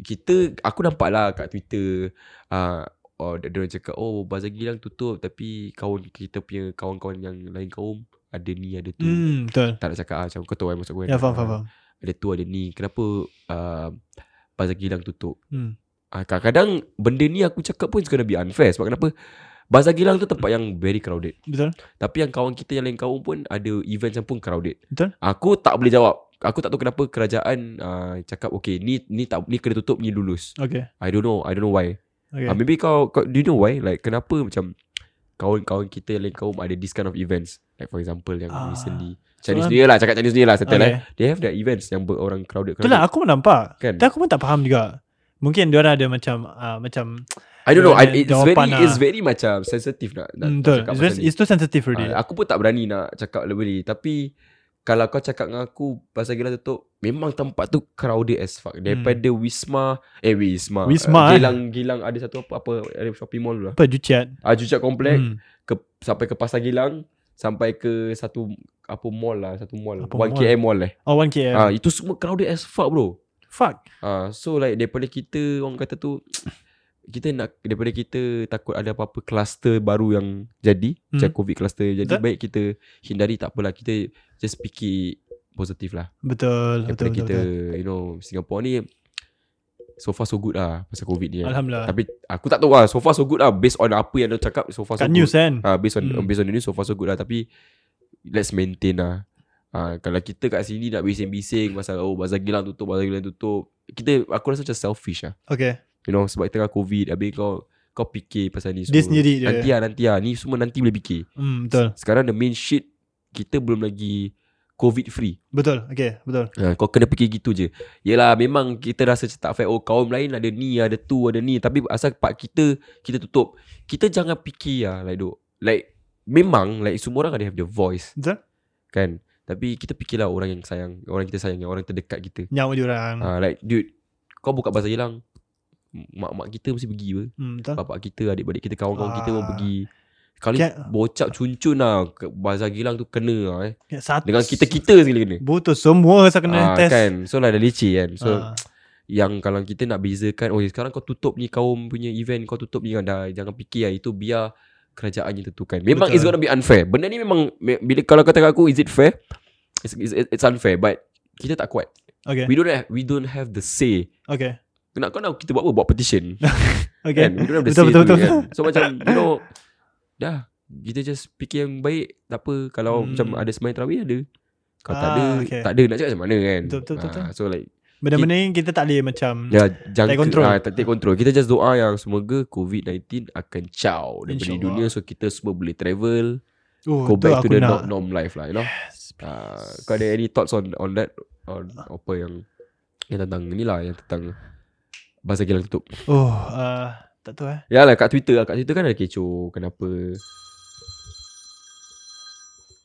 [SPEAKER 7] Kita Aku nampak lah kat Twitter ah, oh, Dia dia orang cakap Oh Bazar Gilang tutup Tapi Kawan kita punya Kawan-kawan yang lain kaum Ada ni ada tu hmm.
[SPEAKER 4] Hmm betul
[SPEAKER 7] Tak nak cakap ah, Macam kau tahu kan maksud aku kan
[SPEAKER 4] Ya faham
[SPEAKER 7] Ah,
[SPEAKER 4] faham faham
[SPEAKER 7] Ada tu ada ni Kenapa ah, Bazar Gilang tutup
[SPEAKER 4] Hmm
[SPEAKER 7] Ah, kadang-kadang benda ni aku cakap pun it's gonna be unfair sebab kenapa Bazar Gilang tu tempat yang very crowded.
[SPEAKER 4] Betul
[SPEAKER 7] Tapi yang kawan kita yang lain kawan pun ada event yang pun crowded.
[SPEAKER 4] Betul.
[SPEAKER 7] Aku tak boleh jawab. Aku tak tahu kenapa kerajaan uh, cakap okay ni ni tak ni kena tutup ni lulus.
[SPEAKER 4] Okay
[SPEAKER 7] I don't know. I don't know why.
[SPEAKER 4] Okay
[SPEAKER 7] Yeah. Uh, maybe kau, kau do you know why? Like kenapa macam kawan-kawan kita yang lain kaum ada this kind of events. Like for example yang uh,
[SPEAKER 4] Ah.
[SPEAKER 7] recently Chinese
[SPEAKER 4] Soalan-
[SPEAKER 7] New Year lah cakap Chinese New Year lah settle
[SPEAKER 4] Okay.
[SPEAKER 7] okay. eh. They have their events yang berorang crowded. crowded.
[SPEAKER 4] Itulah aku pun nampak
[SPEAKER 7] Kan?
[SPEAKER 4] Tapi aku pun tak faham juga Mungkin diorang ada macam ah, Macam
[SPEAKER 7] I don't know. I,
[SPEAKER 4] Dia
[SPEAKER 7] it's
[SPEAKER 4] jawapan
[SPEAKER 7] very
[SPEAKER 4] lah.
[SPEAKER 7] it's very macam sensitive nak, nak
[SPEAKER 4] Hmm,
[SPEAKER 7] nak
[SPEAKER 4] Betul
[SPEAKER 7] cakap
[SPEAKER 4] It's
[SPEAKER 7] pasal
[SPEAKER 4] very-
[SPEAKER 7] ni.
[SPEAKER 4] It's too sensitive already
[SPEAKER 7] Uh, aku pun tak berani nak cakap lebih ni tapi kalau kau cakap dengan aku pasal Geylang tutup memang tempat tu crowded as fuck daripada Wisma eh Wisma
[SPEAKER 4] Hmm. Wisma, eh.
[SPEAKER 7] Gilang Gilang ada satu apa apa ada shopping mall dulu lah
[SPEAKER 4] Apa Juchat
[SPEAKER 7] uh, Jucak Complex
[SPEAKER 4] Hmm.
[SPEAKER 7] ke, sampai ke Pasar Gilang sampai ke satu apa mall lah satu mall
[SPEAKER 4] Apa
[SPEAKER 7] 1KM mall eh
[SPEAKER 4] Oh 1KM
[SPEAKER 7] yeah. uh, itu semua crowded as fuck bro
[SPEAKER 4] Fuck
[SPEAKER 7] Ah, so like daripada kita orang kata tu kita nak daripada kita takut ada apa-apa cluster baru yang jadi hmm. macam
[SPEAKER 4] Hmm.
[SPEAKER 7] covid cluster jadi
[SPEAKER 4] Betul.
[SPEAKER 7] baik kita hindari tak apalah kita just fikir positif lah
[SPEAKER 4] Betul
[SPEAKER 7] daripada
[SPEAKER 4] Betul betul,
[SPEAKER 7] kita
[SPEAKER 4] betul.
[SPEAKER 7] you know Singapore ni so far so good lah pasal covid ni kan.
[SPEAKER 4] Alhamdulillah
[SPEAKER 7] tapi aku tak tahu lah so far so good lah based on apa yang dia cakap so far so
[SPEAKER 4] Kat news
[SPEAKER 7] good
[SPEAKER 4] kan
[SPEAKER 7] Ah, based on
[SPEAKER 4] Hmm.
[SPEAKER 7] based on the news so far so good lah tapi let's maintain lah. Ah, kalau kita kat sini nak bising-bising pasal oh bazar gilang tutup, bazar gilang tutup, kita aku rasa macam selfish lah.
[SPEAKER 4] Okay
[SPEAKER 7] You know sebab tengah covid habis kau kau fikir pasal ni
[SPEAKER 4] Dia sendiri je.
[SPEAKER 7] Nanti lah, nanti lah. Ni semua nanti boleh fikir.
[SPEAKER 4] Hmm, Betul
[SPEAKER 7] Sekarang the main shit kita belum lagi covid free.
[SPEAKER 4] Betul Okay betul
[SPEAKER 7] Ha, kau kena fikir gitu je. Yelah memang kita rasa macam tak fair. Oh kaum lain ada ni, ada tu, ada ni. Tapi asal part kita, kita tutup. Kita jangan fikir lah like duk. Like memang like semua orang ada have the voice
[SPEAKER 4] Betul
[SPEAKER 7] kan. Tapi kita fikirlah orang yang sayang, orang kita sayang, orang terdekat kita.
[SPEAKER 4] Nyawa diorang
[SPEAKER 7] Ha, like dude, kau buka bahasa hilang. Mak-mak kita mesti pergi apa.
[SPEAKER 4] Hmm, Betul
[SPEAKER 7] Bapak kita, adik-adik kita, kawan-kawan kita pun
[SPEAKER 4] Ah.
[SPEAKER 7] pergi. Kali
[SPEAKER 4] Kan-
[SPEAKER 7] bocap cuncun lah. Bahasa hilang tu kena lah eh.
[SPEAKER 4] Satu
[SPEAKER 7] Dengan kita-kita sekali kena.
[SPEAKER 4] Butuh semua saya
[SPEAKER 7] Ah,
[SPEAKER 4] kena test
[SPEAKER 7] kan So lah dah leceh kan So
[SPEAKER 4] Ah,
[SPEAKER 7] yang kalau kita nak bezakan Oh sekarang kau tutup ni kaum punya event Kau tutup ni kan dah Jangan fikir lah Itu biar kerajaan yang tentukan Memang
[SPEAKER 4] Betul.
[SPEAKER 7] it's gonna be unfair Benda ni memang me- bila Kalau kau tengok aku Is it fair? It's, it's, it's unfair But kita tak kuat
[SPEAKER 4] Okay
[SPEAKER 7] We don't have, we don't have the say
[SPEAKER 4] Okay
[SPEAKER 7] Kau nak, kau nak kita buat apa? Buat petition
[SPEAKER 4] Okay
[SPEAKER 7] kan? We don't have the
[SPEAKER 4] Betul,
[SPEAKER 7] say
[SPEAKER 4] betul,
[SPEAKER 7] to it,
[SPEAKER 4] betul.
[SPEAKER 7] kan? So macam you know Dah Kita just fikir yang baik Tak apa Kalau
[SPEAKER 4] Hmm.
[SPEAKER 7] macam ada sembahyang tarawih ada Kalau tak
[SPEAKER 4] Ah,
[SPEAKER 7] ada
[SPEAKER 4] okay.
[SPEAKER 7] Tak ada nak cakap macam mana kan
[SPEAKER 4] Betul, betul, betul,
[SPEAKER 7] Ah, So like
[SPEAKER 4] Benda-benda ni kita tak boleh macam
[SPEAKER 7] Ya, jangan
[SPEAKER 4] Take control.
[SPEAKER 7] Ah, tak take control. Kita just doa yang semoga COVID-19 akan caw daripada
[SPEAKER 4] InsyaAllah.
[SPEAKER 7] dunia so kita semua boleh travel,
[SPEAKER 4] Oh,
[SPEAKER 7] go
[SPEAKER 4] tu
[SPEAKER 7] back to
[SPEAKER 4] aku
[SPEAKER 7] the
[SPEAKER 4] nak.
[SPEAKER 7] no- norm life lah, you know.
[SPEAKER 4] Yes,
[SPEAKER 7] Ah, kau ada any thoughts on on that on apa yang yang tentang ni lah yang tentang bahasa kilang tutup.
[SPEAKER 4] Oh, uh, tak tahu eh.
[SPEAKER 7] Ya lah kat Twitter, lah. kat Twitter kan ada kecoh kenapa.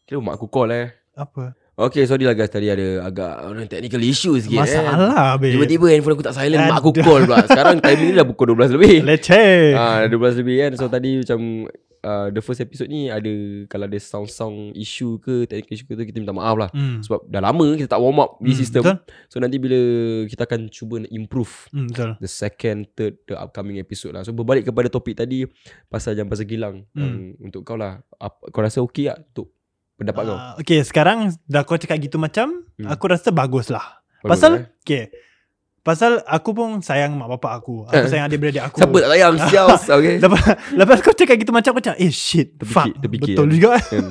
[SPEAKER 7] Kira mak aku call eh.
[SPEAKER 4] Apa?
[SPEAKER 7] Okay, sorry lah guys tadi ada agak uh, technical issue sikit eh.
[SPEAKER 4] Masalah babe.
[SPEAKER 7] Tiba-tiba handphone aku tak silent, mak aku
[SPEAKER 4] Aduh.
[SPEAKER 7] call pula. Sekarang time ni dah pukul 12 lebih.
[SPEAKER 4] Leceh.
[SPEAKER 7] Ah, 12 lebih kan So tadi macam uh, The first episode ni Ada Kalau ada sound-sound issue ke Technical issue ke tu Kita minta maaf lah
[SPEAKER 4] Hmm.
[SPEAKER 7] Sebab dah lama Kita tak warm up Di
[SPEAKER 4] Hmm,
[SPEAKER 7] sistem
[SPEAKER 4] betul.
[SPEAKER 7] So nanti bila Kita akan cuba nak improve
[SPEAKER 4] Hmm, betul.
[SPEAKER 7] The second, third The upcoming episode lah So berbalik kepada topik tadi Pasal jam pasal gilang
[SPEAKER 4] Hmm.
[SPEAKER 7] um, Untuk kau lah apa, Kau rasa okey tak Untuk pendapat kau
[SPEAKER 4] Ah, okay, sekarang dah kau cakap gitu macam,
[SPEAKER 7] Hmm.
[SPEAKER 4] aku rasa bagus lah.
[SPEAKER 7] Bagus,
[SPEAKER 4] Pasal,
[SPEAKER 7] eh?
[SPEAKER 4] okay. Pasal aku pun sayang mak bapak aku. Aku
[SPEAKER 7] Eh.
[SPEAKER 4] sayang adik-beradik aku.
[SPEAKER 7] Siapa tak sayang Sial Okay
[SPEAKER 4] Eh, Lepas, lepas kau cakap gitu macam, aku cakap, eh shit,
[SPEAKER 7] Terfikir-
[SPEAKER 4] fuck.
[SPEAKER 7] terfikir.
[SPEAKER 4] Betul juga.
[SPEAKER 7] Hmm.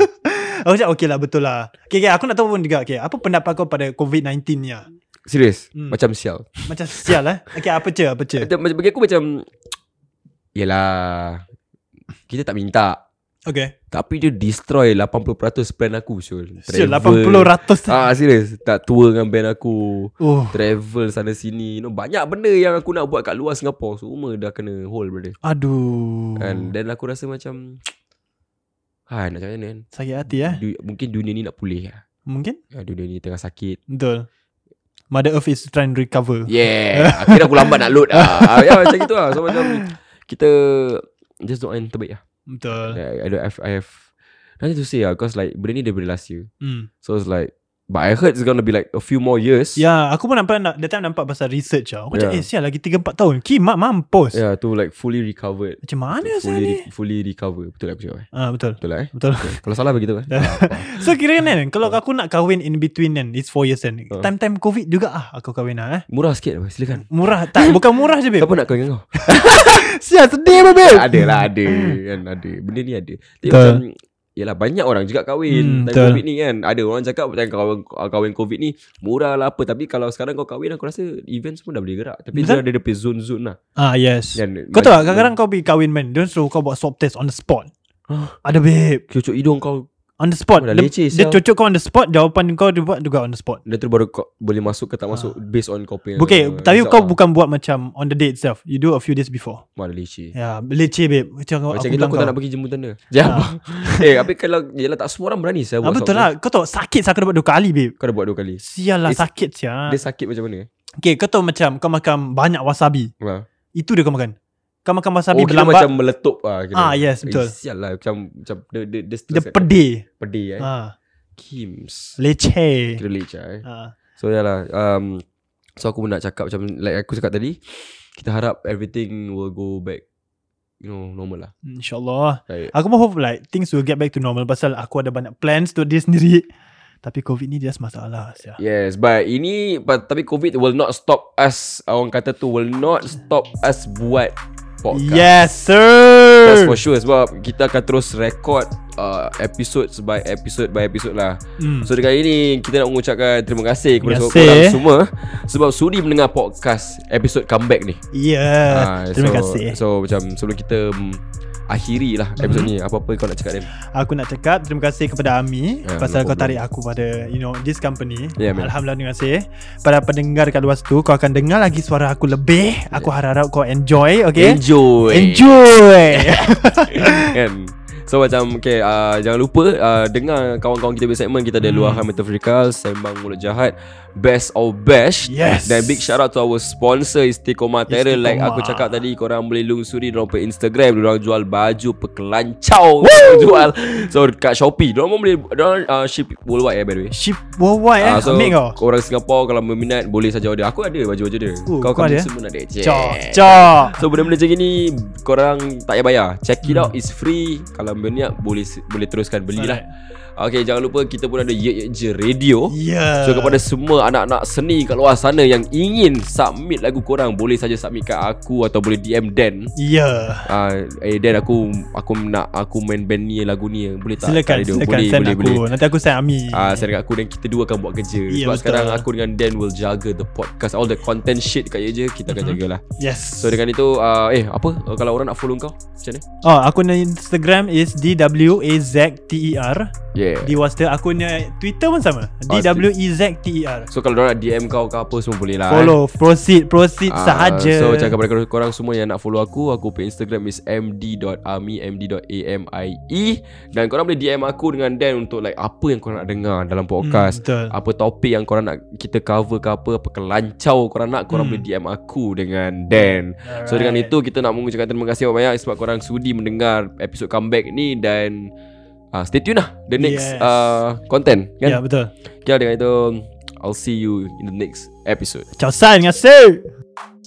[SPEAKER 4] aku cakap, okay lah, betul lah. Okay, okay, aku nak tahu pun juga, okay, apa pendapat kau pada COVID-19 ni lah?
[SPEAKER 7] Serius
[SPEAKER 4] Hmm.
[SPEAKER 7] Macam sial
[SPEAKER 4] Macam sial eh Okay apa cer Apa cer
[SPEAKER 7] Macam macam- Bagi aku macam Yelah Kita tak minta
[SPEAKER 4] Okay
[SPEAKER 7] Tapi dia destroy 80% plan aku Syul
[SPEAKER 4] Sial
[SPEAKER 7] Travel.
[SPEAKER 4] 80 ratus eh.
[SPEAKER 7] Ah serius Tak tua dengan band aku
[SPEAKER 4] Oh
[SPEAKER 7] Travel sana sini you know, Banyak benda yang aku nak buat kat luar Singapore Semua dah kena hold brother
[SPEAKER 4] Aduh
[SPEAKER 7] And then aku rasa macam Ha nak cakap macam mana kan
[SPEAKER 4] Sakit hati eh
[SPEAKER 7] du- Mungkin dunia ni nak pulih lah
[SPEAKER 4] Mungkin
[SPEAKER 7] Ya, Dunia ni tengah sakit
[SPEAKER 4] Betul Mother Earth is trying to recover
[SPEAKER 7] Yeah Akhirnya aku lambat nak load lah Ya macam gitu lah So macam Kita Just doa yang terbaik lah
[SPEAKER 4] Betul
[SPEAKER 7] Like, I, don't have, I have Nothing to say lah Cause like Benda ni daripada last year
[SPEAKER 4] Hmm.
[SPEAKER 7] So it's like But I heard it's gonna be like A few more years
[SPEAKER 4] Ya, aku pun nampak nak, that time nampak pasal research tau. Aku macam,
[SPEAKER 7] Ya.
[SPEAKER 4] eh sial lagi 3-4 tahun. Kimak mampus.
[SPEAKER 7] Yeah to like fully recovered
[SPEAKER 4] Macam mana sial
[SPEAKER 7] Fully,
[SPEAKER 4] ni?
[SPEAKER 7] re- fully recover Betul lah aku cakap eh
[SPEAKER 4] Ah, betul.
[SPEAKER 7] Betul lah eh
[SPEAKER 4] Betul.
[SPEAKER 7] Kalau salah bagi tahu eh.
[SPEAKER 4] so kira kan kalau
[SPEAKER 7] Ah.
[SPEAKER 4] aku nak kahwin in between kan, it's 4 years kan. Time-time COVID juga ah aku kahwin lah eh.
[SPEAKER 7] Murah sikit apa silakan.
[SPEAKER 4] Murah tak bukan murah je babe.
[SPEAKER 7] Siapa nak kahwin dengan kau?
[SPEAKER 4] Sial sedih apa babe.
[SPEAKER 7] ada lah ada kan ada. Benda ni ada. Tapi
[SPEAKER 4] Betul.
[SPEAKER 7] macam Yelah banyak orang juga kahwin Time
[SPEAKER 4] Hmm, betul.
[SPEAKER 7] COVID ni kan Ada orang cakap Time kahwin, kahwin COVID ni Murah lah apa Tapi kalau sekarang kau kahwin Aku rasa event semua dah boleh gerak Tapi dia
[SPEAKER 4] Betul.
[SPEAKER 7] ada depan zone-zone lah
[SPEAKER 4] Ah yes.
[SPEAKER 7] kan,
[SPEAKER 4] Kau tahu tak kadang-kadang kau pergi kahwin man, dia suruh kau buat swab test on the spot.
[SPEAKER 7] Hah?
[SPEAKER 4] Ada babe
[SPEAKER 7] Cucuk hidung kau
[SPEAKER 4] On the spot
[SPEAKER 7] Oh, dah
[SPEAKER 4] Dia,
[SPEAKER 7] leceh, sial.
[SPEAKER 4] dia cocok kau on the spot Jawapan kau dia buat juga on the spot
[SPEAKER 7] Dia tu baru kau Boleh masuk ke tak
[SPEAKER 4] Ah.
[SPEAKER 7] masuk Based on kau punya
[SPEAKER 4] Okay
[SPEAKER 7] result
[SPEAKER 4] Tapi kau
[SPEAKER 7] lah.
[SPEAKER 4] bukan buat macam On the day itself You do a few days before
[SPEAKER 7] Wah dah leceh
[SPEAKER 4] Ya Leceh babe
[SPEAKER 7] Macam
[SPEAKER 4] Macam, aku
[SPEAKER 7] kita
[SPEAKER 4] bilang
[SPEAKER 7] aku
[SPEAKER 4] kau
[SPEAKER 7] tak nak pergi jemputan dia Jangan Eh tapi kalau Yelah tak semua orang berani saya
[SPEAKER 4] ah,
[SPEAKER 7] buat
[SPEAKER 4] Betul
[SPEAKER 7] swab
[SPEAKER 4] lah Kau tahu sakit Saya kena buat dua kali babe
[SPEAKER 7] test. Kau dah buat dua kali
[SPEAKER 4] Sial lah
[SPEAKER 7] It's-
[SPEAKER 4] sakit sial
[SPEAKER 7] Dia sakit macam mana
[SPEAKER 4] Okay kau tahu macam Kau makan banyak wasabi
[SPEAKER 7] Ha.
[SPEAKER 4] Itu dia kau makan Kau makan
[SPEAKER 7] Tapi oh,
[SPEAKER 4] wasabi
[SPEAKER 7] kira
[SPEAKER 4] berlambat
[SPEAKER 7] macam meletup lah kira.
[SPEAKER 4] Ah, yes, betul.
[SPEAKER 7] Eh, sial lah macam macam dia dia, dia
[SPEAKER 4] Dia
[SPEAKER 7] stress kat-
[SPEAKER 4] pedih
[SPEAKER 7] pedih eh.
[SPEAKER 4] ha,
[SPEAKER 7] Kims.
[SPEAKER 4] Leceh
[SPEAKER 7] Kira lecah eh.
[SPEAKER 4] ha,
[SPEAKER 7] So yalah um so aku nak cakap macam like aku cakap tadi kita harap everything will go back you know normal lah.
[SPEAKER 4] InsyaAllah
[SPEAKER 7] Like
[SPEAKER 4] Aku pun hope like Things will get back to normal Pasal aku ada banyak plans Untuk dia sendiri Tapi covid ni just masalah sial.
[SPEAKER 7] Yes, but ini but, tapi COVID will not stop us. Orang kata tu will not stop us buat podcast.
[SPEAKER 4] Yes sir
[SPEAKER 7] That's for sure sebab kita akan terus record uh, episode by episode by episode lah.
[SPEAKER 4] Hmm.
[SPEAKER 7] So dekat ini kita nak mengucapkan terima kasih kepada
[SPEAKER 4] Terima
[SPEAKER 7] semua korang
[SPEAKER 4] kasih.
[SPEAKER 7] semua sebab sudi mendengar podcast episod comeback ni.
[SPEAKER 4] Yeah
[SPEAKER 7] Ah,
[SPEAKER 4] Ya, Terima
[SPEAKER 7] so,
[SPEAKER 4] kasih Mm-hmm.
[SPEAKER 7] So macam sebelum kita mm, akhiri lah episod ni apa-apa kau nak cakap ni.
[SPEAKER 4] Aku nak cakap Terima kasih kepada
[SPEAKER 7] Ya,
[SPEAKER 4] Ami yeah, Pasal
[SPEAKER 7] no
[SPEAKER 4] kau
[SPEAKER 7] problem.
[SPEAKER 4] tarik aku pada You know This company
[SPEAKER 7] Ya, man.
[SPEAKER 4] Alhamdulillah terima kasih Para pendengar kat luar situ Kau akan dengar lagi suara aku lebih Aku harap-harap kau enjoy Okay
[SPEAKER 7] Ya. Enjoy.
[SPEAKER 4] Enjoy
[SPEAKER 7] kan. So macam okay, uh, Jangan lupa uh, Dengar kawan-kawan kita punya segmen Kita ada hmm. Luahan Metaphorical Sembang Mulut Jahat Best of Bash
[SPEAKER 4] Yes.
[SPEAKER 7] Dan big shout out to our sponsor Istiqomah Terror
[SPEAKER 4] Istiqomah.
[SPEAKER 7] Like aku cakap tadi Korang boleh lungsuri Diorang punya Instagram Diorang jual baju Pekelancau Diorang jual So kat Shopee Diorang pun boleh Diorang uh, ship worldwide eh by the way
[SPEAKER 4] Ship worldwide eh
[SPEAKER 7] Ah, so
[SPEAKER 4] Ambil kau
[SPEAKER 7] orang Singapore kalau berminat boleh saja order. Aku ada baju-baju dia.
[SPEAKER 4] Oh,
[SPEAKER 7] kau
[SPEAKER 4] kau
[SPEAKER 7] kau
[SPEAKER 4] ada, eh?
[SPEAKER 7] semua nak dek.
[SPEAKER 4] Cok Cok
[SPEAKER 7] So benda-benda macam ni Korang tak payah bayar Check it
[SPEAKER 4] Hmm.
[SPEAKER 7] out It's free Kalau berniat Boleh boleh teruskan belilah Okay jangan lupa Kita pun ada Ye Ye Je Radio
[SPEAKER 4] Yeah
[SPEAKER 7] So kepada semua anak-anak seni kat luar sana Yang ingin submit lagu korang Boleh saja submit kat aku Atau boleh DM Dan
[SPEAKER 4] Yeah
[SPEAKER 7] uh, Eh Dan aku Aku nak Aku main band ni lagu ni Boleh tak Kat
[SPEAKER 4] Silakan
[SPEAKER 7] radio.
[SPEAKER 4] Silakan
[SPEAKER 7] boleh,
[SPEAKER 4] send
[SPEAKER 7] boleh,
[SPEAKER 4] aku
[SPEAKER 7] boleh.
[SPEAKER 4] Nanti aku send Ami
[SPEAKER 7] Ah, uh, saya dengan aku dan kita dua akan buat kerja.
[SPEAKER 4] Ya,
[SPEAKER 7] Sebab
[SPEAKER 4] betul.
[SPEAKER 7] sekarang aku dengan Dan will jaga the podcast, all the content shit kat je kita
[SPEAKER 4] Mm-hmm.
[SPEAKER 7] akan jagalah.
[SPEAKER 4] Yes
[SPEAKER 7] So dengan itu uh, eh apa uh, kalau orang nak follow kau macam ni?
[SPEAKER 4] Oh aku ni Instagram is D-W-A-Z-T-E-R
[SPEAKER 7] Yeah.
[SPEAKER 4] E Di Wasta Aku ni Twitter pun sama D-W-E-Z-T-E-R
[SPEAKER 7] So kalau orang nak DM kau ke apa semua boleh lah.
[SPEAKER 4] E Follow Proceed Proceed
[SPEAKER 7] Ah,
[SPEAKER 4] sahaja
[SPEAKER 7] So cakap kepada korang, korang semua yang nak follow aku Aku punya Instagram is md.ami md.amie E. Dan korang boleh DM aku dengan Dan Untuk like apa yang korang nak dengar dalam podcast
[SPEAKER 4] Hmm, betul.
[SPEAKER 7] Apa topik yang korang nak kita cover ke apa Apa kelancau korang nak Korang
[SPEAKER 4] Hmm.
[SPEAKER 7] boleh DM aku dengan Dan So dengan
[SPEAKER 4] Alright.
[SPEAKER 7] itu kita nak mengucapkan terima kasih banyak-banyak Sebab korang sudi mendengar episod comeback ni Dan uh, stay tune lah The next
[SPEAKER 4] Yes.
[SPEAKER 7] uh, content
[SPEAKER 4] Ya yeah,
[SPEAKER 7] kan?
[SPEAKER 4] betul
[SPEAKER 7] Okay dengan itu I'll see you in the next episode
[SPEAKER 4] Ciao San Terima kasih